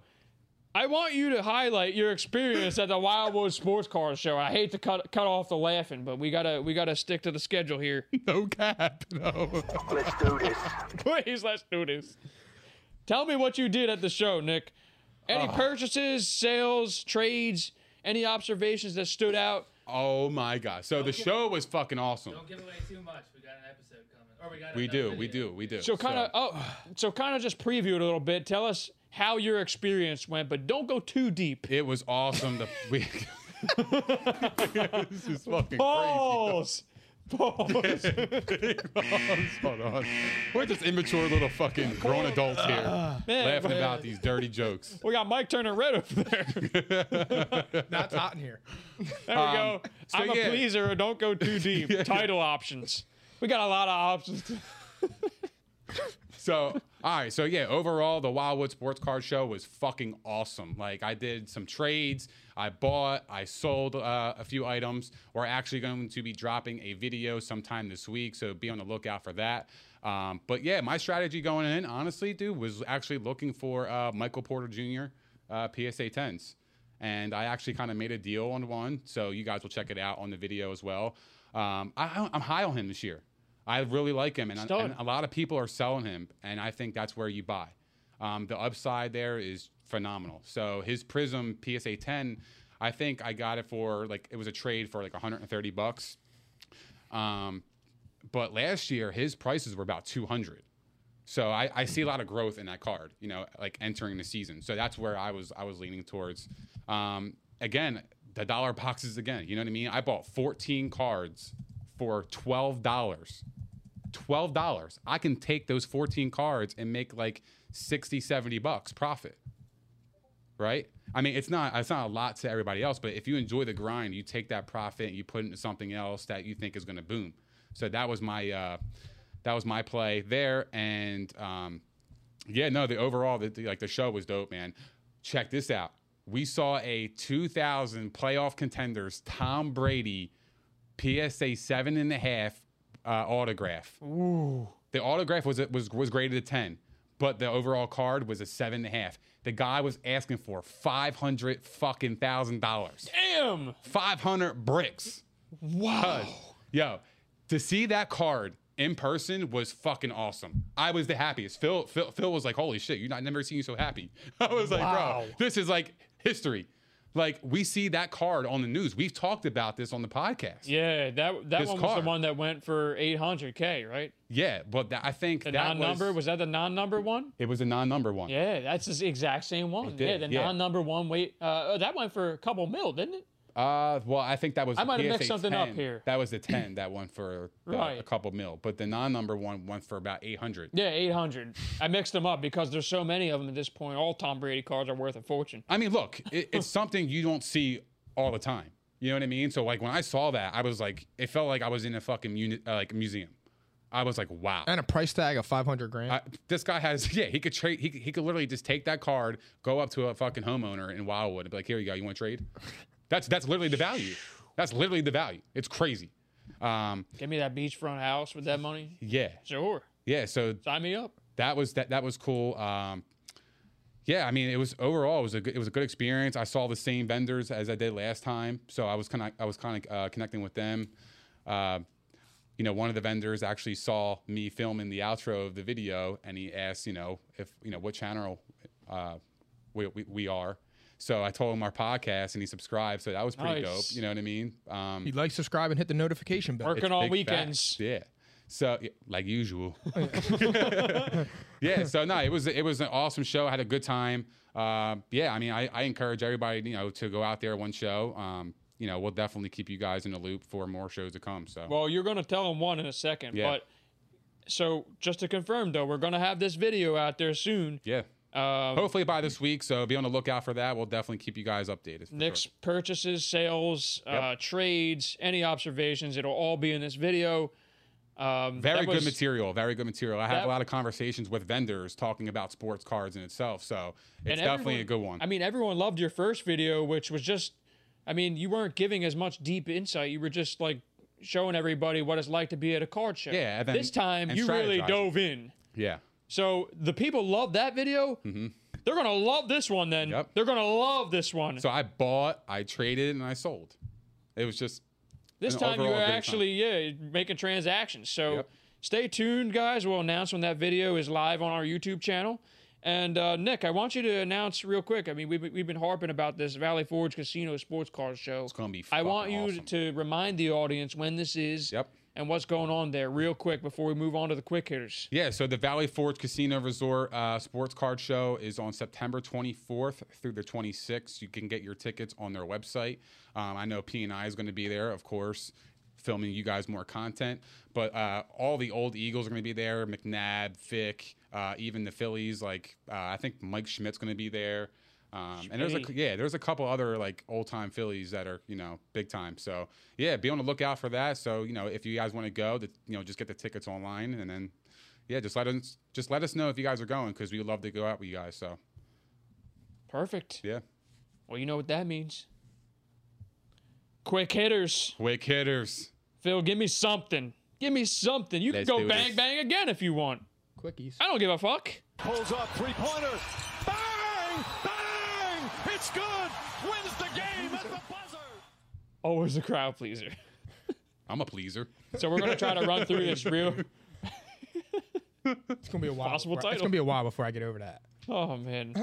Speaker 3: I want you to highlight your experience at the Wildwood Sports Car Show. I hate to cut cut off the laughing, but we gotta we gotta stick to the schedule here.
Speaker 1: No cap. No.
Speaker 5: Let's do this.
Speaker 3: Please, let's do this. Tell me what you did at the show, Nick. Any
Speaker 1: Ah.
Speaker 3: purchases, sales, trades, any observations that stood out?
Speaker 2: Oh my god! So the show was fucking awesome.
Speaker 4: Don't give away too much. We got an episode coming. Or we got
Speaker 2: We
Speaker 4: another
Speaker 2: do, we
Speaker 4: video.
Speaker 2: do, we do.
Speaker 3: So kind of oh, so kind of just preview it a little bit. Tell us how your experience went, but don't go too deep.
Speaker 2: it was awesome. The we. this is fucking
Speaker 3: Balls. Balls.
Speaker 2: crazy. Hold on. We're just immature little fucking grown adults here, laughing about these dirty jokes.
Speaker 3: we got Mike Turner red over there.
Speaker 1: That's hot in here.
Speaker 3: There we go.
Speaker 2: Um, so
Speaker 3: I'm
Speaker 2: yeah.
Speaker 3: a pleaser. Don't go too deep. Title options. We got a lot of options.
Speaker 2: So, all right. So, yeah, overall, the Wildwood Sports Car Show was fucking awesome. Like, I did some trades. I bought, I sold uh, a few items. We're actually going to be dropping a video sometime this week. So, be on the lookout for that. Um, but, yeah, my strategy going in, honestly, dude, was actually looking for uh, Michael Porter Jr. Uh, PSA 10s. And I actually kind of made a deal on one. So, you guys will check it out on the video as well. Um, I, I'm high on him this year. I really like him, and,
Speaker 3: done.
Speaker 2: and a lot of people are selling him, and I think that's where you buy. Um, the upside there is phenomenal. So his Prism PSA 10, I think I got it for like it was a trade for like 130 bucks. Um, but last year his prices were about 200. So I, I see a lot of growth in that card, you know, like entering the season. So that's where I was I was leaning towards. Um, again, the dollar boxes again. You know what I mean? I bought 14 cards for twelve dollars. Twelve dollars. I can take those 14 cards and make like 60, 70 bucks profit. Right? I mean, it's not it's not a lot to everybody else, but if you enjoy the grind, you take that profit and you put it into something else that you think is gonna boom. So that was my uh that was my play there. And um, yeah, no, the overall, the, the- like the show was dope, man. Check this out. We saw a 2000 playoff contenders Tom Brady PSA seven and a half uh, autograph. Ooh. The autograph was was was graded a ten, but the overall card was a seven and a half. The guy was asking for five hundred fucking thousand dollars.
Speaker 3: Damn.
Speaker 2: 500 bricks. Wow. Yo, to see that card in person was fucking awesome. I was the happiest. Phil Phil, Phil was like, "Holy shit, you not never seen you so happy." I was like, "Bro, this is like history." Like we see that card on the news. We've talked about this on the podcast.
Speaker 3: Yeah, that that
Speaker 2: This
Speaker 3: one was
Speaker 2: card.
Speaker 3: the one that went for 800k, right?
Speaker 2: Yeah, but that, I think
Speaker 3: The
Speaker 2: that
Speaker 3: non-number was, that the non-number one?
Speaker 2: it was a non-number one.
Speaker 3: Yeah, that's the exact same one. Yeah,
Speaker 2: did,
Speaker 3: the
Speaker 2: yeah.
Speaker 3: non-number one weight. Uh, oh, that went for a couple mil, didn't it?
Speaker 2: Uh, well, I think that was.
Speaker 3: I
Speaker 2: the
Speaker 3: might have mixed
Speaker 2: PSA
Speaker 3: something up
Speaker 2: 10.
Speaker 3: here.
Speaker 2: That was the ten that went for uh, a
Speaker 3: Right.
Speaker 2: couple mil, but the non-number one went for about eight hundred.
Speaker 3: Yeah, 800. I mixed them up because there's so many of them at this point. All Tom Brady cards are worth a fortune.
Speaker 2: I mean, look, it, it's something you don't see all the time. You know what I mean? So like when I saw that, I was like, it felt like I was in a fucking uni- uh, like museum. I was like, wow.
Speaker 1: And a price tag of 500 grand.
Speaker 2: I, this guy has, yeah, he could trade. He, could- he could literally just take that card, go up to a fucking homeowner in Wildwood, and be like, "Here you go. You want to trade?" That's that's literally the value. That's literally the value. It's crazy. Um,
Speaker 3: Give me that beachfront house with that money.
Speaker 2: yeah,
Speaker 3: Sure.
Speaker 2: yeah. So
Speaker 3: Sign me up.
Speaker 2: that was that that was cool. Um, yeah, I mean, it was overall it was a good, it was a good experience. I saw the same vendors as I did last time, so I was kind of I was kind of uh, connecting with them. Uh, you know, one of the vendors actually saw me filming the outro of the video, and he asked, you know, if you know what channel uh, we, we we are. So I told him our podcast, and he subscribed. So that was pretty
Speaker 3: Nice.
Speaker 2: dope. You know what I mean? Um,
Speaker 1: you like, subscribe, and hit the notification bell.
Speaker 3: Working all
Speaker 2: Big
Speaker 3: weekends.
Speaker 2: facts, Yeah. So yeah, like usual. yeah. So no, it was it was an awesome show. I had a good time. Um, yeah. I mean, I, I encourage everybody you know to go out there one show. Um, you know, we'll definitely keep you guys in the loop for more shows to come. So
Speaker 3: Well, you're going to tell them one in a second.
Speaker 2: Yeah.
Speaker 3: But so just to confirm, though, we're going to have this video out there soon.
Speaker 2: yeah.
Speaker 3: Um,
Speaker 2: Hopefully by this week. So be on the lookout for that. We'll definitely keep you guys updated. for
Speaker 3: Nick's
Speaker 2: sure.
Speaker 3: purchases, sales, uh, trades, any observations, it'll all be in this video. Um,
Speaker 2: Very
Speaker 3: that
Speaker 2: good
Speaker 3: was-
Speaker 2: material. Very good material. I have
Speaker 3: that-
Speaker 2: a lot of conversations with vendors talking about sports cards in itself. So it's
Speaker 3: and
Speaker 2: definitely a
Speaker 3: everyone-
Speaker 2: good one.
Speaker 3: I mean, everyone loved your first video, which was just, I mean, you weren't giving as much deep insight. You were just like showing everybody what it's like to be at a card show.
Speaker 2: Yeah, and then-
Speaker 3: this time
Speaker 2: and
Speaker 3: you really
Speaker 2: strategizing.
Speaker 3: dove in.
Speaker 2: yeah.
Speaker 3: So the people love that video. They're gonna love this one. Then
Speaker 2: Mm-hmm. Yep.
Speaker 3: they're gonna love this one.
Speaker 2: So I bought, I traded, and I sold. It was just
Speaker 3: this
Speaker 2: an
Speaker 3: time you
Speaker 2: overall
Speaker 3: were
Speaker 2: great time.
Speaker 3: actually yeah making transactions. So
Speaker 2: Yep.
Speaker 3: stay tuned, guys. We'll announce when that video is live on our YouTube channel. And uh, Nick, I want you to announce real quick. I mean, we've, we've been harping about this Valley Forge Casino Sports Car Show. It's
Speaker 2: gonna be
Speaker 3: I want
Speaker 2: fucking
Speaker 3: you
Speaker 2: awesome.
Speaker 3: to remind the audience when this is.
Speaker 2: Yep.
Speaker 3: And what's going on there, real quick, before we move on to the quick hitters.
Speaker 2: Yeah, so the Valley Forge Casino Resort uh, Sports Card Show is on September 24th through the 26th. You can get your tickets on their website. Um, I know P and I is going to be there, of course, filming you guys more content. But uh, all the old Eagles are going to be there. McNabb, Fick, uh, even the Phillies. Like uh, I think Mike Schmidt's going to be there. Um, and there's a
Speaker 3: Schmidt.
Speaker 2: yeah, there's a couple other like old time Phillies that are you know big time. So yeah, be on the lookout for that. So you know if you guys want to go, the, you know just get the tickets online and then yeah, just let us just let us know if you guys are going because we would love to go out with you guys. So
Speaker 3: Perfect.
Speaker 2: yeah,
Speaker 3: Well, you know what that means. Quick hitters.
Speaker 2: quick hitters,
Speaker 3: Phil, give me something. Give me something. You
Speaker 2: Let's
Speaker 3: can
Speaker 2: do
Speaker 3: go bang
Speaker 2: this.
Speaker 3: bang again if you want.
Speaker 1: Quickies.
Speaker 3: I don't give a fuck.
Speaker 6: Pulls up three pointer. Bang! Bang! It's good. Wins the game at the buzzer.
Speaker 3: Always a crowd pleaser.
Speaker 2: I'm a pleaser.
Speaker 3: So we're gonna try to run through this real.
Speaker 1: It's gonna be a while.
Speaker 3: Possible
Speaker 1: before- It's
Speaker 3: title.
Speaker 1: gonna be a while before I get over that.
Speaker 3: Oh man,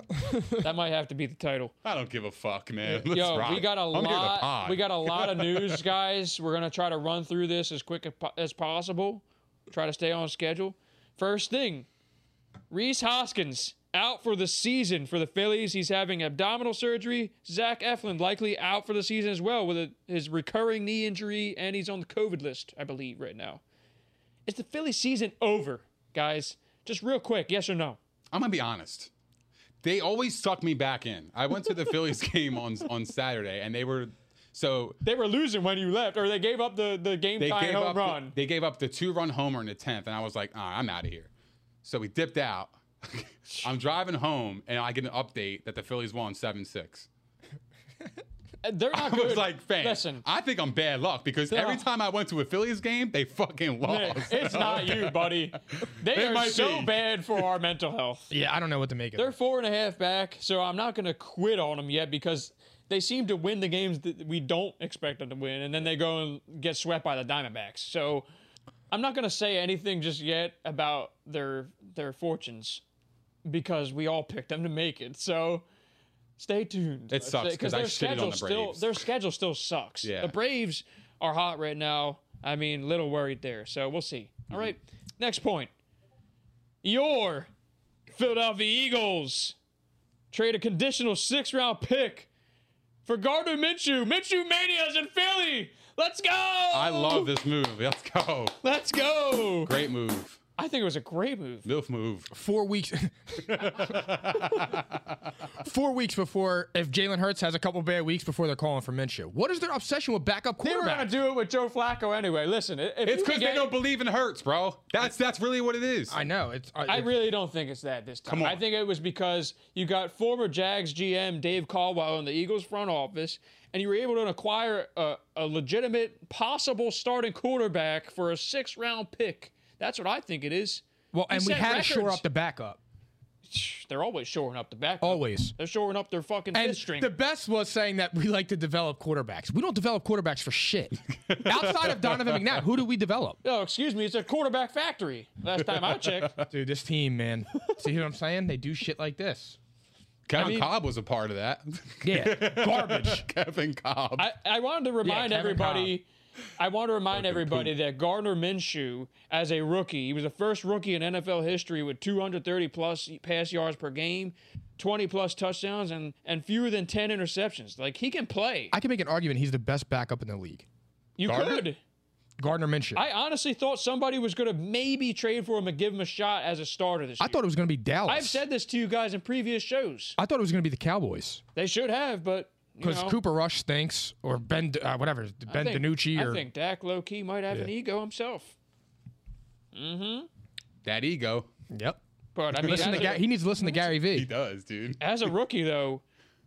Speaker 3: that might have to be the title.
Speaker 2: I don't give a fuck, man. Let's
Speaker 3: Yo,
Speaker 2: rock.
Speaker 3: we got a
Speaker 2: I'm here to
Speaker 3: lot.
Speaker 2: pod.
Speaker 3: We got a lot of news, guys. We're gonna try to run through this as quick as po- as possible. Try to stay on schedule. First thing, Reese Hoskins out for the season for the Phillies. He's having abdominal surgery. Zach Eflin likely out for the season as well with a, his recurring knee injury, and he's on the COVID list, I believe, right now. Is the Philly season over, guys? Just real quick, yes or no?
Speaker 2: I'm gonna be honest. They always suck me back in. I went to the Phillies game on on Saturday, and they were so
Speaker 3: They were losing when you left, or they gave up the the game
Speaker 2: they
Speaker 3: tying
Speaker 2: gave
Speaker 3: home
Speaker 2: up
Speaker 3: run.
Speaker 2: they gave up the two run homer in the tenth, and I was like, all right, I'm out of here. So we dipped out. I'm driving home, and I get an update that the Phillies won seven six.
Speaker 3: They're not
Speaker 2: I
Speaker 3: good.
Speaker 2: was like, fam,
Speaker 3: Listen,
Speaker 2: I think I'm bad luck because every
Speaker 3: Yeah.
Speaker 2: time I went to a Phillies game, they fucking lost.
Speaker 3: Nick, it's not you, buddy. They
Speaker 2: It
Speaker 3: are
Speaker 2: might
Speaker 3: so
Speaker 2: be.
Speaker 3: bad for our mental health.
Speaker 1: Yeah, I don't know what to make of
Speaker 3: They're
Speaker 1: it.
Speaker 3: four and a half back, so I'm not going to quit on them yet because they seem to win the games that we don't expect them to win, and then they go and get swept by the Diamondbacks. So I'm not going to say anything just yet about their their fortunes because we all picked them to make it. So. Stay tuned.
Speaker 2: It sucks 'cause I
Speaker 3: their
Speaker 2: shitted
Speaker 3: schedule
Speaker 2: on the
Speaker 3: still
Speaker 2: Braves.
Speaker 3: their schedule still sucks.
Speaker 2: Yeah.
Speaker 3: The Braves are hot right now. I mean, little worried there. So we'll see. All right. Next point. Your Philadelphia Eagles trade a conditional six round pick for Gardner Minshew. Minshew Mania's in Philly. Let's go.
Speaker 2: I love this move. Let's go.
Speaker 3: Let's go.
Speaker 2: Great move.
Speaker 3: I think it was a great move.
Speaker 2: MILF move.
Speaker 1: four weeks. four weeks before, if Jalen Hurts has a couple bad weeks before they're calling for Minshew. What is their obsession with backup
Speaker 3: They were gonna
Speaker 1: quarterbacks?
Speaker 3: do it with Joe Flacco anyway. Listen, if you
Speaker 2: It's
Speaker 3: could
Speaker 2: because they
Speaker 3: get-
Speaker 2: don't believe in Hurts, bro. That's that's really what it is.
Speaker 1: I know. It's.
Speaker 3: I really don't think it's that this time.
Speaker 2: Come on.
Speaker 3: I think it was because you got former Jags GM Dave Caldwell in the Eagles front office, and you were able to acquire a, a legitimate possible starting quarterback for a six round pick. That's what I think it is.
Speaker 1: Well, and we
Speaker 3: set
Speaker 1: had to shore
Speaker 3: records.
Speaker 1: up the backup.
Speaker 3: They're always shoring up the back.
Speaker 1: Always.
Speaker 3: They're shoring up their fucking
Speaker 1: And
Speaker 3: fifth string.
Speaker 1: the best was saying that we like to develop quarterbacks. We don't develop quarterbacks for shit. Outside of Donovan McNabb, who do we develop?
Speaker 3: oh, excuse me. It's a quarterback factory. Last time I checked.
Speaker 1: Dude, this team, man. See what I'm saying? They do shit like this.
Speaker 2: Kevin Cobb was a part of that.
Speaker 1: Yeah, garbage.
Speaker 2: Kevin Cobb.
Speaker 3: I, I wanted to remind
Speaker 1: Kevin
Speaker 3: everybody. I want to remind everybody that Gardner Minshew, as a rookie, he was the first rookie in NFL history with 230 plus pass yards per game, 20 plus touchdowns, and and fewer than 10 interceptions. Like he can play.
Speaker 1: I can make an argument he's the best backup in the league.
Speaker 3: you
Speaker 2: Gardner?
Speaker 3: could.
Speaker 1: Gardner Minshew. I,
Speaker 3: I honestly thought somebody was going to maybe trade for him and give him a shot as a starter this year.
Speaker 1: thought it was going to be Dallas.
Speaker 3: I've said this to you guys in previous shows.
Speaker 1: I thought it was going to be the Cowboys
Speaker 3: They should have, but you
Speaker 1: because
Speaker 3: know,
Speaker 1: Cooper Rush stinks or Ben uh, whatever
Speaker 3: I
Speaker 1: Ben
Speaker 3: think-
Speaker 1: DiNucci or
Speaker 3: I think Dak low key might have an ego himself.
Speaker 2: that ego.
Speaker 1: yep.
Speaker 3: But I mean,
Speaker 1: Listen to
Speaker 3: after-
Speaker 1: Ga- he needs to listen to Gary
Speaker 2: He
Speaker 1: Vee.
Speaker 2: does, dude.
Speaker 3: As a rookie, though,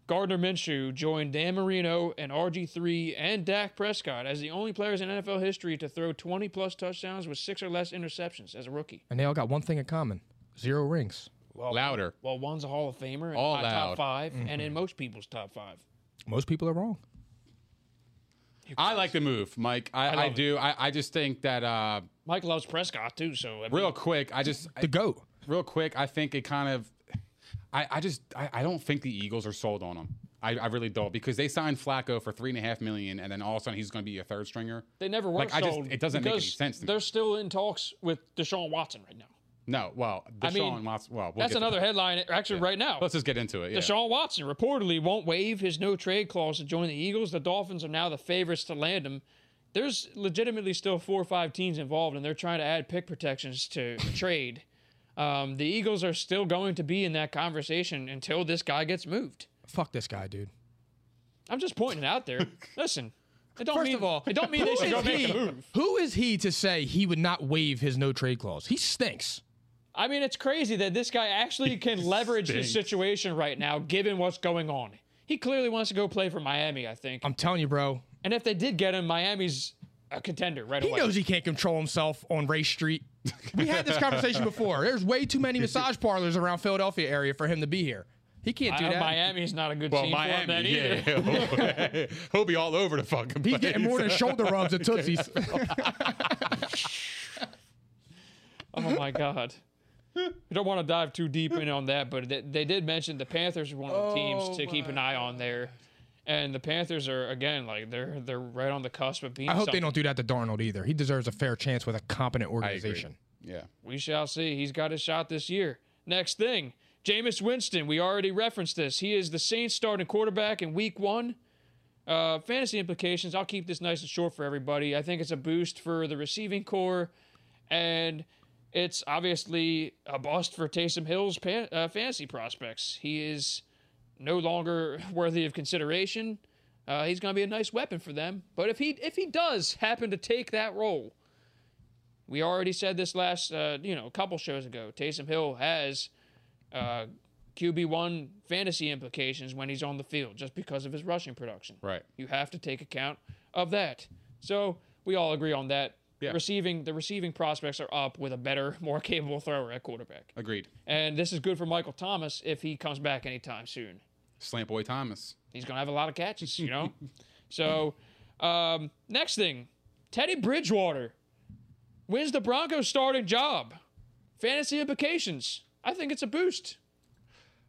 Speaker 3: Gardner Minshew joined Dan Marino and RG3 and Dak Prescott as the only players in NFL history to throw 20 plus touchdowns with six or less interceptions as a rookie.
Speaker 1: And they all got one thing in common: Zero rings.
Speaker 2: Louder.
Speaker 3: Well, one's a Hall of Famer, in
Speaker 2: All Mm-hmm.
Speaker 3: my
Speaker 2: loud.
Speaker 3: top 5 and in most people's top five.
Speaker 1: Most people are wrong.
Speaker 2: I like the move, Mike. I, I,
Speaker 3: love it.
Speaker 2: do. I, I just think that uh,
Speaker 3: Mike loves Prescott too, so I mean,
Speaker 2: real quick, I just
Speaker 1: The goat.
Speaker 2: real quick, I think it kind of, I, I just, I, I don't think the Eagles are sold on him. I, I really don't because they signed Flacco for three and a half million, and then all of a sudden he's going to be a third stringer.
Speaker 3: they never were
Speaker 2: Like, I just-
Speaker 3: sold
Speaker 2: it doesn't make any
Speaker 3: because
Speaker 2: sense to me.
Speaker 3: They're still in talks with Deshaun Watson right now.
Speaker 2: No, well, Deshaun
Speaker 3: I mean,
Speaker 2: Watson. Well, we'll
Speaker 3: That's
Speaker 2: get to
Speaker 3: another
Speaker 2: that.
Speaker 3: headline. Actually, right now,
Speaker 2: Let's just get into it. Yeah.
Speaker 3: Deshaun Watson reportedly won't waive his no trade clause to join the Eagles. The Dolphins are now the favorites to land him. There's legitimately still four or five teams involved, and they're trying to add pick protections to trade. Um, the Eagles are still going to be in that conversation until this guy gets moved.
Speaker 1: Fuck this guy, dude.
Speaker 3: I'm just pointing it out there. Listen, it don't
Speaker 1: First
Speaker 3: mean
Speaker 1: of all,
Speaker 3: it don't mean they
Speaker 1: who
Speaker 3: should go
Speaker 1: is
Speaker 3: make
Speaker 1: he-
Speaker 3: a move.
Speaker 1: Who is he to say he would not waive his no trade clause? He stinks.
Speaker 3: I mean, it's crazy that this guy actually can leverage his
Speaker 2: stinks.
Speaker 3: situation right now, given what's going on. He clearly wants to go play for Miami, I think.
Speaker 1: I'm telling you, bro.
Speaker 3: And if they did get him, Miami's a contender right
Speaker 1: He
Speaker 3: away.
Speaker 1: knows he can't control himself on Race Street. We had this conversation before. There's way too many massage parlors around Philadelphia area for him to be here. He can't do
Speaker 3: Uh,
Speaker 1: that.
Speaker 3: Miami's not a good
Speaker 2: Well,
Speaker 3: team for him then
Speaker 2: Miami,
Speaker 3: either.
Speaker 2: yeah. yeah. He'll be all over the fucking place.
Speaker 1: He's getting more than shoulder rubs at Tootsie's.
Speaker 3: Oh my God. We don't want to dive too deep in on that, but they, they did mention the Panthers are one of the
Speaker 1: Oh
Speaker 3: teams to keep an eye on there. And the Panthers are again like they're they're right on the cusp of being.
Speaker 1: I hope they
Speaker 3: something.
Speaker 1: don't do that to Darnold either. He deserves a fair chance with a competent organization.
Speaker 2: Yeah.
Speaker 3: We shall see. He's got his shot this year. Next thing, Jameis Winston. We already referenced this. He is the Saints starting quarterback in week one. Uh, fantasy implications. I'll keep this nice and short for everybody. I think it's a boost for the receiving core, and it's obviously a bust for Taysom Hill's pan- uh, fantasy prospects. He is no longer worthy of consideration. Uh, he's going to be a nice weapon for them. But if he if he does happen to take that role, we already said this last, uh, you know, a couple shows ago. Taysom Hill has uh, QB one fantasy implications when he's on the field, just because of his rushing production.
Speaker 2: Right.
Speaker 3: You have to take account of that. So we all agree on that.
Speaker 2: Yeah.
Speaker 3: Receiving the receiving prospects are up with a better, more capable thrower at quarterback,
Speaker 2: Agreed.
Speaker 3: and this is good for Michael Thomas if he comes back anytime soon
Speaker 2: Slant boy Thomas.
Speaker 3: he's gonna have a lot of catches, you know. so, um, next thing, Teddy Bridgewater wins the Broncos starting job. Fantasy implications. I think it's a boost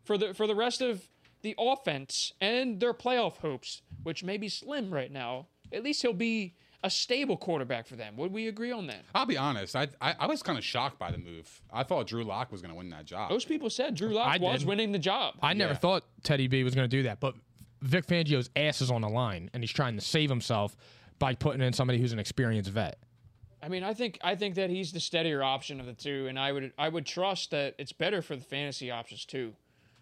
Speaker 3: for the for the rest of the offense and their playoff hopes, which may be slim right now. At least he'll be a stable quarterback for them. Would we agree on that?
Speaker 2: I'll be honest. I I, I was kind of shocked by the move. I thought Drew Lock was going to win that job.
Speaker 3: Most people said Drew Lock
Speaker 1: I
Speaker 3: was
Speaker 1: did.
Speaker 3: winning the job.
Speaker 1: I never thought Teddy B was going to do that, but Vic Fangio's ass is on the line, and he's trying to save himself by putting in somebody who's an experienced vet.
Speaker 3: I mean, I think I think that he's the steadier option of the two, and I would I would trust that it's better for the fantasy options too.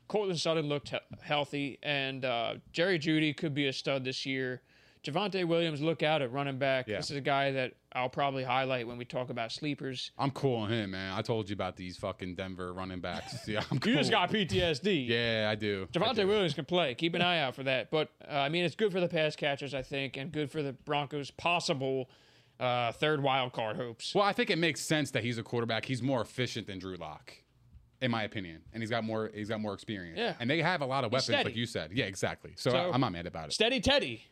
Speaker 3: Cortland Sutton looked he- healthy, and uh, Jerry Judy could be a stud this year. Javante Williams, look out at running back.
Speaker 2: Yeah.
Speaker 3: This is a guy that I'll probably highlight when we talk about sleepers.
Speaker 2: I'm cool on him, man. I told you about these fucking Denver running backs. Yeah, I'm cool.
Speaker 3: You just got PTSD.
Speaker 2: Yeah, I do. I
Speaker 3: Javante
Speaker 2: do.
Speaker 3: Williams can play. Keep an eye out for that. But uh, I mean, it's good for the pass catchers, I think, and good for the Broncos' possible uh, third wild card hopes.
Speaker 2: Well, I think it makes sense that he's a quarterback. He's more efficient than Drew Lock, in my opinion, and he's got more. He's got more experience.
Speaker 3: Yeah.
Speaker 2: and they have a lot of weapons,
Speaker 3: steady.
Speaker 2: like you said. Yeah, exactly. So,
Speaker 3: So-
Speaker 2: I'm not mad about it.
Speaker 3: Steady Teddy.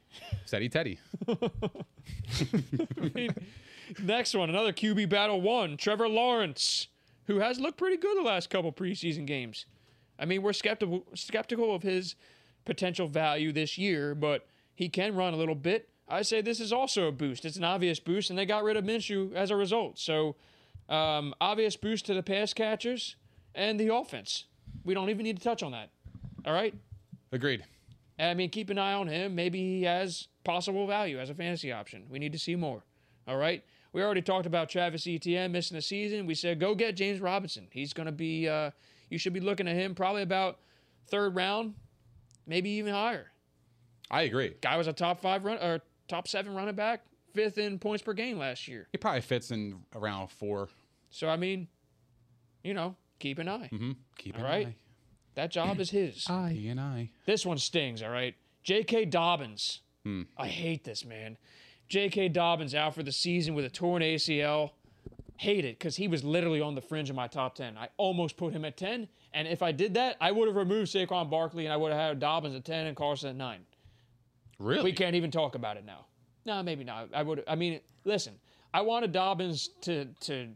Speaker 2: Steady Teddy.
Speaker 3: Next one, another QB battle one. Trevor Lawrence, who has looked pretty good the last couple preseason games. I mean, we're skeptical skeptical of his potential value this year, but he can run a little bit. I say this is also a boost. It's an obvious boost, and they got rid of Minshew as a result. So, um, obvious boost to the pass catchers and the offense. We don't even need to touch on that. All right.
Speaker 2: Agreed.
Speaker 3: I mean, keep an eye on him. Maybe he has possible value as a fantasy option. We need to see more. All right. We already talked about Travis Etienne missing the season. We said go get James Robinson. He's going to be, uh, you should be looking at him probably about third round, maybe even higher.
Speaker 2: I agree.
Speaker 3: Guy was a top five run or top seven running back, fifth in points per game last year.
Speaker 2: He probably fits in around four.
Speaker 3: So, I mean, you know, keep an eye.
Speaker 2: Hmm? Keep
Speaker 3: All
Speaker 2: an
Speaker 3: right.
Speaker 2: eye.
Speaker 3: That job is his.
Speaker 2: He and I.
Speaker 3: This one stings, all right? J.K. Dobbins. I hate this, man. J.K. Dobbins out for the season with a torn ACL. hate it because he was literally on the fringe of my top 10. I almost put him at 10. And if I did that, I would have removed Saquon Barkley and I would have had Dobbins at 10 and Carson at 9.
Speaker 2: Really?
Speaker 3: We can't even talk about it now. No, maybe not. I would. I mean, listen. I wanted Dobbins to to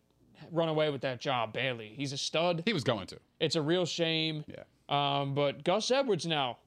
Speaker 3: run away with that job. Bailey, he's a stud.
Speaker 2: He was going to.
Speaker 3: It's a real shame.
Speaker 2: Yeah.
Speaker 3: Um, but Gus Edwards now,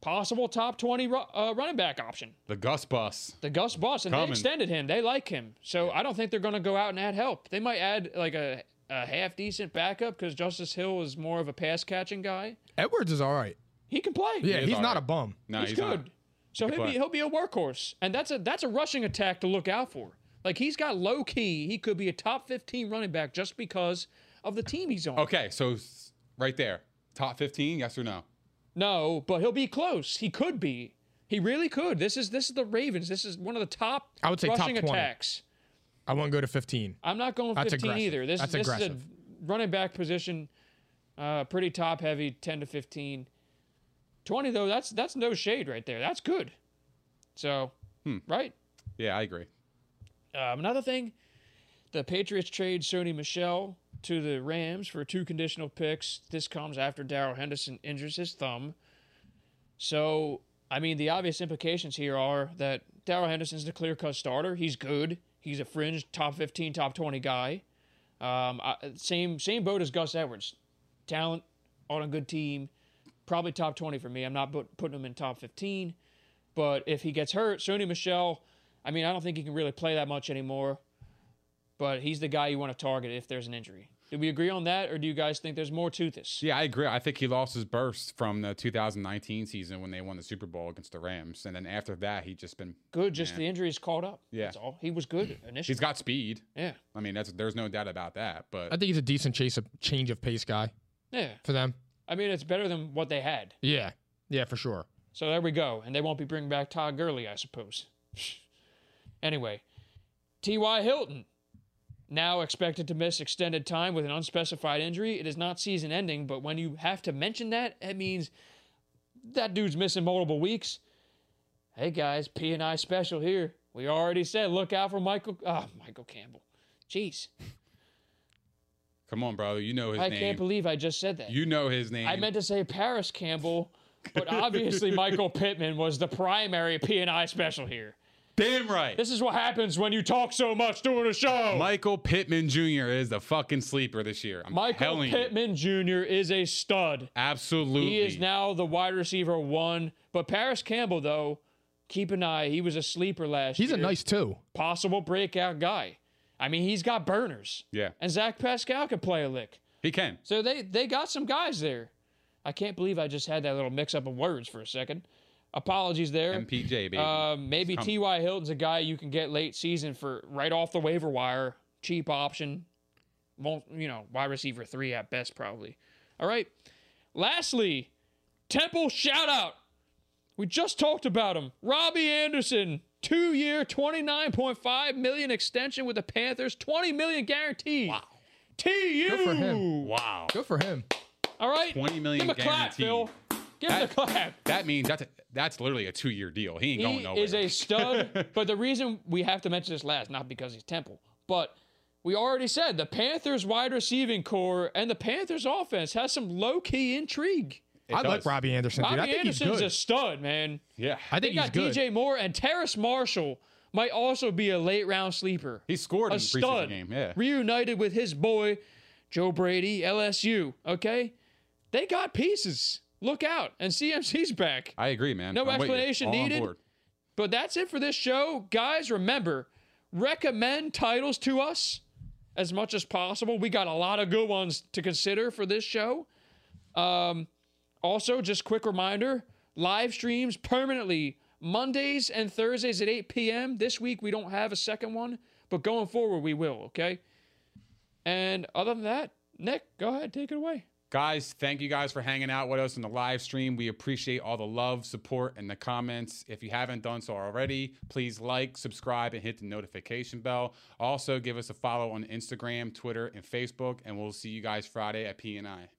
Speaker 3: possible top twenty ru- uh, running back option.
Speaker 2: The Gus bus.
Speaker 3: The Gus Bus, and
Speaker 2: Coming.
Speaker 3: they extended him. They like him, so I don't think they're going to go out and add help. They might add like a, a half decent backup because Justice Hill is more of a pass catching guy.
Speaker 1: Edwards is all right.
Speaker 3: He can play.
Speaker 1: Yeah,
Speaker 2: is
Speaker 1: he's
Speaker 2: all
Speaker 1: not
Speaker 2: right.
Speaker 1: a bum.
Speaker 2: No,
Speaker 3: he's,
Speaker 2: he's,
Speaker 3: good.
Speaker 2: not.
Speaker 3: So he'll
Speaker 2: play.
Speaker 3: be he'll be a workhorse, and that's a that's a rushing attack to look out for. Like he's got low key, he could be a top fifteen running back just because of the team he's on.
Speaker 2: Okay, so s- right there, top 15, yes or no?
Speaker 3: No, but he'll be close. He could be. He really could. This is this is the Ravens. This is one of the top
Speaker 1: I would say top
Speaker 3: rushing
Speaker 1: 20.
Speaker 3: attacks.
Speaker 1: I wouldn't go to 15.
Speaker 3: I'm not going
Speaker 1: That's
Speaker 3: 15
Speaker 1: aggressive.
Speaker 3: either. This,
Speaker 1: That's
Speaker 3: this is
Speaker 1: aggressive.
Speaker 3: a running back position, uh, pretty top heavy, 10 to 15. 20 though, that's that's no shade right there. That's good. So, right?
Speaker 2: Yeah, I agree.
Speaker 3: Um, another thing, the Patriots trade Sony Michelle to the Rams for two conditional picks. This comes after Daryl Henderson injures his thumb. So, I mean, the obvious implications here are that Daryl Henderson's the clear cut starter. He's good. He's a fringe top 15, top 20 guy. Um, I, same same boat as Gus Edwards. Talent on a good team. Probably top 20 for me. I'm not put, putting him in top 15. But if he gets hurt, Sony Michelle, I mean, I don't think he can really play that much anymore. But he's the guy you want to target if there's an injury. Do we agree on that, or do you guys think there's more to this?
Speaker 2: Yeah, I agree. I think he lost his burst from the 2019 season when they won the Super Bowl against the Rams. And then after that, he just been,
Speaker 3: Good, just the injuries caught up.
Speaker 2: Yeah.
Speaker 3: That's all. He was good initially.
Speaker 2: he's got speed.
Speaker 3: yeah.
Speaker 2: I mean, that's there's no doubt about that.
Speaker 1: I
Speaker 2: But
Speaker 1: think he's a decent chase of change of pace guy
Speaker 3: Yeah.
Speaker 1: for them.
Speaker 3: I mean, it's better than what they had.
Speaker 1: Yeah. Yeah, for sure.
Speaker 3: So there we go. And they won't be bringing back Todd Gurley, I suppose. anyway, T.Y. Hilton, now expected to miss extended time with an unspecified injury. It is not season ending, but when you have to mention that, it means that dude's missing multiple weeks. Hey guys, P and I special here. We already said look out for Michael. Ah, Michael Campbell. Jeez,
Speaker 2: come on, brother. You know his
Speaker 3: I
Speaker 2: name.
Speaker 3: can't believe I just said that.
Speaker 2: you know his name.
Speaker 3: I meant to say Paris Campbell, but obviously Michael Pittman was the primary P and I special here.
Speaker 2: Damn right.
Speaker 3: This is what happens when you talk so much during a show.
Speaker 2: Michael Pittman Jr. is the fucking sleeper this year. I'm
Speaker 3: Michael
Speaker 2: telling you.
Speaker 3: Pittman Jr. is a stud.
Speaker 2: Absolutely.
Speaker 3: He is now the wide receiver one. But Paris Campbell, though, keep an eye. He was a sleeper last
Speaker 1: He's
Speaker 3: year.
Speaker 1: a nice two.
Speaker 3: possible breakout guy. I mean, he's got burners.
Speaker 2: Yeah.
Speaker 3: And Zach Pascal could play a lick.
Speaker 2: He can.
Speaker 3: So they they got some guys there. I can't believe I just had that little mix up of words for a second. Apologies there.
Speaker 2: MPJ, baby.
Speaker 3: Uh, maybe T.Y. Hilton's a guy you can get late season for right off the waiver wire, cheap option. Won't, you know, wide receiver three at best, probably. All right. Lastly, Temple shout out. We just talked about him. Robbie Anderson, two year, $29.5 million extension with the Panthers, $20 million guaranteed. Wow. TU.
Speaker 1: Good for him.
Speaker 2: wow.
Speaker 1: Good for him.
Speaker 3: All right.
Speaker 2: $20 million
Speaker 3: Give him a clap,
Speaker 2: guaranteed.
Speaker 3: Phil. Give him a
Speaker 2: That-
Speaker 3: clap.
Speaker 2: That means that's a, that's literally a two year deal. He ain't going
Speaker 3: He
Speaker 2: nowhere.
Speaker 3: is a stud, but the reason we have to mention this last, not because he's Temple, but we already said the Panthers wide receiving core and the Panthers offense has some low key intrigue.
Speaker 1: I
Speaker 2: does.
Speaker 1: like Robbie Anderson, dude.
Speaker 3: Bobby
Speaker 1: I think he's
Speaker 3: Anderson's
Speaker 1: good.
Speaker 3: a stud, man.
Speaker 2: yeah.
Speaker 1: I
Speaker 3: They
Speaker 1: think he's
Speaker 3: got
Speaker 1: good.
Speaker 3: DJ Moore and Terrace Marshall might also be a late round sleeper.
Speaker 2: He scored
Speaker 3: a
Speaker 2: in the preseason
Speaker 3: stud.
Speaker 2: game. Yeah.
Speaker 3: Reunited with his boy, Joe Brady, LSU. Okay? They got pieces. Look out. And CMC's back.
Speaker 2: I agree, man.
Speaker 3: No
Speaker 2: I'm with you.
Speaker 3: explanation
Speaker 2: All on
Speaker 3: needed.
Speaker 2: board.
Speaker 3: But that's it for this show. Guys, remember, recommend titles to us as much as possible. We got a lot of good ones to consider for this show. Um, also, just quick reminder live streams permanently Mondays and Thursdays at 8 p.m. This week, we don't have a second one, but going forward, we will, okay? And other than that, Nick, go ahead, take it away.
Speaker 2: Guys, thank you guys for hanging out with us in the live stream. We appreciate all the love, support, and the comments. If you haven't done so already, please like, subscribe, and hit the notification bell. Also, give us a follow on Instagram, Twitter, and Facebook, and we'll see you guys Friday at P and I.